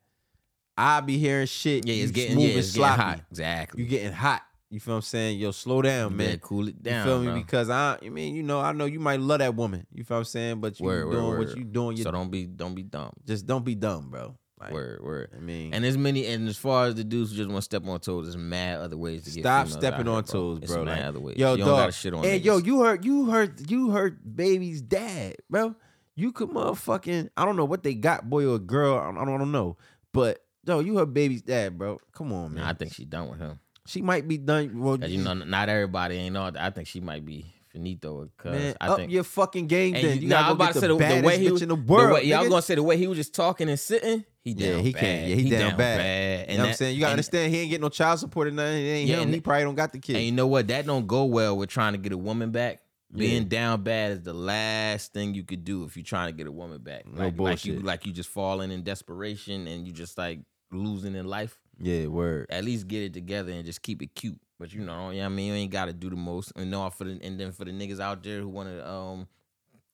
I be hearing shit.
yeah,
you
it's getting
moving
yeah, it's
sloppy.
getting hot, exactly.
You getting hot. You feel what I'm saying? Yo, slow down,
man,
man.
cool it down,
you feel me?
bro.
Because I, I mean, you know, I know you might love that woman. You feel what I'm saying? But you
Word, word,
doing
word.
what you doing. You
so don't be don't be dumb.
just don't be dumb, bro. Like,
word word.
I mean,
And as many and as far as the dudes who just want to step on toes, there's mad other ways to get
stop
females out
stepping
here,
on toes,
It's
bro.
mad
Like,
other ways.
yo,
you
dog.
don't gotta shit on.
hey,
niggas.
yo, you hurt, you hurt, you hurt baby's dad, bro. You could motherfucking, I don't know what they got, boy or girl. I don't, I don't know, but. Yo, you her baby's dad, bro. Come on, man.
Nah, I think she done with him.
she might be done. Well,
'Cause you know, not everybody ain't all. that. I think she might be finito. Cause
man,
I
up
think
your fucking game.
And
Then you,
you- nah,
gotta
I'm
go
about
get
to
the,
say the- the
baddest
way he
bitch
was-
in the
the
world.
way, yeah, I
nigga.
was gonna say the way he was just talking and sitting. He
Yeah,
down
he
bad.
can't. Yeah, he, down, bad. You know what I'm
that-
saying? You gotta
and-
understand he ain't getting no child support or nothing. It ain't
Yeah,
him.
and-
He probably don't got the kid.
And you know what? That don't go well with trying to get a woman back. Being
Yeah.
down bad is the last thing you could do if you're trying to get a woman back.
No
like, like you
bullshit.
like you just falling in desperation and you just like losing in life.
yeah, word.
At least get it together and just keep it cute. But you know, yeah, I mean, you ain't gotta do the most. And know for the and then for the niggas out there who wanna um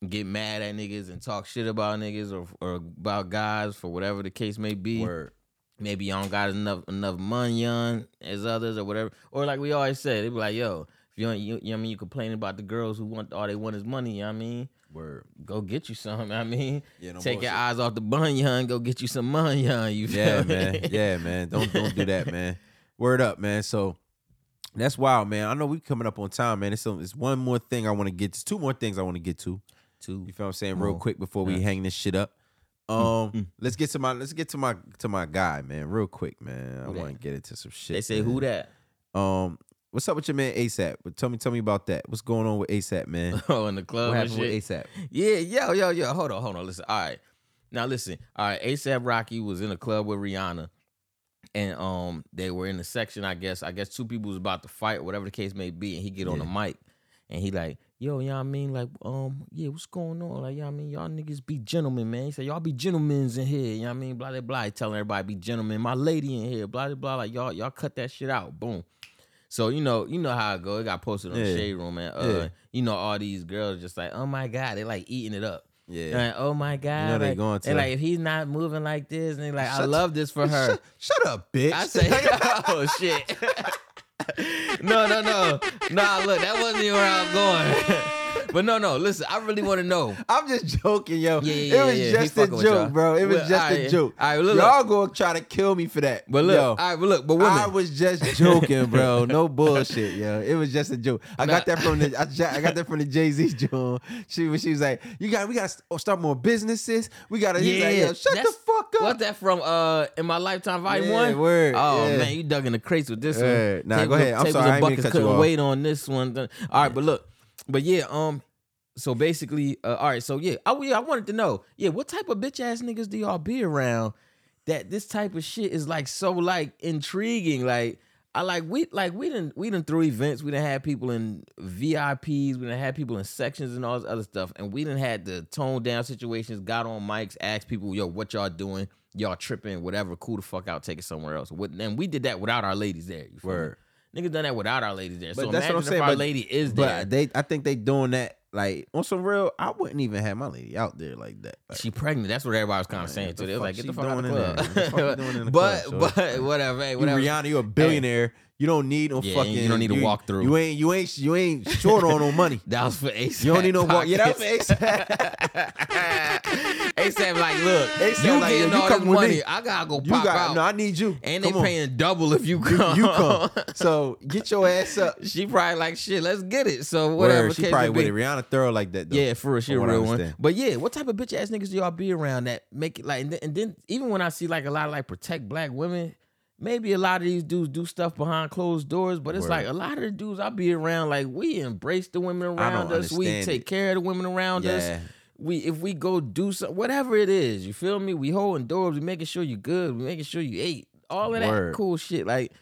get mad at niggas and talk shit about niggas or or about guys for whatever the case may be
Word.
maybe y'all don't got enough enough money on as others or whatever. Or like we always say, they be like, yo, if you don't, you, you know what I mean you complaining about the girls who want all they want is money, you know what I mean?
Word.
Go get you some, I mean.
Yeah, no
Take your
bullshit.
eyes off the bunion, go get you some money, you feel
Yeah,
me?
man. Yeah, man. Don't don't do that, man. Word up, man. So that's wild, man. I know we coming up on time, man. It's, it's one more thing I want to get to. Two more things I want to get to.
Two.
You feel what I'm saying? Real
more.
quick before we
Yeah. Mm,
hang this shit up. Um, let's get to my let's get to my to my guy, man. Real quick, man. I
Who that?
want to get into some shit.
They say
man.
who that?
Um, what's up with your man ASAP? But tell me, tell me about that. What's going on with ASAP, man?
Oh, in the club.
What
and
happened
shit.
with ASAP?
Yeah, yo, yo, yo. Hold on, hold on. Listen. All right. Now listen. All right. ASAP Rocky was in a club with Rihanna. And um they were in the section, I guess. I guess two people was about to fight, whatever the case may be, and he get on the mic and he like, yo, you know what I mean? Like, um, yeah, what's going on? Like, you know what I mean? Y'all niggas be gentlemen, man. He said, Y'all be gentlemen's in here, you know what I mean? Blah blah blah. He telling everybody be gentlemen, my lady in here, blah blah blah. Like y'all, y'all cut that shit out. Boom. So you know, you know how it go. It got posted on
Yeah.
Shade Room, and uh,
Yeah.
you know all these girls just like, oh my god, they like eating it up.
Yeah.
They're Like, oh my god,
they
like,
going to.
like if he's not moving like this, and they like, I
Shut-
love this for her.
Shut, shut up, bitch.
I say, oh shit. no, no, no, nah. Look, that wasn't even where I was going. but no, no. Listen, I really want to know.
I'm just joking, yo.
Yeah, yeah,
it was
yeah, yeah. He
just a
fucking with y'all.
joke, bro. It was
Well,
just
aight,
a joke.
aight, look,
Y'all gonna try to kill me for that.
But look,
Yo,
all right, but look, but women.
I was just joking, bro. No bullshit, yo. It was just a joke. I got
Nah.
that from the I, ju- I got that from the Jay Z joint. She was she was like, "You got we got to start more businesses. We got to." Yeah, like, yo, shut the
that's-
fuck up.
What's that from? Uh, in my lifetime, volume
Yeah,
one.
word,
Oh
yeah.
man, you dug in the crates with this
Yeah,
one.
nah, go ahead. I'm
tables
sorry, I
and
ain't mean to
buckets
cut you
couldn't
off.
wait on this one. All right, but look, but yeah, um, so basically, uh, all right, so yeah, I yeah, I wanted to know, yeah, what type of bitch ass niggas do y'all be around? that this type of shit is like so like intriguing. Like I like we like we didn't we didn't through events. We didn't have people in VIPs. We didn't have people in sections and all this other stuff. And we didn't had the tone down situations. Got on mics, asked people, yo, what y'all doing? Y'all tripping? Whatever. Cool the fuck out. Take it somewhere else. What- And we did that without our ladies there. You feel me?
Word.
Niggas done that without our ladies there.
But
so
that's
imagine
what I'm saying,
if our
but-
lady is there.
But they, I think they doing that like on some real. I wouldn't even have my lady out there like that. Like,
she pregnant. That's what everybody was kind of
Man,
saying
what
too.
the
They was
fuck
like, get
she
the fuck out
doing
the
in there? What
club.
the fuck you doing in the
but
club? So it's
but whatever, hey,
you
whatever.
Rihanna, you a billionaire. You don't need no
Yeah, you
fucking.
don't need to walk through.
You ain't. You ain't. You ain't short on no money.
That was for ASAP.
You don't need no walk. Yeah, that was
pockets. ASAP like, look,
ASAP
you
like, yo,
getting
you
all
come
this
with
money.
me.
I gotta go pop
You got.
out.
No, I need you.
and they
Come on.
paying double if you
You,
come.
you come. So get your ass up.
she probably like, shit, let's get it. So whatever.
Word, she
case
probably
may
with
be.
it. Rihanna thorough like that though.
Yeah, for real, she a
from what I
real one.
understand.
But yeah, what type of bitch ass niggas do y'all be around that make it like? And then, and then even when I see like a lot of like protect black women, maybe a lot of these dudes do stuff behind closed doors. But it's
Word.
like a lot of the dudes I be around, like we embrace the women around
don't
us, we
understand
take
it.
care of the women around
Yeah.
us. We if we go do some whatever it is, you feel me? We holding doors, we making sure you good, we making sure you ate, all of that
Word.
cool shit. Like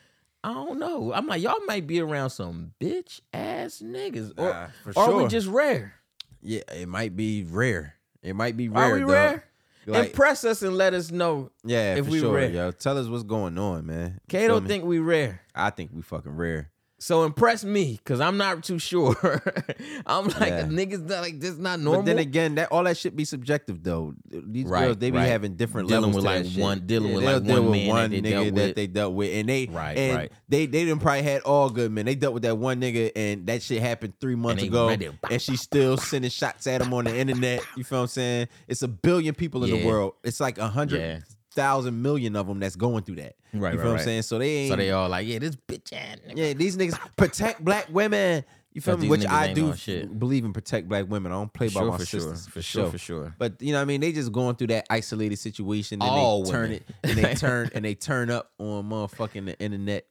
I don't know. I'm like y'all might be around some bitch ass niggas, or
Nah, for
or we
sure.
just rare.
Yeah, it might be rare. It might be
Are
rare.
we
dog.
rare?
Like,
Impress us and let us know.
yeah,
if
for
we
sure,
rare.
yo. Tell us what's going on, man. You
Kay don't
feel me?
think we rare.
I think we fucking rare.
So impress me, cause I'm not too sure. I'm like
Yeah.
niggas not like this not normal.
But then again, that all that shit be subjective though. These
Right,
girls, they be
right.
having different
Dealing
levels
with,
to
like,
that shit.
one- dealing with,
they'll
like,
deal
one
with
man that
one
they
nigga
dealt with.
that they dealt with, and they
Right,
and
right.
They they didn't probably had all good men. They dealt with that one nigga, and that shit happened three months
they
ago,
ready. Bah,
and she's still sending shots at him on the internet. You feel what I'm saying? It's a billion people in
Yeah.
the world. It's like a hundred
Yeah.
thousand million of them that's going through that. you
Right, right,
feel what
right.
I'm saying? So they ain't
so they all like, yeah, this bitch ass nigga.
yeah, these niggas protect black women. You feel
But
me?
these
Which
niggas
I
ain't
do
on shit.
believe in protect black women. I don't play by
Sure,
my
for sure.
sisters
For sure, for sure.
But you know, what I mean, they just going through that isolated situation and
All
they turn
women.
it and they turn and they turn up on motherfucking the internet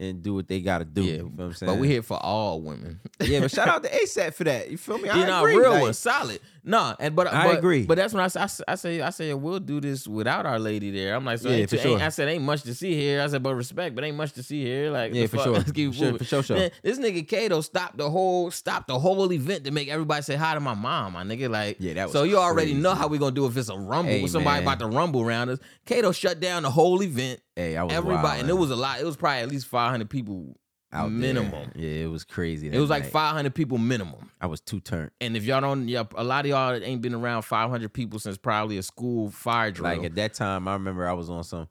and do what they gotta do.
Yeah,
you feel what I'm saying?
but we here for all women.
yeah, but shout out to ASAP for that. You feel me? I
you know,
agree.
real
like,
one, solid. No, and but
I
but-
agree.
But that's when I, s- I s- I say I say we'll do this without our lady there. I'm like, so
Yeah,
ain't,
for
ain't-
sure.
I said ain't much to see here. I said, but respect, but ain't much to see here. Like,
Yeah,
the
for
fuck?
sure.
Let's keep
For sure,
moving.
for sure, sure.
Man, this nigga Kato stopped the whole stopped the whole event to make everybody say hi to my mom. My nigga, like,
Yeah, that was
so you already know
crazy.
how we gonna do if it's a rumble.
Hey,
with somebody
man.
about to rumble around us. Kato shut down the whole event.
Hey, I was
Everybody,
wild,
and it was a lot. It was probably at least 500 people
out there.
minimum.
Yeah, it was crazy.
It was like
five.
500 people minimum.
I was too turned.
And if y'all don't, yeah, a lot of y'all ain't been around 500 people since probably a school fire drill.
Like at that time, I remember I was on some.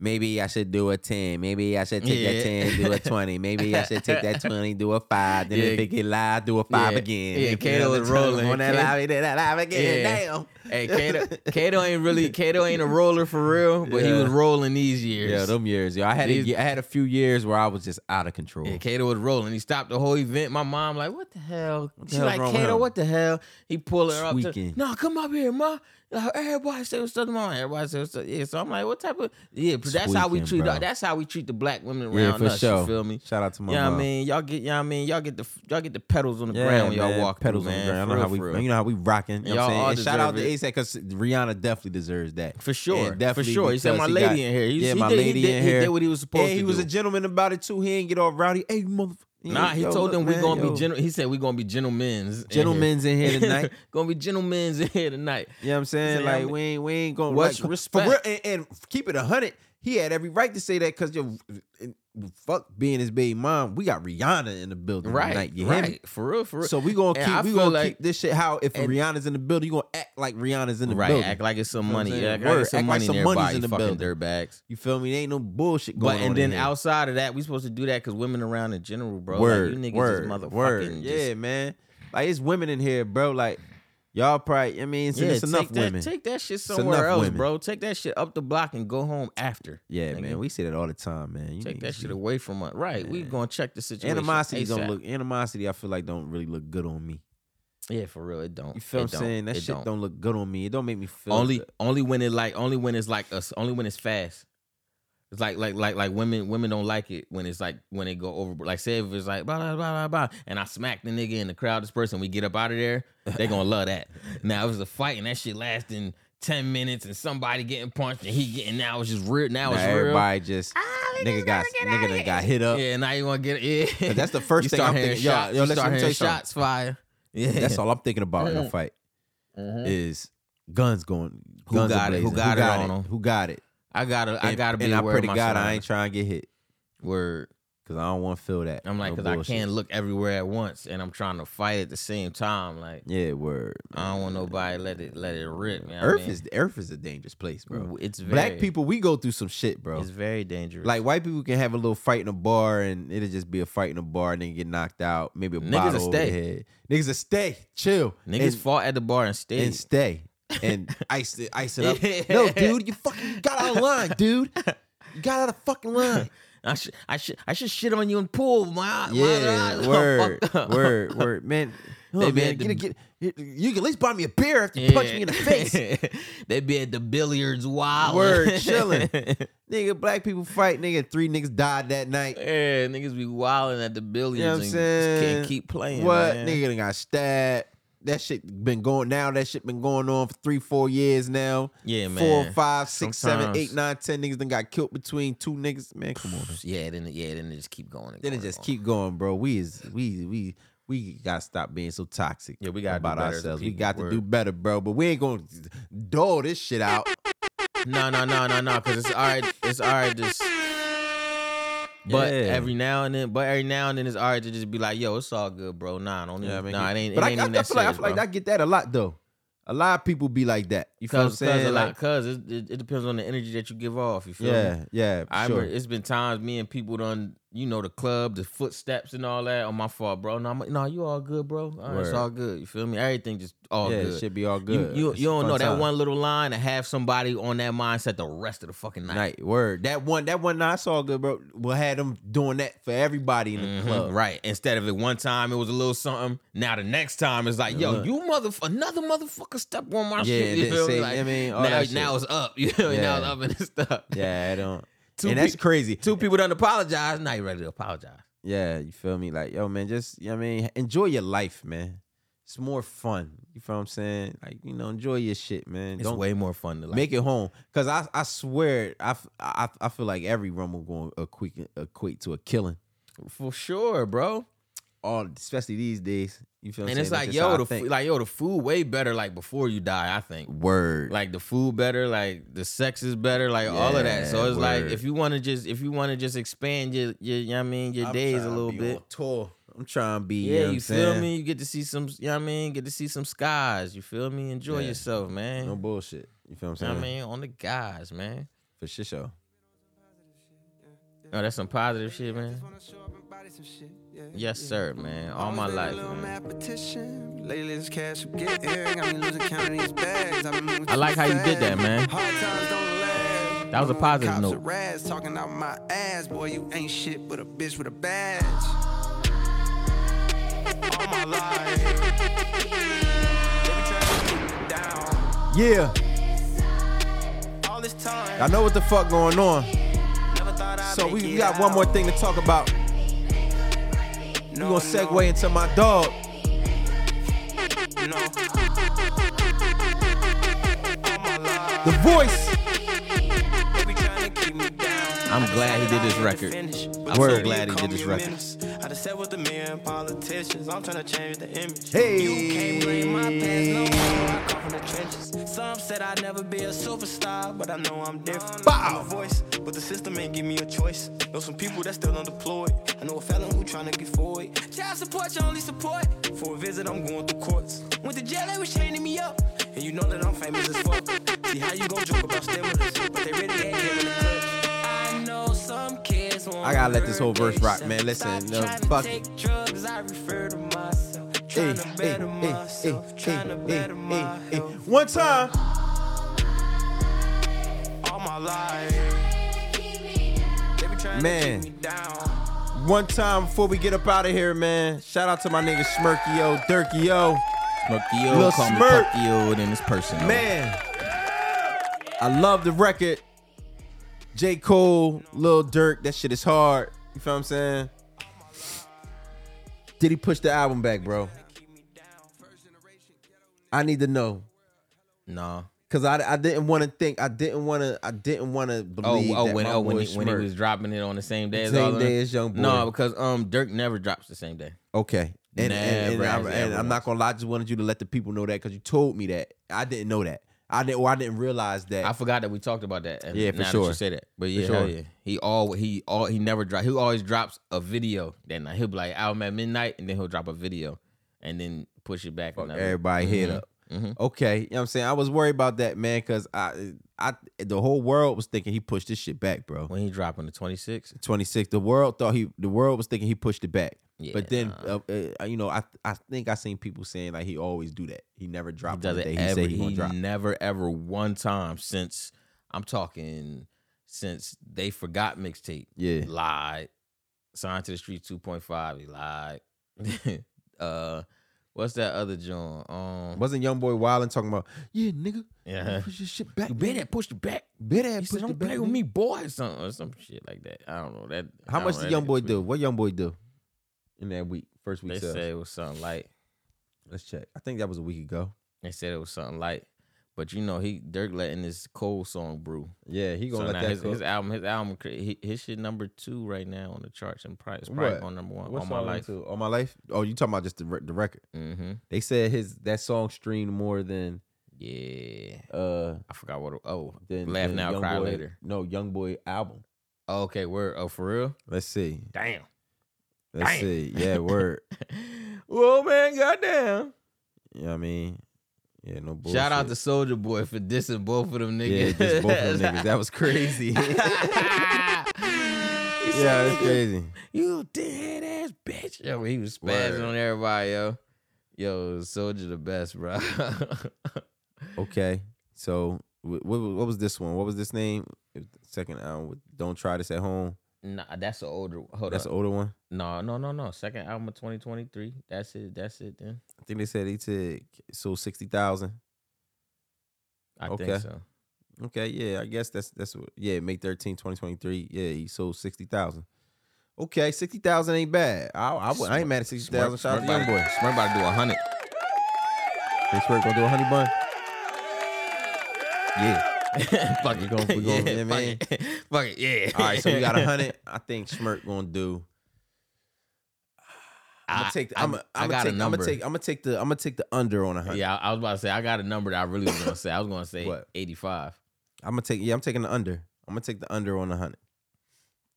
Maybe I should do a ten. Maybe I should take
Yeah.
that ten, do a twenty. Maybe I should take that twenty, do a five. Then
Yeah.
if it get live, do a five
Yeah.
again.
Yeah,
If it
Kato
on the
was
tongue,
rolling.
on that
Kato-
live, that live again.
Yeah.
Damn.
hey, Kato, Kato ain't really Kato ain't a roller for real, but he was
Yeah.
rolling these years.
Yeah, them years. Yo, I had a,
These-
ye- I had a few years where I was just out of control.
Yeah, Kato was rolling. He stopped the whole event. My mom like, what the hell?
the
She
hell's
like,
wrong with
Kato,
him?"
what the hell? He pull her up. To,
Tweaking.
no, come up here, ma. Like, Everybody say what's up to mom. Everybody say what's up. Yeah, so I'm like, what type of yeah? But that's how we
Tweaking,
treat.
bro.
That's how we treat the black women around
Yeah, for
us.
sure.
You feel me?
Shout out to my
Yeah, I
mom.
mean, y'all get, yeah, I mean, y'all get the, y'all get the pedals on the
Yeah,
ground when y'all
man,
walk
pedals
through,
on
man.
the ground.
For
I know
real,
how
for
we,
real.
you know how we rocking. You know what
Y'all
I'm saying?
all
And shout out to
deserve
ASAP because Rihanna definitely deserves that.
For sure.
And
For
definitely
sure. He said,
because
"My
he
lady in here." He-
yeah,
he
my
did- he
lady
did-
in
he
here.
did what he was supposed
and
to
he was
do.
a gentleman about it too. He ain't get all rowdy. Hey, mother.
Nah, he
yo,
told
look,
them we
man,
gonna
yo.
be gentle. He said we gonna be gentlemen's, in here.
Gentlemen's in here tonight.
gonna be gentlemen's in here tonight.
You know what I'm saying?
Say, I
like
mean,
we ain't we ain't gonna
what's
like,
respect?
For real, and, and keep it hundred. He had every right to say that because yo, and fuck being his baby mom. We got Rihanna in the building
Right,
tonight. You hear me?
right. For real, for real.
So we gonna
And
keep
I
we
feel
gonna
like-
keep this shit how if
and-
Rihanna's in the building, you gonna act like Rihanna's in the
right,
building.
act like it's some
You know what
money.
I'm
Yeah,
saying?
act like it's
Word,
some
act like
money in
some
there,
money's
body,
in the
fucking
building.
dirtbags.
you feel me? There ain't no bullshit going
But
on.
and then
in here.
outside of that, we supposed to do that because women around in general, bro.
word,
like, you niggas
word,
is motherfucking
word.
just-
yeah, man. Like it's women in here, bro. Like y'all probably. I mean, it's,
Yeah,
it's enough
take that,
women.
Take that shit
enough
somewhere else,
women.
bro. Take that shit up the block and go home after.
yeah,
nigga.
man. We say that all the time, man. You
take
need
that
to-
shit away from us. Right, we gonna check the situation.
Animosity
ASAP.
don't look animosity. I feel like don't really look good on me.
Yeah, for real, it don't.
You feel
It
what I'm
don't.
saying? That
It
shit don't. look good on me. It don't make me feel
only
good.
only when it like only when it's like us only when it's fast. It's like like like like women women don't like it when it's like when it go over. Like say if it's like blah blah blah blah blah, and I smack the nigga in the crowd. This person, we get up out of there. They gonna love that. Now if it's a fight and that shit lasting ten minutes and somebody getting punched and he getting now it's just real now
Now
it's real.
everybody Ah, just nigga got nigga done got hit up.
Yeah, now you want to get yeah.
But that's the first
you
thing
start
I'm
hearing
thinking. Yo,
shots,
yo,
you
listen,
start
let me tell
hearing
you something.
shots fire. Yeah,
That's all I'm thinking about in a
Mhm.
fight
Mhm.
is guns going.
Who
guns
got it? Who
a-blazing.
got it on 'em?
Who got it?
I gotta, I
And-
gotta be
And I
aware
pray
of
to
my
God I ain't
surroundings.
trying to get hit
Word.
because I don't want to feel that.
I'm like,
No
cause I
bullshit.
can't look everywhere at once, and I'm trying to fight at the same time. Like,
Yeah, word.
I don't want nobody let it let it rip. Man.
Earth is Earth is a dangerous place, bro.
It's very,
Black people, we go through some shit, bro.
It's very dangerous.
Like white people can have a little fight in a bar and it'll just be a fight in a bar and then get knocked out. Maybe a
Niggas
bottle
will
over their
stay.
head. Niggas a stay, chill,
niggas
and,
fought at the bar and stayed.
and stay and ice it, ice it up. no, dude, you fucking got out of line, dude. You got out of fucking line.
I should, I should, I should shit on you and pull my eye. my other eye
Yeah,
is
word,
fucked up.
word, word, man.
They
Oh,
be
man,
at the-
get, a- get, you can at least buy me a beer after you punch me in the face.
they be at the billiards wild.
Word, chillin'. nigga, black people fight, nigga. Three niggas died that night.
Yeah, niggas be wilding at the billiards
You know what I'm
and
saying?
just can't keep playing.
What
man.
nigga done got stabbed? That shit been going now. That shit been going on for three, four years now.
Yeah, man.
Four, five, six, seven,
Sometimes.
eight, nine, ten niggas done got killed between two niggas. Man, come on.
Yeah, then yeah, then it just keep going. And
Then it
going
just
and
keep going, bro. We is we we we gotta stop being so toxic.
Yeah, we gotta do
about
better as a
ourselves. we
people,
got to do
word.
better, bro. But we ain't gonna dole this shit out.
going. No, no, no, no, no, because it's all right. It's all right. Just. But
Yeah.
every now and then, but every now and then it's all right to just be like, "Yo, it's all good, bro. Nah, don't.
Yeah, I
even,
mean,
nah, it ain't.
But
it
I,
ain't
I,
even
I
that
feel like I
serious,
feel like
bro.
I get that a lot though. A lot of people be like that. You feel what I'm
Cause, cause,
saying?
a lot,
Like,
cause it, it, it depends on the energy that you give off. You feel me?
yeah, yeah.
I
sure.
remember it's been times me and people done, you know, the club, the footsteps and all that. On my fault, bro. No, I'm, no, you all good, bro. All right, it's
Word.
all good. You feel me? Everything just all
yeah,
good.
it should be all good.
You you,
It's
you
a
don't
fun
know that
time.
one little line to have somebody on that mindset the rest of the fucking night.
night. Word. That one that one night I saw good, bro. We'll have them doing that for everybody in the
Mhm,
club.
Right. Instead of it one time it was a little something. Now the next time it's like, yo,
Look.
you motherfucker, another motherfucker step on my
Yeah,
shit. You
didn't
feel me?
say-
Like,
I mean, all
now,
that shit.
now it's up. You feel me? Now it's
Yeah.
up and it's up.
Yeah, I don't.
Two
and that's
peop-
crazy.
Two people done apologize. Now you ready to apologize.
Yeah, you feel me? Like, yo, man, just you know what I mean, enjoy your life, man. It's more fun. You feel what I'm saying? Like, you know, enjoy your shit, man.
It's
Don't
way more fun to like.
make it home. Cause I I swear I, f- I I feel like every rumble going equate equate to a killing.
for sure, bro.
All especially these days. You feel what I'm
And it's
saying?
like,
That's just how
yo,
I
the
think.
food, like yo, the food way better like before you die, I think.
word.
like the food better, like the sex is better, like all of that. So
Yeah,
it's like
word.
if you want to just if you want to just expand your your you know what I mean your days a little bit.
Tour. I'm trying to be.
Yeah,
you,
you,
know what I'm
feel
saying?
me? You get to see some, you know what I mean? Get to see some skies. You feel me? Enjoy
Yeah.
yourself, man.
No bullshit. You feel what
you know
I'm
what I
saying?
mean? On the guys, man.
For shit show.
Oh, that's some positive shit, man. Yes,
Yes,
sir,
sir.
man. All my life, man.
I like how you did that, man. That was a positive note. Talking out my ass, boy, you ain't shit but a bitch with a badge. All my life. They be trying to keep me down.
Yeah,
All this
I
time,
know what the fuck going on.
never thought I'd
So
make
we
it
got one more
out.
thing to talk about. We
No,
gonna
no,
segue into my dog.
no. All my life.
The voice.
I'm
glad he did this record.
I'm
Word.
glad he did this record.
I just sat with the million politicians. I'm trying to change the image.
Hey.
You can't bring my pants no more. I come from the trenches. Some said I'd never be a superstar, but I know I'm different.
Bow.
I'm a voice, but the system ain't give me a choice. Know some people that still unemployed. I know a felon who trying to get forward. Child support, your only support. For a visit, I'm going through courts. Went to jail, they was chaining me up. And you know that I'm famous as fuck. See how you gon' joke about stimulus, but they really ain't giving a clutch. I know some kids want
I gotta let this whole verse rock, man. Listen, no, fuck it.
drugs, I refer to myself.
Hey,
Tryna
hey,
better
hey, hey,
myself,
hey,
tryna
hey,
better
hey, hey.
myself.
One time.
All my life. They be trying
Man.
to keep me down.
One time before we get up out of here, man. Shout out to my nigga Smirkyo, Dirkyo.
Smurkio,
Lil
call me
Smirk.
Puckio, then this person.
Man, I love the record. J. Cole, Lil Durk, that shit is hard. You feel what I'm saying? Did he push the album back, bro? I need to know.
no,
because I, I didn't want to think I didn't want to I didn't want to believe
Oh, oh,
that
when
my
oh when
boy
he, when he
Smirk-
was dropping it on the same day as
Same
all of them?
day as Young Boy.
No, because um Dirk never drops the same day.
okay. And, and, and,
Never
I'm,
has
and
ever
I'm not gonna lie. I just wanted you to let the people know that because you told me that I didn't know that. I didn't. Or I didn't realize that.
I forgot that we talked about that. and
Yeah, for
now that
sure.
you say that, but yeah,
sure.
hell yeah. He all he all he never drop. He always drops a video that night. He'll be like out at midnight, and then he'll drop a video, and then push it back.
fuck
another-
everybody head
Mhm.
up.
Mhm.
Okay, you know what I'm saying? I was worried about that, man, because I, I, the whole world was thinking he pushed this shit back, bro.
When he dropping the twenty six,
26. The world thought he, the world was thinking he pushed it back.
Yeah,
but then,
nah.
uh, uh, you know, I, I think I seen people saying like he always do that. He never
he
dropped
does
the
it
day he
every.
said
He,
he gonna drop.
never ever one time since I'm talking since they forgot mixtape.
Yeah,
lied. Signed to the street 2.5, he lied. uh what's that other joint? Um
wasn't young boy Wildin talking about? Yeah, nigga,
yeah.
push your shit back.
You better push the back.
better
He
push
said,
it
Don't
back.
play with
nigga."
me, boy, or something or some shit like that. I don't know. That
How
I
much
don't
did
know.
young boy do? What young boy do in that week? First week
They
sales.
said it was something light.
Let's check. I think that was a week ago.
They said it was something light. But you know, he Dirk letting this cold song brew.
Yeah, he
So
gonna
now
let that
his,
cook.
his album, his album, cra- he- his shit number two right now on the charts and price probably
What?
on number one
What
on my
song
life.
too? On my life. Oh, you talking about just the, re- the record?
Mm-hmm.
They said his that song streamed more than
Yeah,
uh
I forgot what. Oh,
than
laugh
than
now,
Young
cry
Boy-
later.
No, Young Boy album.
Okay, word. Oh, for real?
Let's see.
Damn.
Let's
Damn.
see. Yeah, word.
Whoa, man, goddamn.
you know what I mean? Yeah, no bullshit.
Shout out to Soldier Boy for dissing both of them
yeah,
niggas.
just both of them niggas. That was crazy. yeah,
yeah,
that's crazy.
You dead ass bitch. Yo, he was spazzing
Word.
on everybody, yo. Yo, Soldier the best, bro.
Okay, so what, what what was this one? What was this name? It was the Second album. with Don't try this at home.
nah, that's an older. Hold
That's
on.
the older one.
no, no, no, no. Second album of 2023. That's it. That's it. Then
I think they said he took so sixty thousand.
I
Okay.
think so.
Okay, yeah, I guess that's that's what yeah, May 13, 2023. Yeah, he sold sixty thousand. Okay, sixty thousand ain't bad. I I, would- I ain't mad at sixty thousand. Shout out to Young
Smart
Boy.
about- Smart about to do a hundred.
They swear gonna do a honey bun. Yeah.
fuck
We
it.
gon- we gon- yeah,
fuck
man.
it. Fuck it. Yeah.
All right, so we got a hundred. I think Smirk gonna do. I'm
I-
gonna take. The,
I-
I'm.
I
I'm
got
gonna
a
take. I'm gonna
number.
take. I'm gonna take the. I'm gonna take the under on a hundred.
Yeah, I I was about to say I got a number that I really was gonna say. I was gonna say
What?
eighty-five.
I'm gonna take. Yeah, I'm taking the under. I'm gonna take the under on a hundred.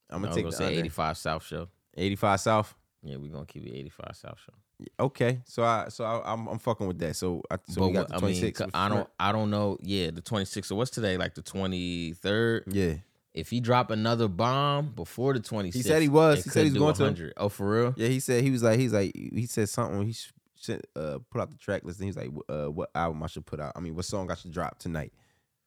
I'm gonna
No, I was
take
gonna
the
say
under.
eighty-five South Show.
85 South.
Yeah, we're gonna keep it eighty-five South Show.
Okay, so I so I, I'm I'm fucking with that. So I so we got
what-
the 26.
I mean,
which
c- I
is
don't, I don't know. Yeah, the twenty-sixth. So what's today? Like the twenty-third.
smart. Yeah,
If he drop another bomb before the twenty-sixth,
He said he was. He said he's going to.
Oh, for real?
yeah. He said he was like he's like he said something. He sh- sent, uh put out the track list. And he's like, wh- uh, what album I should put out? I mean, what song I should drop tonight?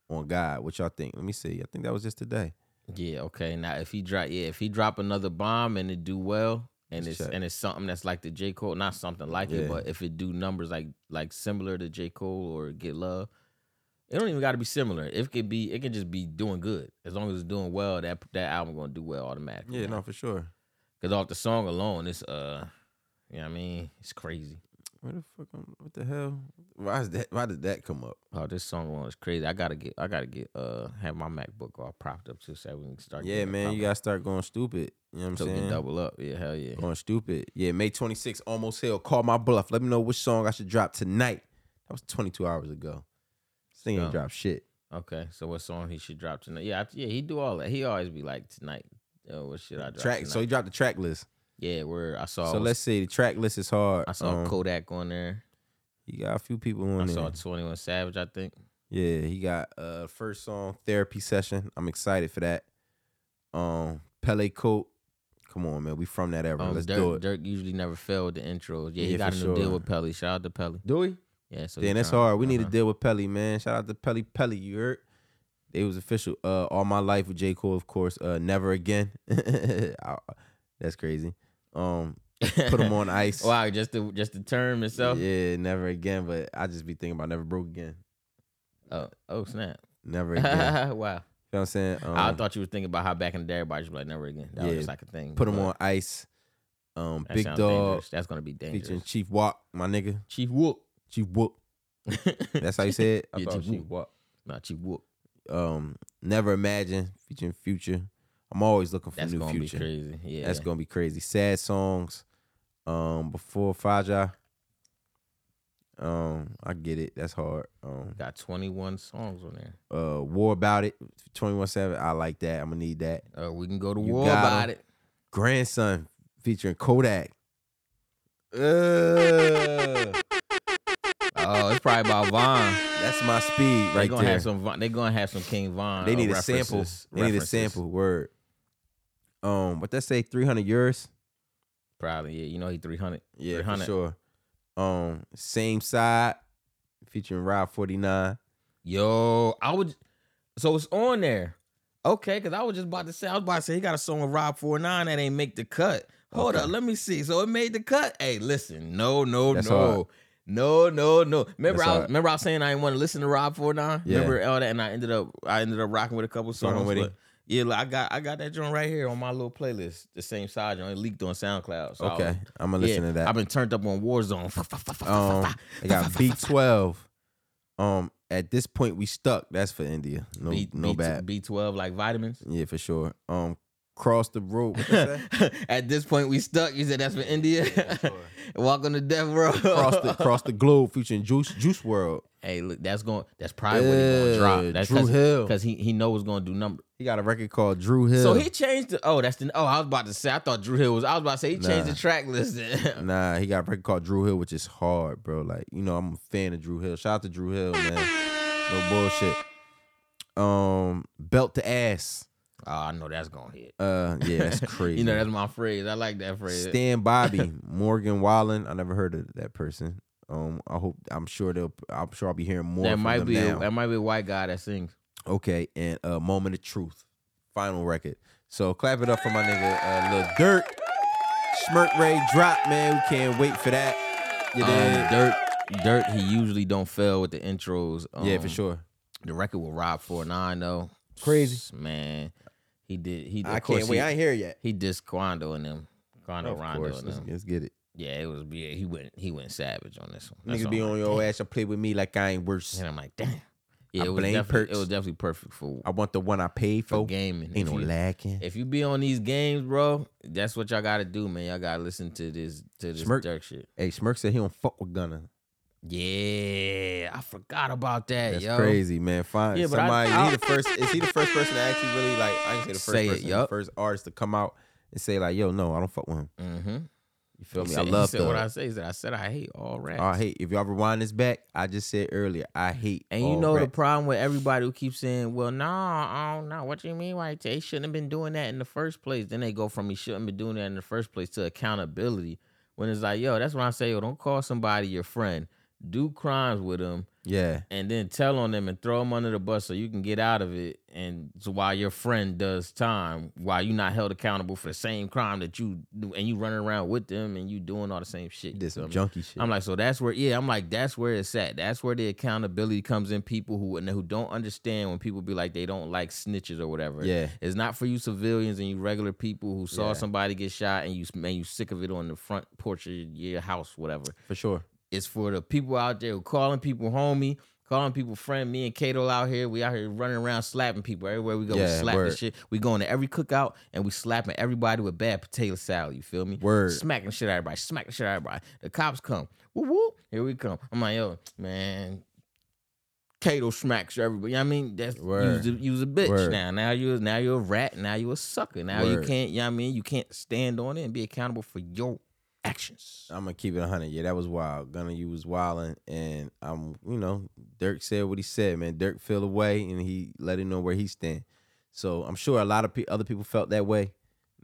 On God, what y'all think? Let me see. I think that was just today.
Yeah, okay. Now if he drop yeah, if he drop another bomb and it do well and
Let's
it's
check.
and it's something that's like the J. Cole, not something like
Yeah.
it, but if it do numbers like like similar to J. Cole or Get Love, it don't even gotta be similar. It could be it can just be doing good. As long as it's doing well, that that album gonna do well automatically.
Yeah, no, for sure.
Cause off the song alone, it's uh you know what I mean? It's crazy.
Where the fuck? I'm, what the hell? Why is that? Why did that come up?
Oh, this song alone is crazy. I gotta get I gotta get uh have my MacBook all propped up too so we can start
Yeah,
getting it
man, you
popping.
gotta start going stupid. You know what I'm
so we
saying?
can double up. Yeah, hell yeah.
Going stupid. Yeah, May 26th, almost hell. Call my bluff. Let me know which song I should drop tonight. That was 22 hours ago. This thing ain't
Yeah.
dropped shit.
Okay, so what song he should drop tonight? Yeah, I, yeah, he do all that. He always be like tonight. Oh, what should I drop?
Track.
tonight?
So he dropped Oh, the track list.
yeah, where I saw.
so let's see. The track list is hard.
I saw
Um,
Kodak on there.
He got a few people on
I
there.
saw Twenty One Savage. I think.
yeah, he got uh first song therapy session. I'm excited for that. Um, Pele Coat. Come on, man. We from that era.
Um,
Let's
Dirk,
do it.
Dirk usually never failed the intros. Yeah, he
Yeah,
got
for
a new deal
sure.
with Pelly. Shout out to Pelly.
Do we?
Yeah, so he
Damn, that's
tryna-
hard. We need to
uh-huh.
deal with Pelly, man. Shout out to Pelly Pelly, you heard? It was official. Uh, all my life with J. Cole, of course. Uh, never again. I- that's crazy. Um, put him on ice.
Uh-huh. wow, just the just the term itself.
Yeah, never again. But I just be thinking about never broke again.
Oh, oh snap!
Never again. you know
wow,
what I'm saying? Um,
I thought you were thinking about how back in the day everybody should be like never again. That
yeah,
was just like a thing.
put him
but
on ice. Um,
that
Big
sounds
Dog
dangerous. That's gonna be dangerous.
featuring Chief Walk, my nigga.
Chief Whoop.
Chief Whoop. That's how you say it. I
Yeah,
thought it was
Chief
Chief Walk.
Nah, she whoop.
Um, Never Imagine featuring Future. I'm always looking for
That's
new
gonna
Future.
be crazy. Yeah,
That's gonna be crazy. Sad songs. Um, before Faja. Um, I get it. That's hard. Um,
got 21 songs on there.
uh, War About It, twenty one seven. I like that. I'm gonna need that.
Uh, we can go to
You
war
got
about
'em.
it.
Grandson featuring Kodak. Uh,
Oh, it's probably about Vaughn.
that's my speed
they
right
gonna
there.
have some. Von- They gonna have some King Von.
they
uh,
need a sample.
references-
They need a
references.
sample. Word. Um, what that say? Three hundred euros.
Probably. Yeah, you know he 300.
Yeah, for
300.
sure. Um, same side featuring Rob Forty Nine.
Yo, I would. So it's on there. Okay, because I was just about to say, I was about to say he got a song with Rob 49 that ain't make the cut. Hold up, let me see. So it made the cut. Hey, listen, no, no,
That's
no.
hard.
No, no, no. Remember,
That's
I was,
hard.
remember I was saying I didn't want to listen to Rob 49?
Yeah.
Remember all that? And I ended up I ended up rocking with a couple
Fucking
songs.
with it.
but yeah, like, I got I got that joint right here on my little playlist. The same side joint. It leaked on SoundCloud. So I was-
Okay, I'm gonna listen
Oh. yeah,
to that.
I've been turned up on Warzone.
um, I got B twelve. Um, at this point we stuck. That's for India. No,
B,
no
B-
bad.
B12 like vitamins.
yeah, for sure. Um, cross the road. What that say?
At this point, we stuck. You said that's for India. Welcome to Death Row.
cross the cross the globe featuring Juice Juice World.
hey, look, that's going. That's probably what he's
Yeah,
gonna drop. That's
Drew Hill.
because he he knows it's gonna do number.
He got a record called Drew Hill.
So he changed the. Oh, that's the. Oh, I was about to say. I thought Drew Hill was. I was about to say he changed
Nah.
the track list.
Nah, he got a record called Drew Hill, which is hard, bro. Like, you know, I'm a fan of Drew Hill. Shout out to Drew Hill, man. No bullshit. Um, belt to ass.
oh, I know that's gonna hit.
Uh, yeah, that's crazy.
You know that's my phrase. I like that phrase.
Stan Bobby, Morgan Wallen. I never heard of that person. Um, I hope I'm sure they'll. I'm sure I'll be hearing more.
that
from
might
them
be. a-
now.
that might be a white guy that sings.
Okay, and uh, moment of truth, final record. So clap it up for my nigga uh, Lil Dirt. Smirk Ray drop, man. We can't wait for that. You
Um,
dig?
dirt, dirt. He usually don't fail with the intros. Um,
yeah, for sure.
The record with Rob 49 though.
Crazy.
Man. He did he
I
of course
can't wait.
He,
I ain't here yet.
he dissed Quando and them. Quando
Of
Rondo
course,
and
let's,
them.
let's get it.
Yeah, it was yeah, he went he went savage on this one. That's
Niggas
all
be
I'm
on
like,
your
damn.
ass. to play with me like I ain't worse.
And I'm like, damn. Yeah,
I
it was,
blame
definitely, it
Perks.
was definitely perfect for,
I want the one I paid
for
for.
gaming.
Ain't
If
no
you-
lacking.
If you be on these games, bro, that's what y'all gotta do, man. Y'all gotta listen to this to this
Smirk.
dirt shit.
Hey, Smirk said he don't fuck with Gunna.
Yeah, I forgot about that,
That's
yo.
crazy, man. Fine.
Yeah, but I-
Somebody,
I-
he the first. Is he the first person to actually really like? I can say the first
Say it,
person,
yup.
the first artist to come out and say like, "Yo, no, I don't fuck with him."
Mm-hmm.
You feel me?
He
I
said- he
love
said what I
that.
say. He said I said I hate all rap.
I hate. If y'all rewind this back, I just said earlier, I hate.
And you
all
know the
rap.
problem with everybody who keeps saying, "Well, nah, I don't know what you mean. Why they shouldn't have been doing that in the first place?" Then they go from "He shouldn't be doing that in the first place" to accountability. When it's like, "Yo, that's why I say, yo, don't call somebody your friend. Do crimes with them,
yeah,
and then tell on them and throw them under the bus so you can get out of it." And so while your friend does time, while you're not held accountable for the same crime that you do, and you running around with them and you doing all the same
he
shit. you
did some
feel me?
junky shit.
I'm like, so that's where, yeah, I'm like, that's where it's at. That's where the accountability comes in. People who and who don't understand when people be like, they don't like snitches or whatever.
Yeah.
it's not for you civilians and you regular people who saw
Yeah.
somebody get shot and you man, you sick of it on the front porch of your house, whatever.
for sure.
It's for the people out there who calling people homie, calling people friend. Me and Kato out here, we out here running around slapping people everywhere we go. we
Yeah,
slapping
word.
shit. We going to every cookout and we slapping everybody with bad potato salad. You feel me?
Word.
Smacking shit out of everybody. Smacking shit out of everybody. The cops come. Woo woo. Here we come. I'm like, yo, man. Kato smacks everybody. You know what I mean, that's you
Word.
was a- you was a bitch
Word.
now. Now you now you're a rat. Now you a sucker. Now you
Word.
can't. You know what I mean, you can't stand on it and be accountable for your actions.
I'm gonna keep it 100. Yeah, that was wild. Gunna, you was wilding, and I'm, you know, Dirk said what he said, man. Dirk fell away, and he let him know where he stand. So I'm sure a lot of pe- other people felt that way. You know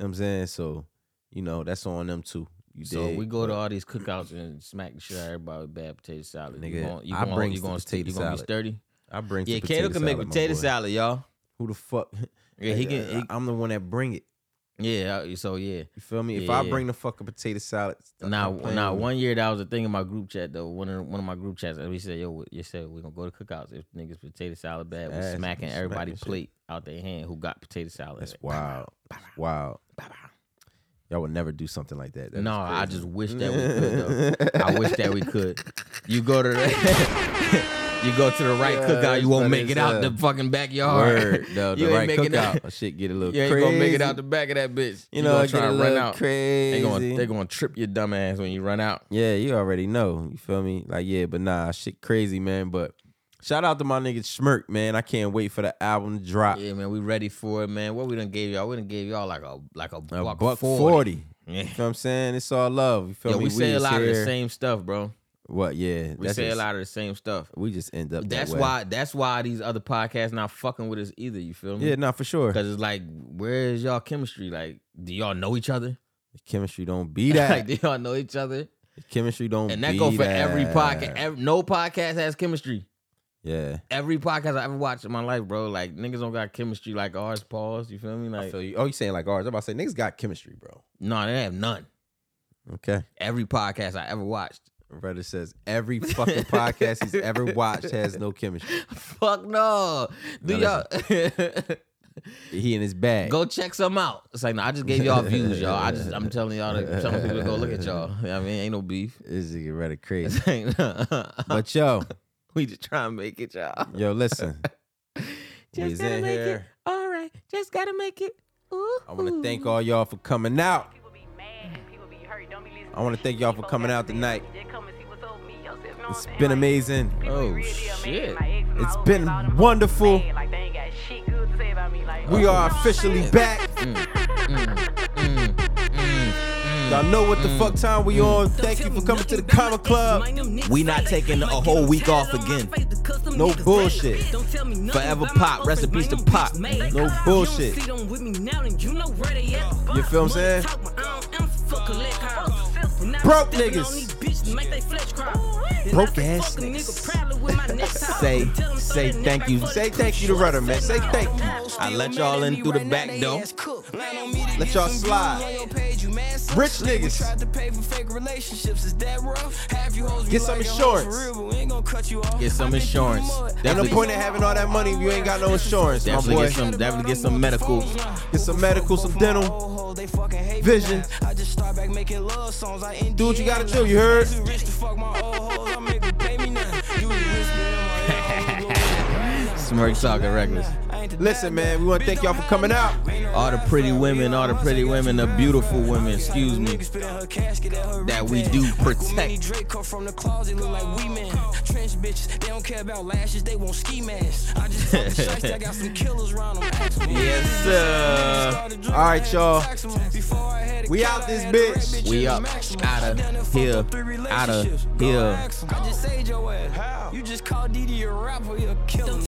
what I'm saying, so you know, that's on them too. You
So
dig?
we go to
But
all these cookouts and smack the shit out of everybody with bad potato salad.
Nigga,
you going you
I
going
brings
you
the
going
potato
you going to be
salad.
sturdy.
I bring some
Yeah,
potato
Kato can make
salad, my
potato
boy.
salad, y'all.
Who the fuck?
Yeah, he can.
I- I'm the one that bring it.
he- yeah, I- so yeah.
You feel me? If
Yeah,
I
yeah.
bring the fucking potato salad, stop
Now,
playing
now,
with me.
one year that was a thing in my group chat though. One of one of my group chats, we said, "Yo, you said we're gonna go to cookouts if niggas potato salad bad. We
Ass, we
smacking
smacking
everybody
shit.
plate out their hand who got potato salad."
That's
in it.
wild. That's wild. Y'all would never do something like that. That is
no, I
crazy.
just wish that we could. though. I wish that we could. You go to the, You go to the right
Yeah,
cookout, you won't
that's
make
what it
it out
said.
the fucking backyard.
Word, though, the
You ain't
right
making
cookout,
that-
shit get a little
You ain't
crazy.
gonna make it out the back of that bitch.
you know,
gonna
it get
try
a
to run
little
out. They
crazy.
gonna they gonna trip your dumb ass when you run out.
Yeah, you already know. You feel me? Like, yeah, but nah, shit crazy, man. But shout out to my nigga Schmirk, man. I can't wait for the album to drop.
Yeah, man, we ready for it, man. What we done gave y'all? We done gave y'all like a like a,
A
buck,
buck 40.
forty. Yeah.
You feel what I'm saying? It's all love. You feel
Yo,
me?
we say a
is
lot of the
here.
same stuff, bro.
What? Yeah.
We
that's
say
just-
a lot of the same stuff.
We just end up that
That's
way.
why that's why these other podcasts not fucking with us either, you feel me?
Yeah, nah, for sure.
Cause it's like, where is y'all chemistry? Like, do y'all know each other?
Chemistry don't be that.
like, do y'all know each other?
Chemistry don't
And that
be
go for every
that.
podcast. Every, no podcast has chemistry.
Yeah.
Every podcast I ever watched in my life, bro, like niggas don't got chemistry like ours. Pause. You feel me?
I
Like,
feel you. Oh, you saying like ours? I'm about to say niggas got chemistry, bro.
no, they have none.
Okay.
Every podcast I ever watched.
Reddit says every fucking podcast he's ever watched has no chemistry.
Fuck no. Do
Now
y'all
He in his bag.
go check some out? It's like, no, I just gave y'all views, y'all. I just I'm telling y'all to telling people to go look at y'all. You know what I mean, ain't no beef.
This nigga Reddit crazy.
It's like, nah.
But yo,
we just try and make it, y'all.
yo, listen.
Just
We's
gotta
in
make it.
here.
All right, just gotta make it. Ooh.
I want to thank all y'all for coming out.
People be mad and people be hurt. Don't be listening.
I wanna
to
thank
shit
y'all for
people
coming
have
out
to
tonight.
say. Just come and see what's up with me, yourself, know what I'm
It's
saying?
been
Like,
amazing.
people be
Oh,
real deal mad.
shit.
My ex and my
It's
old
been
bitch, all them hoes
wonderful.
mad. Like, they ain't got shit good to say about me. Like, uh,
We are officially back.
Mm,
Y'all know what
mm,
the fuck time we on. Thank you for coming to the Comic Club.
We not taking a whole week off again.
No bullshit.
Forever pop. Recipes to pop.
No bullshit. You feel what I'm saying? Broke niggas. Broke ass niggas. say, say thank you. Say thank you to Rudder, man. Say thank you.
I let y'all in through the back door.
Let y'all slide. Rich niggas. Get some insurance.
Get some insurance.
Ain't no
Definitely,
point in having all that money if you ain't got no insurance, my
definitely
boy.
get some. Definitely get some medical.
Get some medical, some dental, vision. Do what you gotta do, you heard?
Smirk talking reckless.
Listen, man, we wanna thank y'all for coming out.
All the pretty women, all the pretty women, the beautiful women, excuse me, that we do protect. Yes, sir.
Alright, y'all. We out this bitch.
We up out of here, out of here.
I just saved your ass. You just called Didi a rapper, you're a killer.